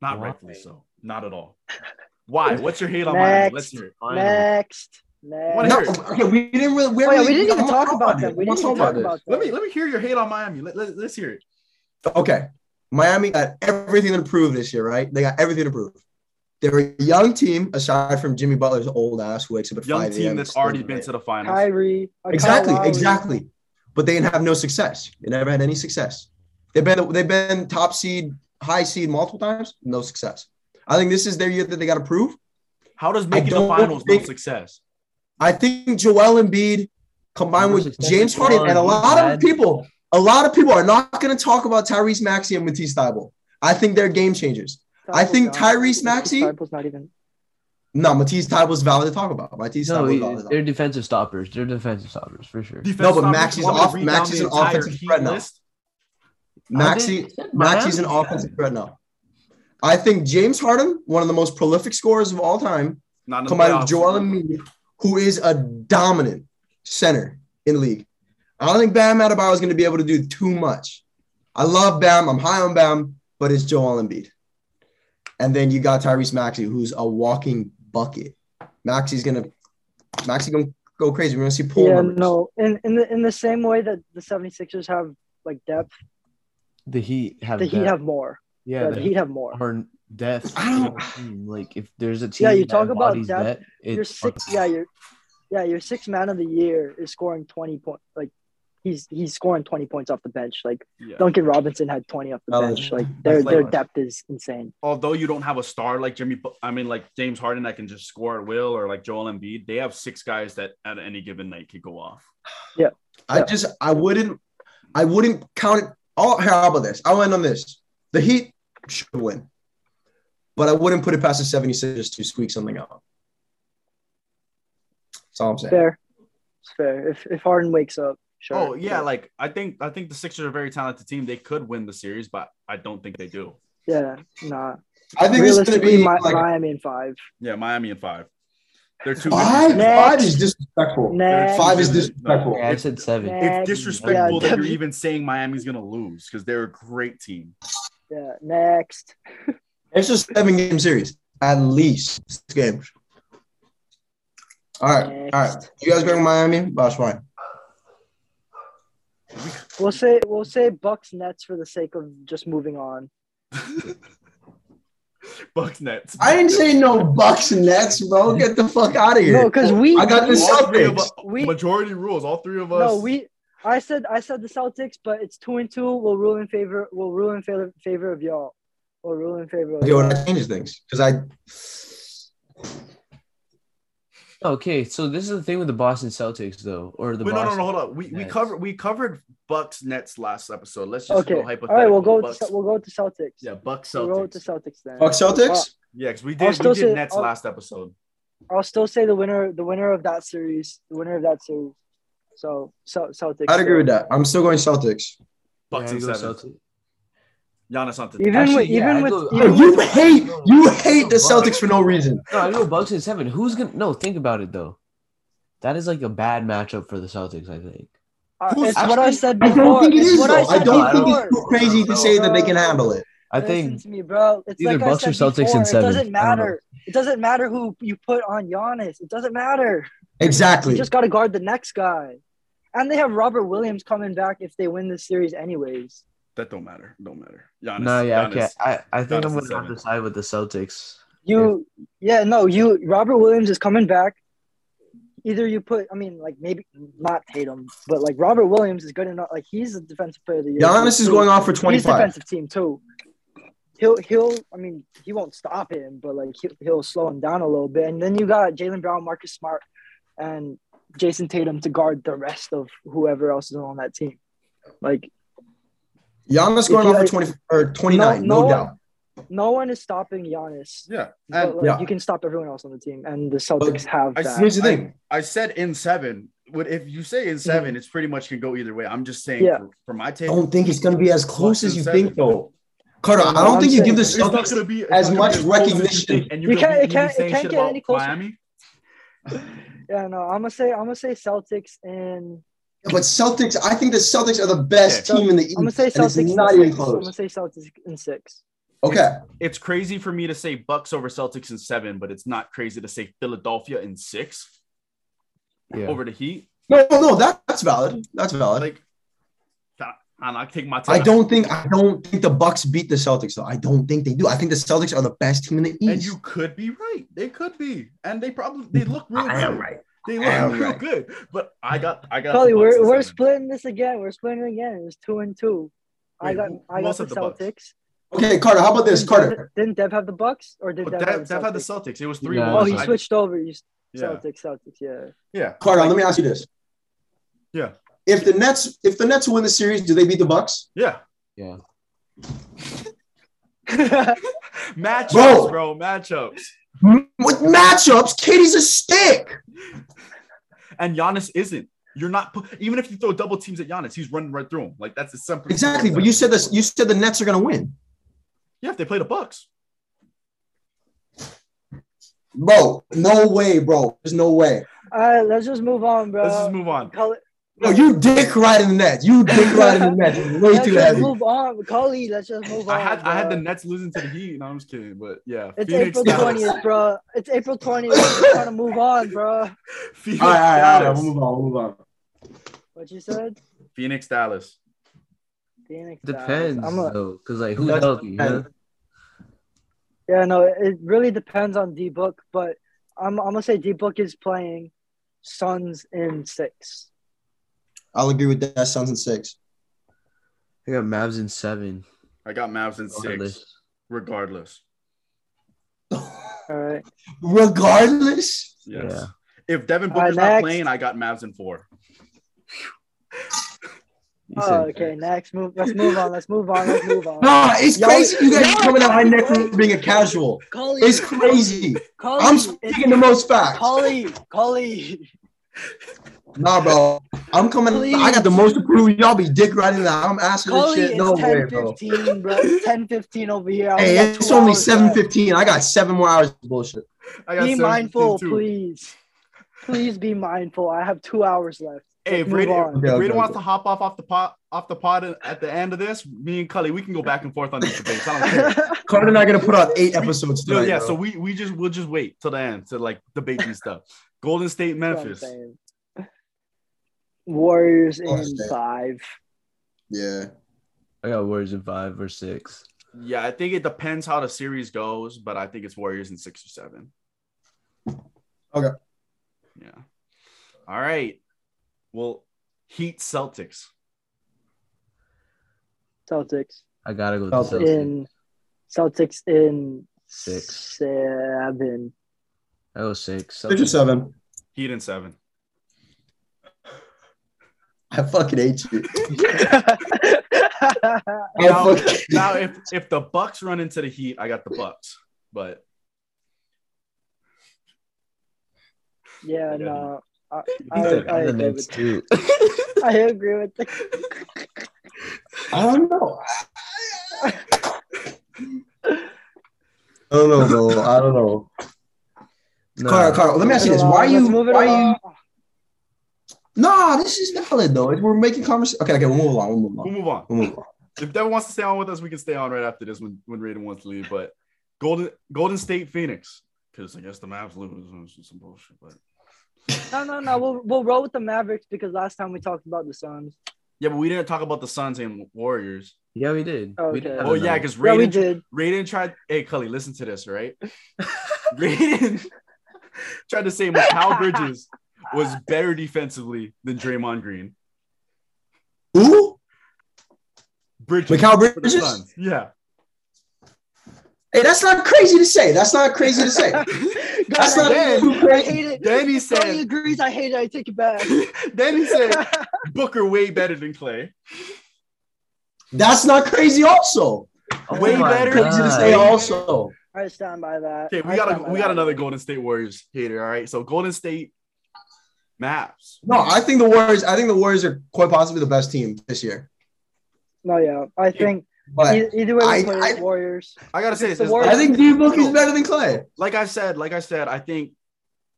[SPEAKER 3] Not
[SPEAKER 4] Why?
[SPEAKER 3] rightfully so. Not at all. Why? What's your hate on Miami? Let's
[SPEAKER 1] Next.
[SPEAKER 3] hear it.
[SPEAKER 1] Next. Next.
[SPEAKER 3] What
[SPEAKER 2] No,
[SPEAKER 3] hurt?
[SPEAKER 2] okay, we didn't really. We,
[SPEAKER 1] Oh, yeah,
[SPEAKER 2] really-
[SPEAKER 1] we didn't even
[SPEAKER 2] I'm
[SPEAKER 1] talk
[SPEAKER 2] not
[SPEAKER 1] about them.
[SPEAKER 2] it.
[SPEAKER 1] We
[SPEAKER 2] I'm not
[SPEAKER 1] didn't even
[SPEAKER 2] talking
[SPEAKER 1] talk
[SPEAKER 2] this.
[SPEAKER 1] about them.
[SPEAKER 3] Let me let me hear your hate on Miami. Let, let, let's hear it.
[SPEAKER 2] Okay. Miami got everything to prove this year, right? They got everything to prove. They're a young team, aside from Jimmy Butler's old ass who wakes up at
[SPEAKER 3] Young
[SPEAKER 2] 5
[SPEAKER 3] team
[SPEAKER 2] a.m.
[SPEAKER 3] that's
[SPEAKER 2] still
[SPEAKER 3] already
[SPEAKER 2] in
[SPEAKER 3] been
[SPEAKER 2] bed.
[SPEAKER 3] to the finals.
[SPEAKER 1] Kyrie. a Kyle
[SPEAKER 2] exactly,
[SPEAKER 1] Lowry.
[SPEAKER 2] exactly. But they didn't have no success. They never had any success. They've been they've been top seed, high seed multiple times, no success. I think this is their year that they got to prove.
[SPEAKER 3] How does making the
[SPEAKER 2] don't
[SPEAKER 3] finals no
[SPEAKER 2] think-
[SPEAKER 3] success?
[SPEAKER 2] I think Joel Embiid combined with
[SPEAKER 5] Versus
[SPEAKER 2] James
[SPEAKER 5] Stephen
[SPEAKER 2] Harden and a
[SPEAKER 5] Curry,
[SPEAKER 2] lot of
[SPEAKER 5] man.
[SPEAKER 2] people, a lot of people are not going to talk about Tyrese Maxey and Matisse Thybulle. I think they're game changers. I think Tyrese Maxey-
[SPEAKER 1] Thibault's not even.
[SPEAKER 2] No, Matisse Tybalt's valid to talk about. Matisse
[SPEAKER 5] No,
[SPEAKER 2] Thybulle is
[SPEAKER 5] he-
[SPEAKER 2] valid to talk
[SPEAKER 5] they're defensive stoppers. They're defensive stoppers for sure.
[SPEAKER 3] Defense
[SPEAKER 2] No, but
[SPEAKER 3] stoppers,
[SPEAKER 2] Max
[SPEAKER 3] you
[SPEAKER 2] is
[SPEAKER 3] want me to
[SPEAKER 2] off-
[SPEAKER 3] read
[SPEAKER 2] Max
[SPEAKER 3] down
[SPEAKER 2] is
[SPEAKER 3] the
[SPEAKER 2] an
[SPEAKER 3] entire
[SPEAKER 2] offensive
[SPEAKER 3] Heat
[SPEAKER 2] threat now.
[SPEAKER 3] list?
[SPEAKER 2] about. Maxey,
[SPEAKER 5] I didn't-
[SPEAKER 2] Maxey's an
[SPEAKER 5] Miami?
[SPEAKER 2] offensive threat now. I think James Harden, one of the most prolific scorers of all time,
[SPEAKER 3] Not in the
[SPEAKER 2] combined
[SPEAKER 3] playoffs.
[SPEAKER 2] with Joel Embiid, who is a dominant center in the league. I don't think Bam Adebayo is going to be able to do too much. I love Bam. I'm high on Bam, but it's Joel Embiid. And then you got Tyrese Maxey, who's a walking bucket. Maxey's going to Maxey going to go crazy. We're going to see pull
[SPEAKER 1] Yeah,
[SPEAKER 2] numbers.
[SPEAKER 1] no. In in the in the same way that the 76ers have like depth,
[SPEAKER 5] The Heat have
[SPEAKER 1] the Heat
[SPEAKER 5] depth.
[SPEAKER 1] have more.
[SPEAKER 5] yeah,
[SPEAKER 1] Yeah,
[SPEAKER 5] the
[SPEAKER 1] the Heat have more.
[SPEAKER 5] are depth.
[SPEAKER 2] I don't-
[SPEAKER 5] as a team. like if there's a team.
[SPEAKER 1] Yeah, you
[SPEAKER 5] that
[SPEAKER 1] talk about
[SPEAKER 5] embodies
[SPEAKER 1] depth,
[SPEAKER 5] that, it's
[SPEAKER 1] your six yeah your yeah your sixth man of the year is scoring 20 points like he's he's scoring 20 points off the bench like
[SPEAKER 3] Yeah.
[SPEAKER 1] duncan robinson had 20 off the
[SPEAKER 2] Oh,
[SPEAKER 1] bench
[SPEAKER 2] yeah.
[SPEAKER 1] like their
[SPEAKER 2] That's
[SPEAKER 1] their
[SPEAKER 2] like-
[SPEAKER 1] depth is insane
[SPEAKER 3] although you don't have a star like Jimmy, Bu- I mean, like James Harden that can just score at will, or like Joel Embiid, they have six guys that at any given night could go off.
[SPEAKER 2] I
[SPEAKER 1] Yeah.
[SPEAKER 2] just I wouldn't I wouldn't count it. All how about this? I'll end on this. The Heat should win. But I wouldn't put it past the 76ers to squeak something out. That's all I'm saying.
[SPEAKER 1] fair it's fair if if harden wakes up sure
[SPEAKER 3] Oh yeah,
[SPEAKER 1] But,
[SPEAKER 3] like I think I think the Sixers are a very talented team. They could win the series, but I don't think they do.
[SPEAKER 1] yeah nah
[SPEAKER 2] I think it's gonna
[SPEAKER 1] realistically
[SPEAKER 2] be
[SPEAKER 1] Mi-
[SPEAKER 2] like
[SPEAKER 1] miami in five
[SPEAKER 3] Yeah, Miami in five. They're too.
[SPEAKER 2] five.
[SPEAKER 1] Next.
[SPEAKER 2] Five is disrespectful.
[SPEAKER 1] Next.
[SPEAKER 2] Five is disrespectful.
[SPEAKER 5] Yeah, I said seven.
[SPEAKER 1] Nah.
[SPEAKER 3] It's disrespectful
[SPEAKER 1] Yeah,
[SPEAKER 3] that you're
[SPEAKER 1] W-
[SPEAKER 3] even saying Miami's gonna lose because they're a great team. [LAUGHS]
[SPEAKER 1] yeah next
[SPEAKER 2] It's just seven game series. At least six games. All right. All right. You guys going to Miami? That's fine.
[SPEAKER 1] we'll say we'll say bucks nets for the sake of just moving on
[SPEAKER 3] Bucks Nets.
[SPEAKER 2] I didn't say no Bucks and Nets, bro. Get the fuck out of here.
[SPEAKER 1] no because we
[SPEAKER 2] I got the
[SPEAKER 1] we-
[SPEAKER 3] All three of
[SPEAKER 2] Celtics.
[SPEAKER 3] us-
[SPEAKER 1] we
[SPEAKER 3] majority rules. All three of us.
[SPEAKER 1] No, we. I said I said the Celtics, but it's two and two. We'll rule in favor. We'll rule in favor favor of y'all. We'll rule in favor of
[SPEAKER 2] Okay, well,
[SPEAKER 1] y'all.
[SPEAKER 2] that changes things because I
[SPEAKER 5] Okay, so this is the thing with the Boston Celtics though, or the
[SPEAKER 3] Wait, no, no,
[SPEAKER 5] Boston.
[SPEAKER 3] no, hold up. We we
[SPEAKER 5] Nets.
[SPEAKER 3] covered we covered Bucks Nets last episode. Let's just
[SPEAKER 1] Okay.
[SPEAKER 3] go
[SPEAKER 1] All
[SPEAKER 3] hypothetical.
[SPEAKER 1] right, we'll go. With
[SPEAKER 3] Bucks.
[SPEAKER 1] the, Cel- we'll go with the Celtics.
[SPEAKER 3] Yeah, Bucks
[SPEAKER 1] We'll go with
[SPEAKER 3] Celtics.
[SPEAKER 1] the Celtics then.
[SPEAKER 2] Bucks Celtics.
[SPEAKER 3] yeah, because we
[SPEAKER 1] I'll
[SPEAKER 3] did we
[SPEAKER 1] still
[SPEAKER 3] did
[SPEAKER 1] say-
[SPEAKER 3] Nets
[SPEAKER 1] I'll-
[SPEAKER 3] last episode.
[SPEAKER 1] I'll still say the winner. The winner of that series. The winner of that series. So, so Celtics.
[SPEAKER 2] I'd agree with that. I'm still going Celtics.
[SPEAKER 3] Bucks
[SPEAKER 5] Yeah,
[SPEAKER 3] and
[SPEAKER 5] I go
[SPEAKER 3] seven.
[SPEAKER 5] Celtics.
[SPEAKER 3] Giannis Antetokounmpo.
[SPEAKER 1] Even
[SPEAKER 5] Actually,
[SPEAKER 1] with
[SPEAKER 5] yeah,
[SPEAKER 1] even
[SPEAKER 5] I
[SPEAKER 1] with
[SPEAKER 5] go- I
[SPEAKER 1] even
[SPEAKER 5] go-
[SPEAKER 1] with,
[SPEAKER 2] You hate you hate the Celtics for no reason.
[SPEAKER 5] No, I know Bucks and seven. Who's gonna? No, think about it though. That is like a bad matchup for the Celtics. I think.
[SPEAKER 1] uh,
[SPEAKER 2] Who's-
[SPEAKER 1] it's what I said
[SPEAKER 2] I
[SPEAKER 1] before.
[SPEAKER 2] don't think it
[SPEAKER 1] It's
[SPEAKER 2] is
[SPEAKER 1] what
[SPEAKER 2] though.
[SPEAKER 1] I
[SPEAKER 2] I
[SPEAKER 1] said
[SPEAKER 2] don't think
[SPEAKER 1] before.
[SPEAKER 2] it's too crazy to say that they can handle it.
[SPEAKER 5] I
[SPEAKER 1] Listen
[SPEAKER 5] think
[SPEAKER 1] to me, bro. It's
[SPEAKER 5] either
[SPEAKER 1] like
[SPEAKER 5] Bucks
[SPEAKER 1] I
[SPEAKER 5] or
[SPEAKER 1] said
[SPEAKER 5] Celtics in
[SPEAKER 1] before.
[SPEAKER 5] seven.
[SPEAKER 1] It
[SPEAKER 5] I don't
[SPEAKER 1] doesn't
[SPEAKER 5] know.
[SPEAKER 1] matter. It doesn't matter who you put on Giannis. It doesn't matter. You
[SPEAKER 2] Exactly.
[SPEAKER 1] just got to guard the next guy. And they have Robert Williams coming back if they win this series, anyways.
[SPEAKER 3] That don't matter. Don't matter. Giannis.
[SPEAKER 5] no, yeah,
[SPEAKER 3] Giannis.
[SPEAKER 5] okay. I, I think
[SPEAKER 3] Giannis
[SPEAKER 5] I'm
[SPEAKER 3] in
[SPEAKER 5] gonna have
[SPEAKER 3] seven.
[SPEAKER 5] to side with the Celtics.
[SPEAKER 1] You, yeah, no, you, Robert Williams is coming back. Either you put, I mean, like maybe not Tatum, but like Robert Williams is good enough. Like he's a defensive player of the year.
[SPEAKER 2] Giannis is going off for
[SPEAKER 1] He's
[SPEAKER 2] 25.
[SPEAKER 1] defensive team too. He'll, he'll, I mean, he won't stop him, but like he'll, he'll slow him down a little bit. And then you got Jalen Brown, Marcus Smart, and Jason Tatum to guard the rest of whoever else is on that team. Like
[SPEAKER 2] Giannis going off for 20 or 29, no doubt.
[SPEAKER 1] no one is stopping Giannis.
[SPEAKER 3] Yeah.
[SPEAKER 1] But, like,
[SPEAKER 2] yeah.
[SPEAKER 1] You can stop everyone else on the team, and the Celtics have
[SPEAKER 3] I
[SPEAKER 1] that.
[SPEAKER 3] see-
[SPEAKER 2] Here's the thing.
[SPEAKER 3] I said in seven. But if you say in 7 it's pretty much can go either way. I'm just saying
[SPEAKER 1] Mm. Yeah.
[SPEAKER 3] for, for my
[SPEAKER 2] I
[SPEAKER 3] take.
[SPEAKER 2] don't think it's going to be as close as you think though. Carter, I
[SPEAKER 1] I'm
[SPEAKER 2] don't think you
[SPEAKER 1] saying-
[SPEAKER 2] give the
[SPEAKER 3] it's not
[SPEAKER 2] Celtics
[SPEAKER 3] gonna be it's
[SPEAKER 2] as
[SPEAKER 3] not
[SPEAKER 2] much
[SPEAKER 3] gonna be close as you
[SPEAKER 2] recognition.
[SPEAKER 3] think, And
[SPEAKER 1] You
[SPEAKER 3] gonna
[SPEAKER 1] can't-
[SPEAKER 3] be
[SPEAKER 1] it can't-
[SPEAKER 3] saying
[SPEAKER 1] it can't
[SPEAKER 3] shit
[SPEAKER 1] get
[SPEAKER 3] about
[SPEAKER 1] any closer.
[SPEAKER 3] Miami.
[SPEAKER 1] Yeah, no, I'm gonna say I'm gonna say Celtics in
[SPEAKER 2] But Celtics, I think the Celtics are the best
[SPEAKER 1] Yeah.
[SPEAKER 2] team in the East.
[SPEAKER 1] I'm gonna say
[SPEAKER 2] and it's
[SPEAKER 1] Celtics. in
[SPEAKER 2] not even
[SPEAKER 1] six. I'm gonna
[SPEAKER 2] close.
[SPEAKER 1] say Celtics in six.
[SPEAKER 2] Okay.
[SPEAKER 3] It's crazy for me to say Bucks over Celtics in seven, but it's not crazy to say Philadelphia in six
[SPEAKER 5] Yeah.
[SPEAKER 3] over the Heat.
[SPEAKER 2] No, no, that, that's valid. That's valid.
[SPEAKER 3] Like, I, I, I take my time.
[SPEAKER 2] I don't think I don't think the Bucks beat the Celtics though. I don't think they do. I think the Celtics are the best team in the
[SPEAKER 3] And
[SPEAKER 2] East.
[SPEAKER 3] you could be right. They could be, and they probably they look real.
[SPEAKER 2] I am
[SPEAKER 3] good.
[SPEAKER 2] right.
[SPEAKER 3] They
[SPEAKER 2] I am
[SPEAKER 3] look real
[SPEAKER 2] right.
[SPEAKER 3] good. But I got I got.
[SPEAKER 1] Cully,
[SPEAKER 3] the Bucks
[SPEAKER 1] we're
[SPEAKER 3] in
[SPEAKER 1] we're
[SPEAKER 3] seven.
[SPEAKER 1] splitting this again. We're splitting again. It's two and two. I
[SPEAKER 3] Wait,
[SPEAKER 1] got
[SPEAKER 3] who-
[SPEAKER 1] I
[SPEAKER 3] who
[SPEAKER 1] got
[SPEAKER 3] else
[SPEAKER 1] the
[SPEAKER 3] had the Bucks?
[SPEAKER 1] Celtics.
[SPEAKER 2] Okay, Carter, how about this?
[SPEAKER 1] Didn't
[SPEAKER 2] Oh, Carter.
[SPEAKER 1] Dev- didn't Dev have the Bucks or did
[SPEAKER 3] But
[SPEAKER 1] Dev, have,
[SPEAKER 3] that,
[SPEAKER 1] the
[SPEAKER 3] that Oh, had the
[SPEAKER 1] Celtics?
[SPEAKER 3] Celtics. It was
[SPEAKER 4] Yeah.
[SPEAKER 3] three
[SPEAKER 1] Oh,
[SPEAKER 3] one.
[SPEAKER 1] he
[SPEAKER 4] I-
[SPEAKER 1] switched over. You
[SPEAKER 3] Yeah,
[SPEAKER 1] Celtics, Celtics, yeah.
[SPEAKER 3] yeah.
[SPEAKER 2] Carter, let me ask you this.
[SPEAKER 3] Yeah.
[SPEAKER 2] If the Nets if the Nets win the series, do they beat the Bucks?
[SPEAKER 3] Yeah.
[SPEAKER 4] Yeah.
[SPEAKER 3] [LAUGHS]
[SPEAKER 2] Bro.
[SPEAKER 3] Matchups, bro. Matchups.
[SPEAKER 2] With matchups, Katie's a stick.
[SPEAKER 3] And Giannis isn't. You're not pu- even if you throw double teams at Giannis, he's running right through him. Like that's as simple.
[SPEAKER 2] Exactly. But you said this you said the Nets are gonna win.
[SPEAKER 3] yeah, if they play the Bucks,
[SPEAKER 2] Bro, no way, bro. There's no way.
[SPEAKER 1] All right, let's just move on, bro.
[SPEAKER 3] let's just move on.
[SPEAKER 1] Cully,
[SPEAKER 2] No, you dick right in the Nets. You dick right in the Nets. It's Way
[SPEAKER 1] let's
[SPEAKER 2] too
[SPEAKER 1] just
[SPEAKER 2] heavy.
[SPEAKER 1] move on, Cully. Let's just move on.
[SPEAKER 3] I had I had the
[SPEAKER 1] bro.
[SPEAKER 3] Nets losing to the Heat. No, I'm just kidding. But yeah,
[SPEAKER 1] It's
[SPEAKER 3] Phoenix
[SPEAKER 1] April
[SPEAKER 3] Dallas.
[SPEAKER 1] twentieth, bro. It's April twentieth. We're trying to move on, bro.
[SPEAKER 3] [LAUGHS] Phoenix,
[SPEAKER 2] All right, all right, all right.
[SPEAKER 3] Dallas.
[SPEAKER 2] We'll move on. We'll move on.
[SPEAKER 1] What you said?
[SPEAKER 3] Phoenix Dallas.
[SPEAKER 1] Phoenix. Dallas.
[SPEAKER 4] Depends
[SPEAKER 1] I'm a,
[SPEAKER 4] though, because like who's
[SPEAKER 2] That's-
[SPEAKER 4] healthy? Huh?
[SPEAKER 1] yeah, no, it really depends on D Book, but I'm I'm gonna say D Book is playing Suns in six.
[SPEAKER 2] I'll agree with that. Suns and six. [LAUGHS]
[SPEAKER 4] I got Mavs in seven.
[SPEAKER 3] I got Mavs in six.
[SPEAKER 4] regardless.
[SPEAKER 3] Regardless.
[SPEAKER 1] All right.
[SPEAKER 2] Regardless,
[SPEAKER 3] Yes.
[SPEAKER 4] Yeah.
[SPEAKER 3] If Devin
[SPEAKER 1] All right,
[SPEAKER 3] Booker's not
[SPEAKER 1] next.
[SPEAKER 3] playing, I got Mavs in four.
[SPEAKER 4] You
[SPEAKER 1] Oh,
[SPEAKER 4] said
[SPEAKER 1] okay,
[SPEAKER 4] six.
[SPEAKER 1] next move. Let's move on. Let's move on. Let's move
[SPEAKER 2] [LAUGHS]
[SPEAKER 1] on.
[SPEAKER 2] nah, it's
[SPEAKER 1] Yo,
[SPEAKER 2] crazy. You guys
[SPEAKER 1] yo,
[SPEAKER 2] are coming at my neck
[SPEAKER 1] yo.
[SPEAKER 2] for being a casual.
[SPEAKER 1] Cully,
[SPEAKER 2] It's crazy.
[SPEAKER 1] Cully,
[SPEAKER 2] I'm
[SPEAKER 1] it's-
[SPEAKER 2] speaking the most facts.
[SPEAKER 1] Cully, Cully.
[SPEAKER 2] Nah, bro. I'm coming. I got the most to prove. Y'all be dick riding that. I'm asking this
[SPEAKER 1] Cully,
[SPEAKER 2] shit.
[SPEAKER 1] it's
[SPEAKER 2] No way,
[SPEAKER 1] ten
[SPEAKER 2] bro.
[SPEAKER 1] fifteen, bro. It's ten fifteen over here. I
[SPEAKER 2] Hey,
[SPEAKER 1] only got
[SPEAKER 2] it's
[SPEAKER 1] two
[SPEAKER 2] only
[SPEAKER 1] hours left.
[SPEAKER 2] seven fifteen. I got seven more hours of bullshit.
[SPEAKER 3] I got
[SPEAKER 1] Be
[SPEAKER 3] 17
[SPEAKER 1] mindful,
[SPEAKER 3] too.
[SPEAKER 1] please. Please be mindful. I have two hours left.
[SPEAKER 3] Hey, if
[SPEAKER 1] Move
[SPEAKER 3] Raiden,
[SPEAKER 1] on.
[SPEAKER 3] if
[SPEAKER 2] Okay, okay,
[SPEAKER 3] Raiden wants
[SPEAKER 2] okay.
[SPEAKER 3] to hop off off the pot off the pod at the end of this, me and Cully, we can go back and forth on these debates. I don't
[SPEAKER 1] [LAUGHS]
[SPEAKER 2] [LAUGHS]
[SPEAKER 3] care.
[SPEAKER 1] All
[SPEAKER 2] Carter and I gonna put out eight episodes
[SPEAKER 3] No,
[SPEAKER 2] tonight.
[SPEAKER 3] yeah,
[SPEAKER 2] bro.
[SPEAKER 3] so we we just we'll just wait till the end to like debate and stuff. Golden State, Memphis.
[SPEAKER 1] Warriors in
[SPEAKER 2] Understand.
[SPEAKER 1] five.
[SPEAKER 2] yeah.
[SPEAKER 4] I got Warriors in five or six.
[SPEAKER 3] Yeah, I think it depends how the series goes, but I think it's Warriors in six or seven.
[SPEAKER 2] Okay.
[SPEAKER 3] Yeah. All right. Well, Heat Celtics.
[SPEAKER 1] Celtics
[SPEAKER 4] I gotta go.
[SPEAKER 1] Oh,
[SPEAKER 2] Celtics.
[SPEAKER 4] Celtics. Celtics.
[SPEAKER 1] in Celtics in
[SPEAKER 4] six.
[SPEAKER 3] [LAUGHS]
[SPEAKER 1] seven. [LAUGHS]
[SPEAKER 4] I go six.
[SPEAKER 2] Six or
[SPEAKER 4] Celtics.
[SPEAKER 2] seven.
[SPEAKER 3] Heat in seven.
[SPEAKER 2] I fucking hate you. I
[SPEAKER 3] Now,
[SPEAKER 2] fucking-
[SPEAKER 3] now if if the Bucks run into the Heat, I got the Bucks. But
[SPEAKER 1] yeah,
[SPEAKER 3] Yeah.
[SPEAKER 1] no. I,
[SPEAKER 4] He
[SPEAKER 1] [LAUGHS] I,
[SPEAKER 4] said
[SPEAKER 1] I, agree
[SPEAKER 4] Islanders,
[SPEAKER 1] with,
[SPEAKER 4] too.
[SPEAKER 5] [LAUGHS]
[SPEAKER 1] I agree with that.
[SPEAKER 2] I don't know. I don't know, bro. I don't know.
[SPEAKER 4] Nah.
[SPEAKER 2] Carl, Carl, let me ask you this: Why are you? Why are you? Nah, this is valid though. We're making conversation. Okay, okay, we'll move along. We'll move
[SPEAKER 3] we'll
[SPEAKER 2] along.
[SPEAKER 3] move on.
[SPEAKER 2] We'll move along.
[SPEAKER 3] If Devin wants to stay on with us, we can stay on right after this when when Raiden wants to leave. But Golden Golden State Phoenix, because I guess the Mavs lose it's some bullshit. But
[SPEAKER 1] No, no, no. We'll, we'll roll with the Mavericks because last time we talked about the Suns.
[SPEAKER 3] yeah, but we didn't talk about the Suns and Warriors.
[SPEAKER 4] Yeah, we did.
[SPEAKER 1] Okay.
[SPEAKER 4] We did have
[SPEAKER 3] Oh
[SPEAKER 4] a
[SPEAKER 3] yeah,
[SPEAKER 4] night.
[SPEAKER 3] because
[SPEAKER 1] Yeah, we
[SPEAKER 3] Raiden
[SPEAKER 1] did.
[SPEAKER 3] Raiden tried. Hey, Cully, listen to this, right? [LAUGHS] Raiden [LAUGHS] tried to say Mikal Bridges was better defensively than Draymond Green.
[SPEAKER 2] Who?
[SPEAKER 3] Bridges.
[SPEAKER 2] Mikal
[SPEAKER 3] for the
[SPEAKER 2] Bridges?
[SPEAKER 3] Suns. Yeah. [LAUGHS]
[SPEAKER 2] Hey, that's not crazy to say. That's not crazy to [LAUGHS] say. That's
[SPEAKER 1] God, I
[SPEAKER 2] not
[SPEAKER 1] hate it.
[SPEAKER 2] too
[SPEAKER 1] I
[SPEAKER 2] crazy.
[SPEAKER 1] hate it.
[SPEAKER 3] Then
[SPEAKER 1] Tony
[SPEAKER 3] he said.
[SPEAKER 1] agrees. I hate it. I take it
[SPEAKER 2] [LAUGHS]
[SPEAKER 1] back. [LAUGHS]
[SPEAKER 3] then he said Booker way better than Clay.
[SPEAKER 2] That's not crazy. Also,
[SPEAKER 4] Oh
[SPEAKER 3] Way
[SPEAKER 4] my
[SPEAKER 3] better.
[SPEAKER 4] God.
[SPEAKER 2] crazy to say. Also,
[SPEAKER 1] I stand by that.
[SPEAKER 3] Okay, we
[SPEAKER 1] I
[SPEAKER 3] got
[SPEAKER 1] stand
[SPEAKER 3] a,
[SPEAKER 1] by
[SPEAKER 3] we got
[SPEAKER 1] that.
[SPEAKER 3] another Golden State Warriors hater. All right, so Golden State Mavs.
[SPEAKER 2] no. I think the Warriors. I think the Warriors are quite possibly the best team this year.
[SPEAKER 1] No, yeah. I think
[SPEAKER 2] But
[SPEAKER 1] e- either way, we
[SPEAKER 2] I-
[SPEAKER 1] play
[SPEAKER 2] I-
[SPEAKER 1] Warriors.
[SPEAKER 3] I gotta say
[SPEAKER 1] It's
[SPEAKER 3] this.
[SPEAKER 1] the
[SPEAKER 3] this-
[SPEAKER 1] Warriors.
[SPEAKER 2] I think D Book is better than Clay.
[SPEAKER 3] like I said, like I said, I think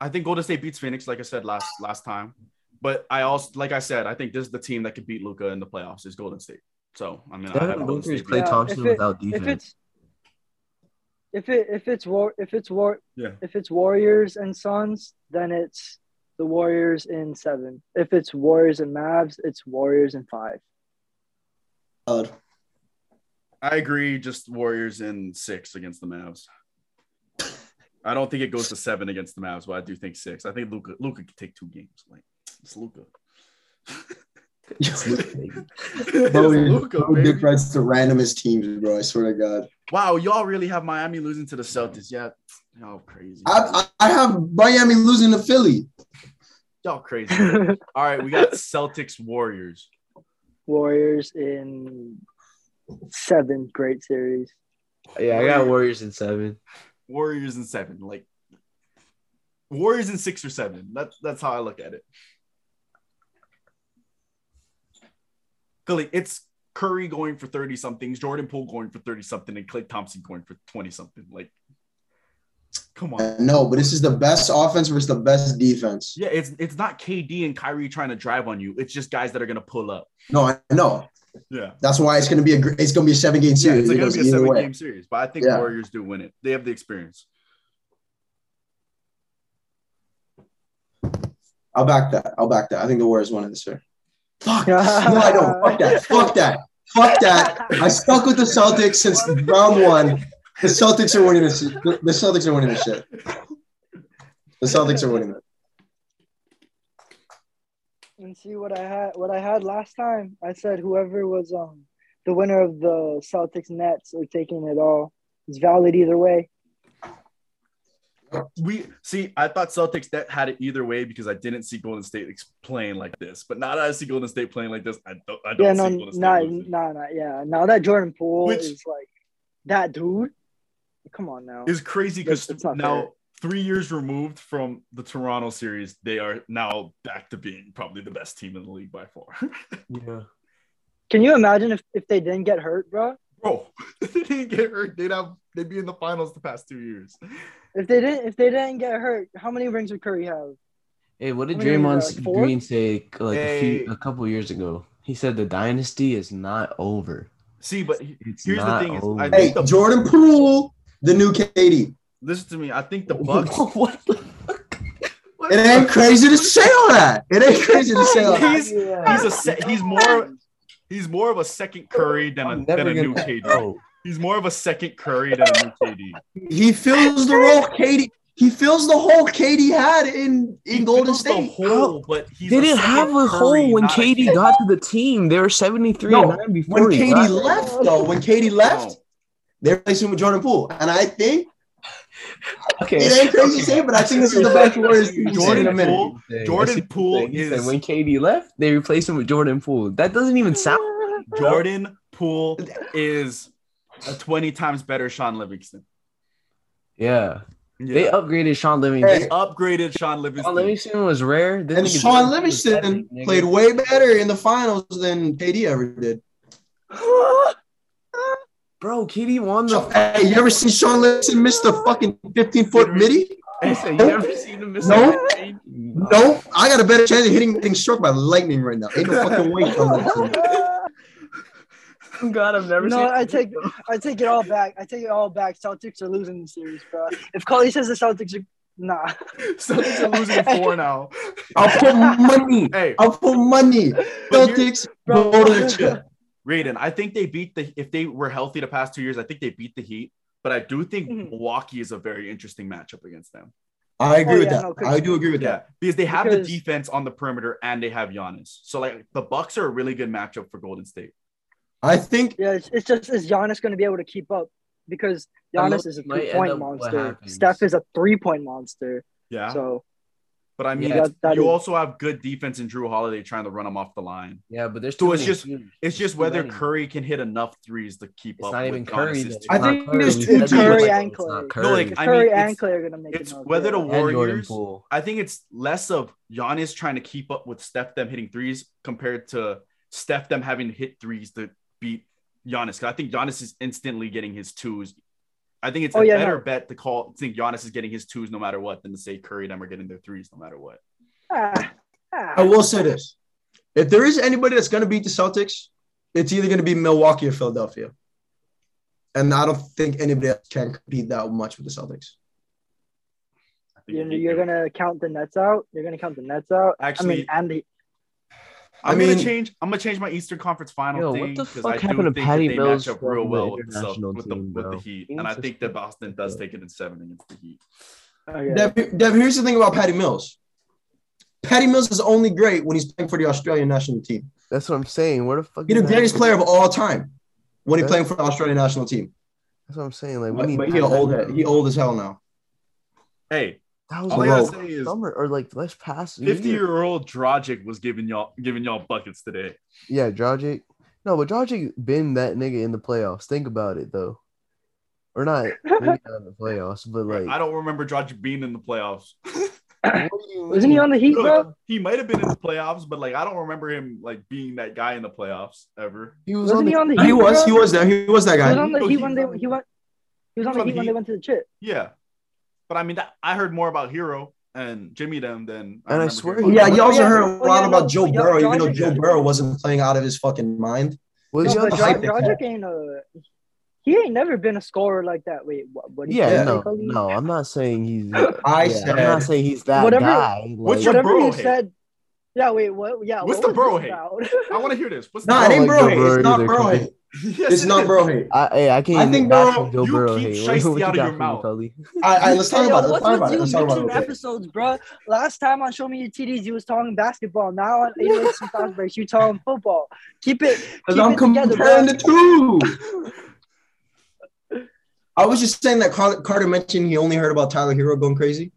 [SPEAKER 3] I think Golden State beats Phoenix. Like I said last last time, But I also, like I said, I think this is the team that could beat Luca in the playoffs is Golden State. So I mean, I have
[SPEAKER 4] Devin
[SPEAKER 3] Golden
[SPEAKER 4] Booker is
[SPEAKER 3] State.
[SPEAKER 4] Clay
[SPEAKER 1] Yeah,
[SPEAKER 4] Thompson
[SPEAKER 1] if it-
[SPEAKER 4] without
[SPEAKER 1] If
[SPEAKER 4] defense.
[SPEAKER 1] it's if it if it's war if it's war
[SPEAKER 3] Yeah.
[SPEAKER 1] if it's Warriors and Suns, then it's the Warriors in seven. If it's Warriors and Mavs, it's Warriors in five. [LAUGHS]
[SPEAKER 2] Valid.
[SPEAKER 3] I agree. Just Warriors in six against the Mavs. I don't think it goes to seven against the Mavs, but I do think six. I think Luca Luca could take two games. Like it's Luca.
[SPEAKER 2] [LAUGHS] It's Luka,
[SPEAKER 3] [LAUGHS]
[SPEAKER 2] Bro,
[SPEAKER 3] Luca,
[SPEAKER 2] Bo Dick writes the randomest teams, bro. I swear to God.
[SPEAKER 3] Wow, y'all really have Miami losing to the Celtics. Yeah, y'all crazy.
[SPEAKER 2] I, I I have Miami losing to Philly.
[SPEAKER 3] y'all crazy. All right, we got Celtics Warriors.
[SPEAKER 1] Warriors in seven. Great series.
[SPEAKER 5] Yeah, I got Warriors in seven.
[SPEAKER 3] Warriors in seven. Like Warriors in six or seven. That's that's how I look at it. Cause like, it's Curry going for 30 something, Jordan Poole going for 30 something, and Clay Thompson going for 20 something. Like, come on.
[SPEAKER 2] No, but this is the best offense versus the best defense.
[SPEAKER 3] Yeah, it's it's not KD and Kyrie trying to drive on you. It's just guys that are gonna pull up.
[SPEAKER 2] No, I know.
[SPEAKER 3] Yeah.
[SPEAKER 2] That's why it's gonna be a gr- it's gonna be a seven game
[SPEAKER 3] Yeah,
[SPEAKER 2] series.
[SPEAKER 3] it's
[SPEAKER 2] It
[SPEAKER 3] gonna
[SPEAKER 2] goes
[SPEAKER 3] be a
[SPEAKER 2] either
[SPEAKER 3] seven
[SPEAKER 2] way.
[SPEAKER 3] game series, but I think
[SPEAKER 2] Yeah.
[SPEAKER 3] Warriors do win it. They have the experience.
[SPEAKER 2] I'll back that. I'll back that. I think the Warriors won it this year. Fuck. No, I don't. Fuck that. Fuck that. Fuck that. I stuck with the Celtics since round one. The Celtics are winning this. The Celtics are winning this shit. The Celtics are winning it.
[SPEAKER 1] and see what I had what I had last time. I said whoever was um the winner of the Celtics Nets are taking it all. It's valid either way.
[SPEAKER 3] We see. I thought Celtics that had it either way because I didn't see Golden State ex- playing like this. But now that I see Golden State playing like this, I don't. I don't
[SPEAKER 1] Yeah,
[SPEAKER 3] see
[SPEAKER 1] no,
[SPEAKER 3] Golden State.
[SPEAKER 1] no,
[SPEAKER 3] losing.
[SPEAKER 1] no, no, yeah. Now that Jordan Poole
[SPEAKER 3] Which-
[SPEAKER 1] is like that dude, come on now.
[SPEAKER 3] It's crazy because
[SPEAKER 1] It's not
[SPEAKER 3] now
[SPEAKER 1] fair.
[SPEAKER 3] three years removed from the Toronto series, they are now back to being probably the best team in the league by far. [LAUGHS]
[SPEAKER 4] yeah.
[SPEAKER 1] Can you imagine if, if they didn't get hurt, bro?
[SPEAKER 3] Bro, [LAUGHS] if they didn't get hurt. They'd have. They'd be in the finals the past two years.
[SPEAKER 1] If they didn't if they didn't get hurt, how many rings would Curry have?
[SPEAKER 4] Hey, what did
[SPEAKER 1] How many were
[SPEAKER 4] Draymond
[SPEAKER 1] there, like, four?
[SPEAKER 4] Green say like a,
[SPEAKER 3] Hey.
[SPEAKER 4] few, a couple years ago? He said the dynasty is not over.
[SPEAKER 3] See, but he-
[SPEAKER 4] It's
[SPEAKER 3] Here's the
[SPEAKER 4] not
[SPEAKER 3] thing is, I
[SPEAKER 4] over.
[SPEAKER 3] think-
[SPEAKER 2] Hey, Jordan Poole, the new KD.
[SPEAKER 3] listen to me. I think the Bucks.
[SPEAKER 4] what?
[SPEAKER 2] It ain't crazy to say all that. It ain't crazy to say all that.
[SPEAKER 3] He's- he's a se-
[SPEAKER 1] [LAUGHS]
[SPEAKER 3] he's more- He's more of a second Curry than a,
[SPEAKER 4] I'm
[SPEAKER 3] than a
[SPEAKER 4] never [LAUGHS]
[SPEAKER 3] new
[SPEAKER 4] gonna- Oh.
[SPEAKER 3] KD.
[SPEAKER 4] No.
[SPEAKER 3] He's more of a second Curry than a new KD.
[SPEAKER 2] He fills the role KD. He fills the hole KD had in in Golden
[SPEAKER 3] fills the
[SPEAKER 2] State.
[SPEAKER 3] hole, but he's
[SPEAKER 4] They
[SPEAKER 3] a
[SPEAKER 4] didn't
[SPEAKER 3] second
[SPEAKER 4] have a
[SPEAKER 3] Curry,
[SPEAKER 4] hole when
[SPEAKER 3] not a
[SPEAKER 4] KD
[SPEAKER 3] KD.
[SPEAKER 4] got to the team. They were 73
[SPEAKER 2] No,
[SPEAKER 4] and 9 before
[SPEAKER 2] When
[SPEAKER 4] he
[SPEAKER 2] KD
[SPEAKER 4] got there.
[SPEAKER 2] left, though, when KD left, they replaced him with Jordan Poole, and I think it
[SPEAKER 4] Okay.
[SPEAKER 2] ain't crazy to say, but I think this
[SPEAKER 3] [LAUGHS]
[SPEAKER 2] is the best Warriors team we've seen in a
[SPEAKER 3] Jordan
[SPEAKER 2] minute.
[SPEAKER 3] Poole, Jordan Poole
[SPEAKER 4] He said [LAUGHS]
[SPEAKER 3] is
[SPEAKER 4] when KD left, they replaced him with Jordan Poole. That doesn't even sound.
[SPEAKER 3] Jordan Poole is a 20 times better Sean Livingston.
[SPEAKER 4] Yeah.
[SPEAKER 3] Yeah.
[SPEAKER 4] They upgraded Sean Livingston.
[SPEAKER 2] Hey,
[SPEAKER 3] upgraded Sean Livingston.
[SPEAKER 4] Sean Livingston was rare. This
[SPEAKER 2] and
[SPEAKER 4] nigga-
[SPEAKER 2] Sean Livingston
[SPEAKER 4] nigga.
[SPEAKER 2] played way better in the finals than KD ever did.
[SPEAKER 4] Bro, KD won the.
[SPEAKER 5] [LAUGHS]
[SPEAKER 2] Hey, you ever seen Sean Livingston miss the fucking 15 foot midi?
[SPEAKER 4] I
[SPEAKER 3] [LAUGHS]
[SPEAKER 4] said, you ever seen him miss
[SPEAKER 2] Nope.
[SPEAKER 4] a game?
[SPEAKER 2] No, I got a better chance of hitting getting struck by lightning right now. Ain't no fucking way. Sean Livingston.
[SPEAKER 4] Thank God, I've never
[SPEAKER 1] No,
[SPEAKER 4] seen.
[SPEAKER 1] I take I take it all back. I take it all back. Celtics are losing the series, bro. If Cully says the Celtics are nah.
[SPEAKER 3] Celtics
[SPEAKER 4] [LAUGHS]
[SPEAKER 3] are losing four now.
[SPEAKER 2] I'll put money.
[SPEAKER 3] Hey,
[SPEAKER 2] I'll put money.
[SPEAKER 3] but here's-
[SPEAKER 2] Celtics go to the chip.
[SPEAKER 3] Raiden, I think they beat the if they were healthy the past two years, I think they beat the Heat. But I do think
[SPEAKER 1] Mhm.
[SPEAKER 4] Mm-hmm.
[SPEAKER 3] Milwaukee is a very interesting matchup against them.
[SPEAKER 2] I agree
[SPEAKER 1] Oh,
[SPEAKER 2] with
[SPEAKER 1] yeah,
[SPEAKER 2] that.
[SPEAKER 1] no, 'cause-
[SPEAKER 2] I do agree with
[SPEAKER 3] Yeah,
[SPEAKER 2] that.
[SPEAKER 3] because they have
[SPEAKER 1] Because-
[SPEAKER 3] the defense on the perimeter and they have Giannis. So like the Bucks are a really good matchup for Golden State.
[SPEAKER 2] I think
[SPEAKER 1] Yeah, it's, it's just is Giannis going to be able to keep up because
[SPEAKER 4] I know
[SPEAKER 1] Giannis is a
[SPEAKER 4] it might end
[SPEAKER 1] three
[SPEAKER 4] up what
[SPEAKER 1] point monster.
[SPEAKER 4] happens.
[SPEAKER 1] Steph is a three point monster.
[SPEAKER 3] Yeah,
[SPEAKER 1] So
[SPEAKER 3] but I mean,
[SPEAKER 4] Yeah,
[SPEAKER 3] it's-
[SPEAKER 1] that- that
[SPEAKER 3] you
[SPEAKER 1] is-
[SPEAKER 3] also have good defense in Drew Holiday trying to run him off the line.
[SPEAKER 4] Yeah, but there's
[SPEAKER 3] So
[SPEAKER 4] too
[SPEAKER 3] it's
[SPEAKER 4] many
[SPEAKER 3] just-
[SPEAKER 4] shooters.
[SPEAKER 3] It's
[SPEAKER 4] There's
[SPEAKER 3] just
[SPEAKER 4] too
[SPEAKER 3] whether
[SPEAKER 4] many.
[SPEAKER 3] Curry can hit enough threes to keep
[SPEAKER 4] It's
[SPEAKER 3] up.
[SPEAKER 4] not
[SPEAKER 3] with
[SPEAKER 4] even
[SPEAKER 3] Giannis'
[SPEAKER 4] Curry. though.
[SPEAKER 2] I
[SPEAKER 3] two-
[SPEAKER 4] It's not
[SPEAKER 2] think
[SPEAKER 4] Curry.
[SPEAKER 2] there's
[SPEAKER 4] We
[SPEAKER 2] two
[SPEAKER 4] said that
[SPEAKER 1] Curry
[SPEAKER 4] it's
[SPEAKER 1] and
[SPEAKER 4] not
[SPEAKER 1] Clay.
[SPEAKER 4] Curry.
[SPEAKER 3] No, like,
[SPEAKER 1] if
[SPEAKER 3] I mean,
[SPEAKER 1] Curry
[SPEAKER 3] it's-
[SPEAKER 1] and Clay are going to make
[SPEAKER 3] it's
[SPEAKER 1] it. up,
[SPEAKER 3] whether
[SPEAKER 1] yeah.
[SPEAKER 3] to-
[SPEAKER 4] and Jordan
[SPEAKER 3] Warriors.
[SPEAKER 4] Poole.
[SPEAKER 3] I think it's less of Giannis trying to keep up with Steph them hitting threes compared to Steph them having to hit threes to beat Giannis. 'Cause I think Giannis is instantly getting his twos. I think it's
[SPEAKER 1] Oh,
[SPEAKER 3] a
[SPEAKER 1] yeah,
[SPEAKER 3] better
[SPEAKER 1] no.
[SPEAKER 3] bet to call think Giannis is getting his twos no matter what than to say Curry them are getting their threes no matter what.
[SPEAKER 1] Ah,
[SPEAKER 2] I will say this: if there is anybody that's going to beat the Celtics, it's either going to be Milwaukee or Philadelphia, and I don't think anybody else can compete that much with the Celtics.
[SPEAKER 3] I think
[SPEAKER 1] You're,
[SPEAKER 3] you
[SPEAKER 1] you're
[SPEAKER 3] do.
[SPEAKER 1] gonna count the Nets out. You're gonna count the Nets out. I
[SPEAKER 3] Actually-
[SPEAKER 1] mean, and the
[SPEAKER 2] I
[SPEAKER 3] I'm gonna
[SPEAKER 2] mean,
[SPEAKER 3] change. I'm gonna change my Eastern Conference Final
[SPEAKER 4] Yo, what
[SPEAKER 3] thing
[SPEAKER 4] the
[SPEAKER 3] because
[SPEAKER 4] fuck
[SPEAKER 3] I do
[SPEAKER 4] happened to
[SPEAKER 3] think that
[SPEAKER 4] Patty
[SPEAKER 3] they
[SPEAKER 4] Mills
[SPEAKER 3] match up
[SPEAKER 4] from
[SPEAKER 3] real
[SPEAKER 4] the
[SPEAKER 3] well with the, Celtics-
[SPEAKER 4] international
[SPEAKER 3] with the,
[SPEAKER 4] team,
[SPEAKER 3] with the
[SPEAKER 4] bro?
[SPEAKER 3] Heat,
[SPEAKER 4] He
[SPEAKER 3] and I
[SPEAKER 4] was
[SPEAKER 3] think
[SPEAKER 4] just-
[SPEAKER 3] that Boston does take it in seven against the Heat.
[SPEAKER 1] okay.
[SPEAKER 2] Dev, Dev, here's the thing about Patty Mills. Patty Mills is only great when he's playing for the Australian national team.
[SPEAKER 5] That's what I'm saying. Where the fuck?
[SPEAKER 2] He's
[SPEAKER 5] is
[SPEAKER 2] the
[SPEAKER 5] that-
[SPEAKER 2] greatest player of all time when he's
[SPEAKER 5] Yeah.
[SPEAKER 2] playing for the Australian national team.
[SPEAKER 5] That's what I'm saying. Like we
[SPEAKER 2] But,
[SPEAKER 5] need.
[SPEAKER 2] but he an old head. He old as hell now.
[SPEAKER 3] Hey,
[SPEAKER 5] That was
[SPEAKER 3] all I
[SPEAKER 5] like
[SPEAKER 3] gotta
[SPEAKER 2] Bro.
[SPEAKER 3] say is
[SPEAKER 5] summer or like let's pass. you need-
[SPEAKER 3] fifty-year-old Drogic was giving y'all giving y'all buckets today.
[SPEAKER 5] Yeah, Dragic. No, but Dragic been that nigga in the playoffs. Think about it though, or not maybe not in the playoffs, but like
[SPEAKER 3] I don't remember Drogic being in the playoffs.
[SPEAKER 5] what do you
[SPEAKER 1] [LAUGHS] Wasn't he
[SPEAKER 5] mean?
[SPEAKER 1] on the Heat,
[SPEAKER 3] Look,
[SPEAKER 1] bro?
[SPEAKER 3] he might have been in the playoffs, but like I don't remember him like being that guy in the playoffs ever.
[SPEAKER 5] He was on
[SPEAKER 1] Wasn't
[SPEAKER 5] the.
[SPEAKER 1] he on the Heat?
[SPEAKER 2] He was.
[SPEAKER 1] bro?
[SPEAKER 2] He was there. He was that
[SPEAKER 1] He was on the
[SPEAKER 2] guy.
[SPEAKER 3] No,
[SPEAKER 1] Heat
[SPEAKER 3] he
[SPEAKER 1] when
[SPEAKER 3] was
[SPEAKER 1] they
[SPEAKER 3] on the
[SPEAKER 1] he went. He was on the Heat when they went to the chip.
[SPEAKER 3] Yeah, but I mean, that, I heard more about Hero and Jimmy them than.
[SPEAKER 5] And I
[SPEAKER 3] remember
[SPEAKER 5] swear
[SPEAKER 3] hearing
[SPEAKER 5] he-
[SPEAKER 2] Yeah,
[SPEAKER 3] about
[SPEAKER 2] you
[SPEAKER 3] them.
[SPEAKER 2] also
[SPEAKER 1] yeah.
[SPEAKER 2] heard
[SPEAKER 1] Oh,
[SPEAKER 2] a
[SPEAKER 1] yeah,
[SPEAKER 2] lot
[SPEAKER 1] no,
[SPEAKER 2] about Joe
[SPEAKER 1] yeah,
[SPEAKER 2] Burrow, even though
[SPEAKER 1] Dragic-
[SPEAKER 2] Joe Burrow wasn't playing out of his fucking mind.
[SPEAKER 5] was
[SPEAKER 1] No,
[SPEAKER 5] he on
[SPEAKER 1] but
[SPEAKER 5] the
[SPEAKER 2] Dra-
[SPEAKER 5] hype?
[SPEAKER 1] Dra-
[SPEAKER 2] hype that-
[SPEAKER 1] Dragic ain't a. He ain't never been a scorer like that. Wait, what? what do you
[SPEAKER 5] Yeah,
[SPEAKER 2] Yeah.
[SPEAKER 5] no,
[SPEAKER 1] call it?
[SPEAKER 5] no. I'm not
[SPEAKER 3] [LAUGHS]
[SPEAKER 5] saying he's.
[SPEAKER 2] I
[SPEAKER 5] yeah, I'm not
[SPEAKER 2] said
[SPEAKER 5] saying he's that
[SPEAKER 1] Whatever-
[SPEAKER 5] guy.
[SPEAKER 3] What's
[SPEAKER 5] like-
[SPEAKER 3] your
[SPEAKER 1] Whatever
[SPEAKER 3] bro
[SPEAKER 1] you
[SPEAKER 3] hate?
[SPEAKER 1] said. Yeah. Wait. What? Yeah.
[SPEAKER 3] What's
[SPEAKER 1] what
[SPEAKER 3] the bro
[SPEAKER 1] was this
[SPEAKER 3] hate?
[SPEAKER 1] about?
[SPEAKER 3] I want to hear this. What's
[SPEAKER 2] No,
[SPEAKER 5] I
[SPEAKER 2] it
[SPEAKER 5] don't
[SPEAKER 2] ain't
[SPEAKER 5] like
[SPEAKER 2] Burrow.
[SPEAKER 5] Joe
[SPEAKER 2] hate.
[SPEAKER 5] Burrow
[SPEAKER 2] It's not
[SPEAKER 5] either,
[SPEAKER 2] Burrow.
[SPEAKER 5] Cody.
[SPEAKER 2] hate.
[SPEAKER 3] [LAUGHS] Yes,
[SPEAKER 2] It's
[SPEAKER 3] it
[SPEAKER 2] not
[SPEAKER 3] is.
[SPEAKER 2] Burrow. hate.
[SPEAKER 5] I, hey, I can't.
[SPEAKER 2] I
[SPEAKER 5] even
[SPEAKER 2] think
[SPEAKER 5] knock
[SPEAKER 2] Burrow-
[SPEAKER 5] Joe
[SPEAKER 3] you
[SPEAKER 5] Burrow
[SPEAKER 3] keep
[SPEAKER 5] hate. [LAUGHS] What-
[SPEAKER 3] shiesty
[SPEAKER 5] what you
[SPEAKER 3] out of
[SPEAKER 5] got
[SPEAKER 3] your
[SPEAKER 5] for me,
[SPEAKER 3] mouth.
[SPEAKER 5] Cully?
[SPEAKER 2] I, I, let's talk
[SPEAKER 1] Hey,
[SPEAKER 2] about
[SPEAKER 1] yo,
[SPEAKER 2] it. Let's
[SPEAKER 1] what's
[SPEAKER 2] talk
[SPEAKER 1] with
[SPEAKER 2] about it.
[SPEAKER 1] you
[SPEAKER 2] Let's talk
[SPEAKER 1] mixing
[SPEAKER 2] about it.
[SPEAKER 1] episodes, bro? Last time on Show Me Your TDs, you was talking basketball. Now on 808 and Fast Breaks, you talking football. Keep it, keep
[SPEAKER 2] Because I'm
[SPEAKER 1] it together,
[SPEAKER 2] comparing
[SPEAKER 1] bro.
[SPEAKER 2] the two. I was just saying that Car- Carter mentioned he only heard about Tyler Hero going crazy.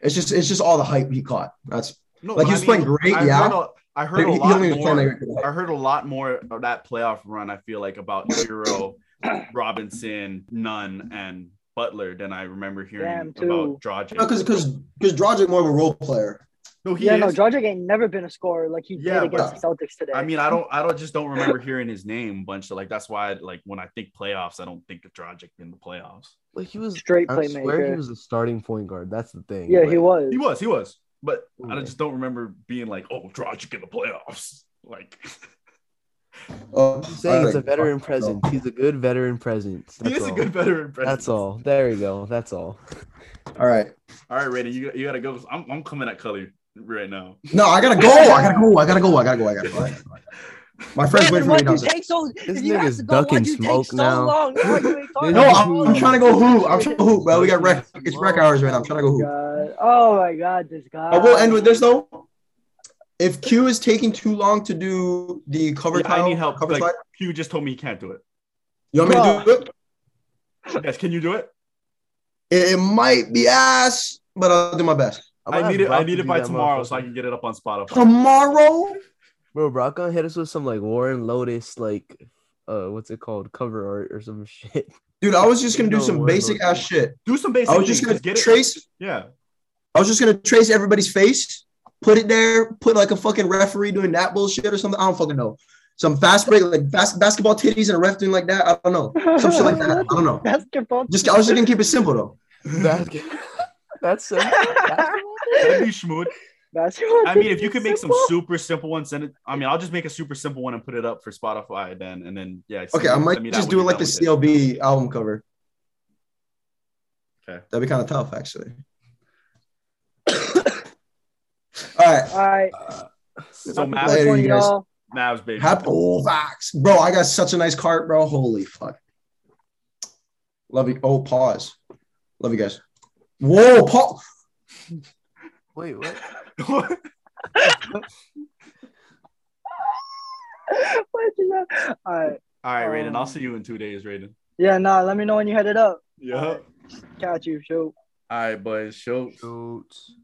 [SPEAKER 2] It's just it's just all the hype he caught. That's
[SPEAKER 3] No,
[SPEAKER 2] Like,
[SPEAKER 3] but
[SPEAKER 2] he
[SPEAKER 3] I
[SPEAKER 2] was playing great,
[SPEAKER 3] I
[SPEAKER 2] yeah.
[SPEAKER 3] Heard a, I heard a
[SPEAKER 2] he, he
[SPEAKER 3] lot
[SPEAKER 2] only was
[SPEAKER 3] more.
[SPEAKER 2] playing.
[SPEAKER 3] I heard a lot more of that playoff run. I feel like about Hero, Robinson, Nunn, and Butler than I remember hearing
[SPEAKER 1] Damn, too.
[SPEAKER 3] about Dragic.
[SPEAKER 2] Because because because Dragic more of a role player.
[SPEAKER 3] no, he
[SPEAKER 1] Yeah,
[SPEAKER 3] is.
[SPEAKER 1] no, Dragic ain't never been a scorer like he
[SPEAKER 3] Yeah,
[SPEAKER 1] did against the Celtics today.
[SPEAKER 3] I mean, I don't, I don't just don't remember hearing his name a bunch. Of, like that's why, like when I think playoffs, I don't think of Dragic in the playoffs.
[SPEAKER 5] Like he was.
[SPEAKER 1] straight
[SPEAKER 5] I swear he
[SPEAKER 1] playmaker.
[SPEAKER 5] was the starting point guard. That's the thing.
[SPEAKER 1] Yeah,
[SPEAKER 5] like-
[SPEAKER 1] he was.
[SPEAKER 3] He was, he was, but I
[SPEAKER 5] Okay.
[SPEAKER 3] just don't remember being like, "Oh, Dragic in the playoffs." [LAUGHS] Like
[SPEAKER 2] Oh,
[SPEAKER 5] I'm saying it's a
[SPEAKER 2] like,
[SPEAKER 5] veteran
[SPEAKER 2] fuck, no.
[SPEAKER 5] presence. He's a good veteran presence.
[SPEAKER 3] he
[SPEAKER 5] That's
[SPEAKER 3] is
[SPEAKER 5] all.
[SPEAKER 3] a good veteran. presence.
[SPEAKER 5] That's all. There we go. That's all.
[SPEAKER 2] All right.
[SPEAKER 3] All right, Randy, you, you gotta go. I'm, I'm coming at Cully right now.
[SPEAKER 2] No, I gotta go. I gotta go. I gotta go. I gotta go. I gotta go. I gotta go. My friend's waiting
[SPEAKER 1] Man,
[SPEAKER 2] for me.
[SPEAKER 1] why'd you
[SPEAKER 2] downstairs.
[SPEAKER 1] take so?
[SPEAKER 5] This
[SPEAKER 1] if you have
[SPEAKER 5] nigga's
[SPEAKER 1] to go,
[SPEAKER 5] ducking
[SPEAKER 1] why'd you take
[SPEAKER 5] smoke
[SPEAKER 1] so
[SPEAKER 5] now.
[SPEAKER 1] long? Now you ain't talking
[SPEAKER 5] This
[SPEAKER 2] No,
[SPEAKER 1] about
[SPEAKER 2] I'm, I'm
[SPEAKER 1] it.
[SPEAKER 2] trying to go hoop. I'm trying to hoop, bro. We got rec. It's rec hours right now. I'm trying to go hoop.
[SPEAKER 1] oh, God. Oh my God, this guy.
[SPEAKER 2] I will end with this though. If Q is taking too long to do the cover
[SPEAKER 3] Yeah, I
[SPEAKER 2] tile-
[SPEAKER 3] need help.
[SPEAKER 2] cover
[SPEAKER 3] Like,
[SPEAKER 2] slide,
[SPEAKER 3] Q just told me he can't do it.
[SPEAKER 2] you want me to do it?
[SPEAKER 3] Yes, can you do it?
[SPEAKER 2] it? It might be ass, but I'll do my best.
[SPEAKER 5] I'm gonna
[SPEAKER 3] I
[SPEAKER 5] have
[SPEAKER 3] need it. I
[SPEAKER 5] Brock
[SPEAKER 3] need
[SPEAKER 5] to
[SPEAKER 3] it
[SPEAKER 5] do
[SPEAKER 3] by
[SPEAKER 5] that
[SPEAKER 3] tomorrow so
[SPEAKER 5] motherfucker.
[SPEAKER 3] I can get it up on Spotify.
[SPEAKER 2] Tomorrow,
[SPEAKER 5] Bro, Brock gonna hit us with some like Warren Lotus, like uh, what's it called, cover art or some [LAUGHS] shit.
[SPEAKER 2] dude. I was just gonna do
[SPEAKER 5] No,
[SPEAKER 2] some
[SPEAKER 5] we're
[SPEAKER 2] basic
[SPEAKER 5] not.
[SPEAKER 2] ass shit.
[SPEAKER 3] Do some basic.
[SPEAKER 2] I was just gonna
[SPEAKER 3] things, get
[SPEAKER 2] trace.
[SPEAKER 3] It. Yeah.
[SPEAKER 2] I was just gonna trace everybody's face, put it there, put like a fucking referee doing that bullshit or something. I don't fucking know. Some fast break, like fast basketball titties and a ref doing like that. I don't know. Some shit like that. I don't know.
[SPEAKER 1] Basketball.
[SPEAKER 2] Just I was just gonna keep it simple though.
[SPEAKER 5] That, [LAUGHS] that's simple.
[SPEAKER 1] [LAUGHS]
[SPEAKER 5] That's-
[SPEAKER 3] [LAUGHS] That'd be smooth.
[SPEAKER 1] Basketball.
[SPEAKER 3] I mean, if you could make some
[SPEAKER 1] Simple.
[SPEAKER 3] super simple ones, send it. I mean, I'll just make a super simple one and put it up for Spotify then, and then yeah. send
[SPEAKER 2] Okay, I
[SPEAKER 3] me-
[SPEAKER 2] might
[SPEAKER 3] send me that
[SPEAKER 2] just
[SPEAKER 3] when
[SPEAKER 2] do it
[SPEAKER 3] you're
[SPEAKER 2] like the
[SPEAKER 3] done with
[SPEAKER 2] CLB album cover.
[SPEAKER 3] Okay.
[SPEAKER 2] That'd be kind of tough, actually. [COUGHS] All right.
[SPEAKER 1] All right.
[SPEAKER 3] it. So
[SPEAKER 1] Have a
[SPEAKER 3] Mavs,
[SPEAKER 1] good
[SPEAKER 2] Later,
[SPEAKER 1] one,
[SPEAKER 2] you guys.
[SPEAKER 1] y'all. [LAUGHS]
[SPEAKER 3] Mavs, baby. [LAUGHS]
[SPEAKER 2] Happy oh, Vax. Bro, I got such a nice cart, bro. Holy fuck. Love you. Oh, pause. Love you guys. Whoa, Paul.
[SPEAKER 5] Wait, what?
[SPEAKER 1] Why'd you not- All right.
[SPEAKER 3] All right, Raiden. I'll see you in two days, Raiden.
[SPEAKER 1] Yeah, nah, let me know when you headed up.
[SPEAKER 3] Yeah.
[SPEAKER 1] Catch you, shoot.
[SPEAKER 3] All right, boys. Show.
[SPEAKER 5] Shoot.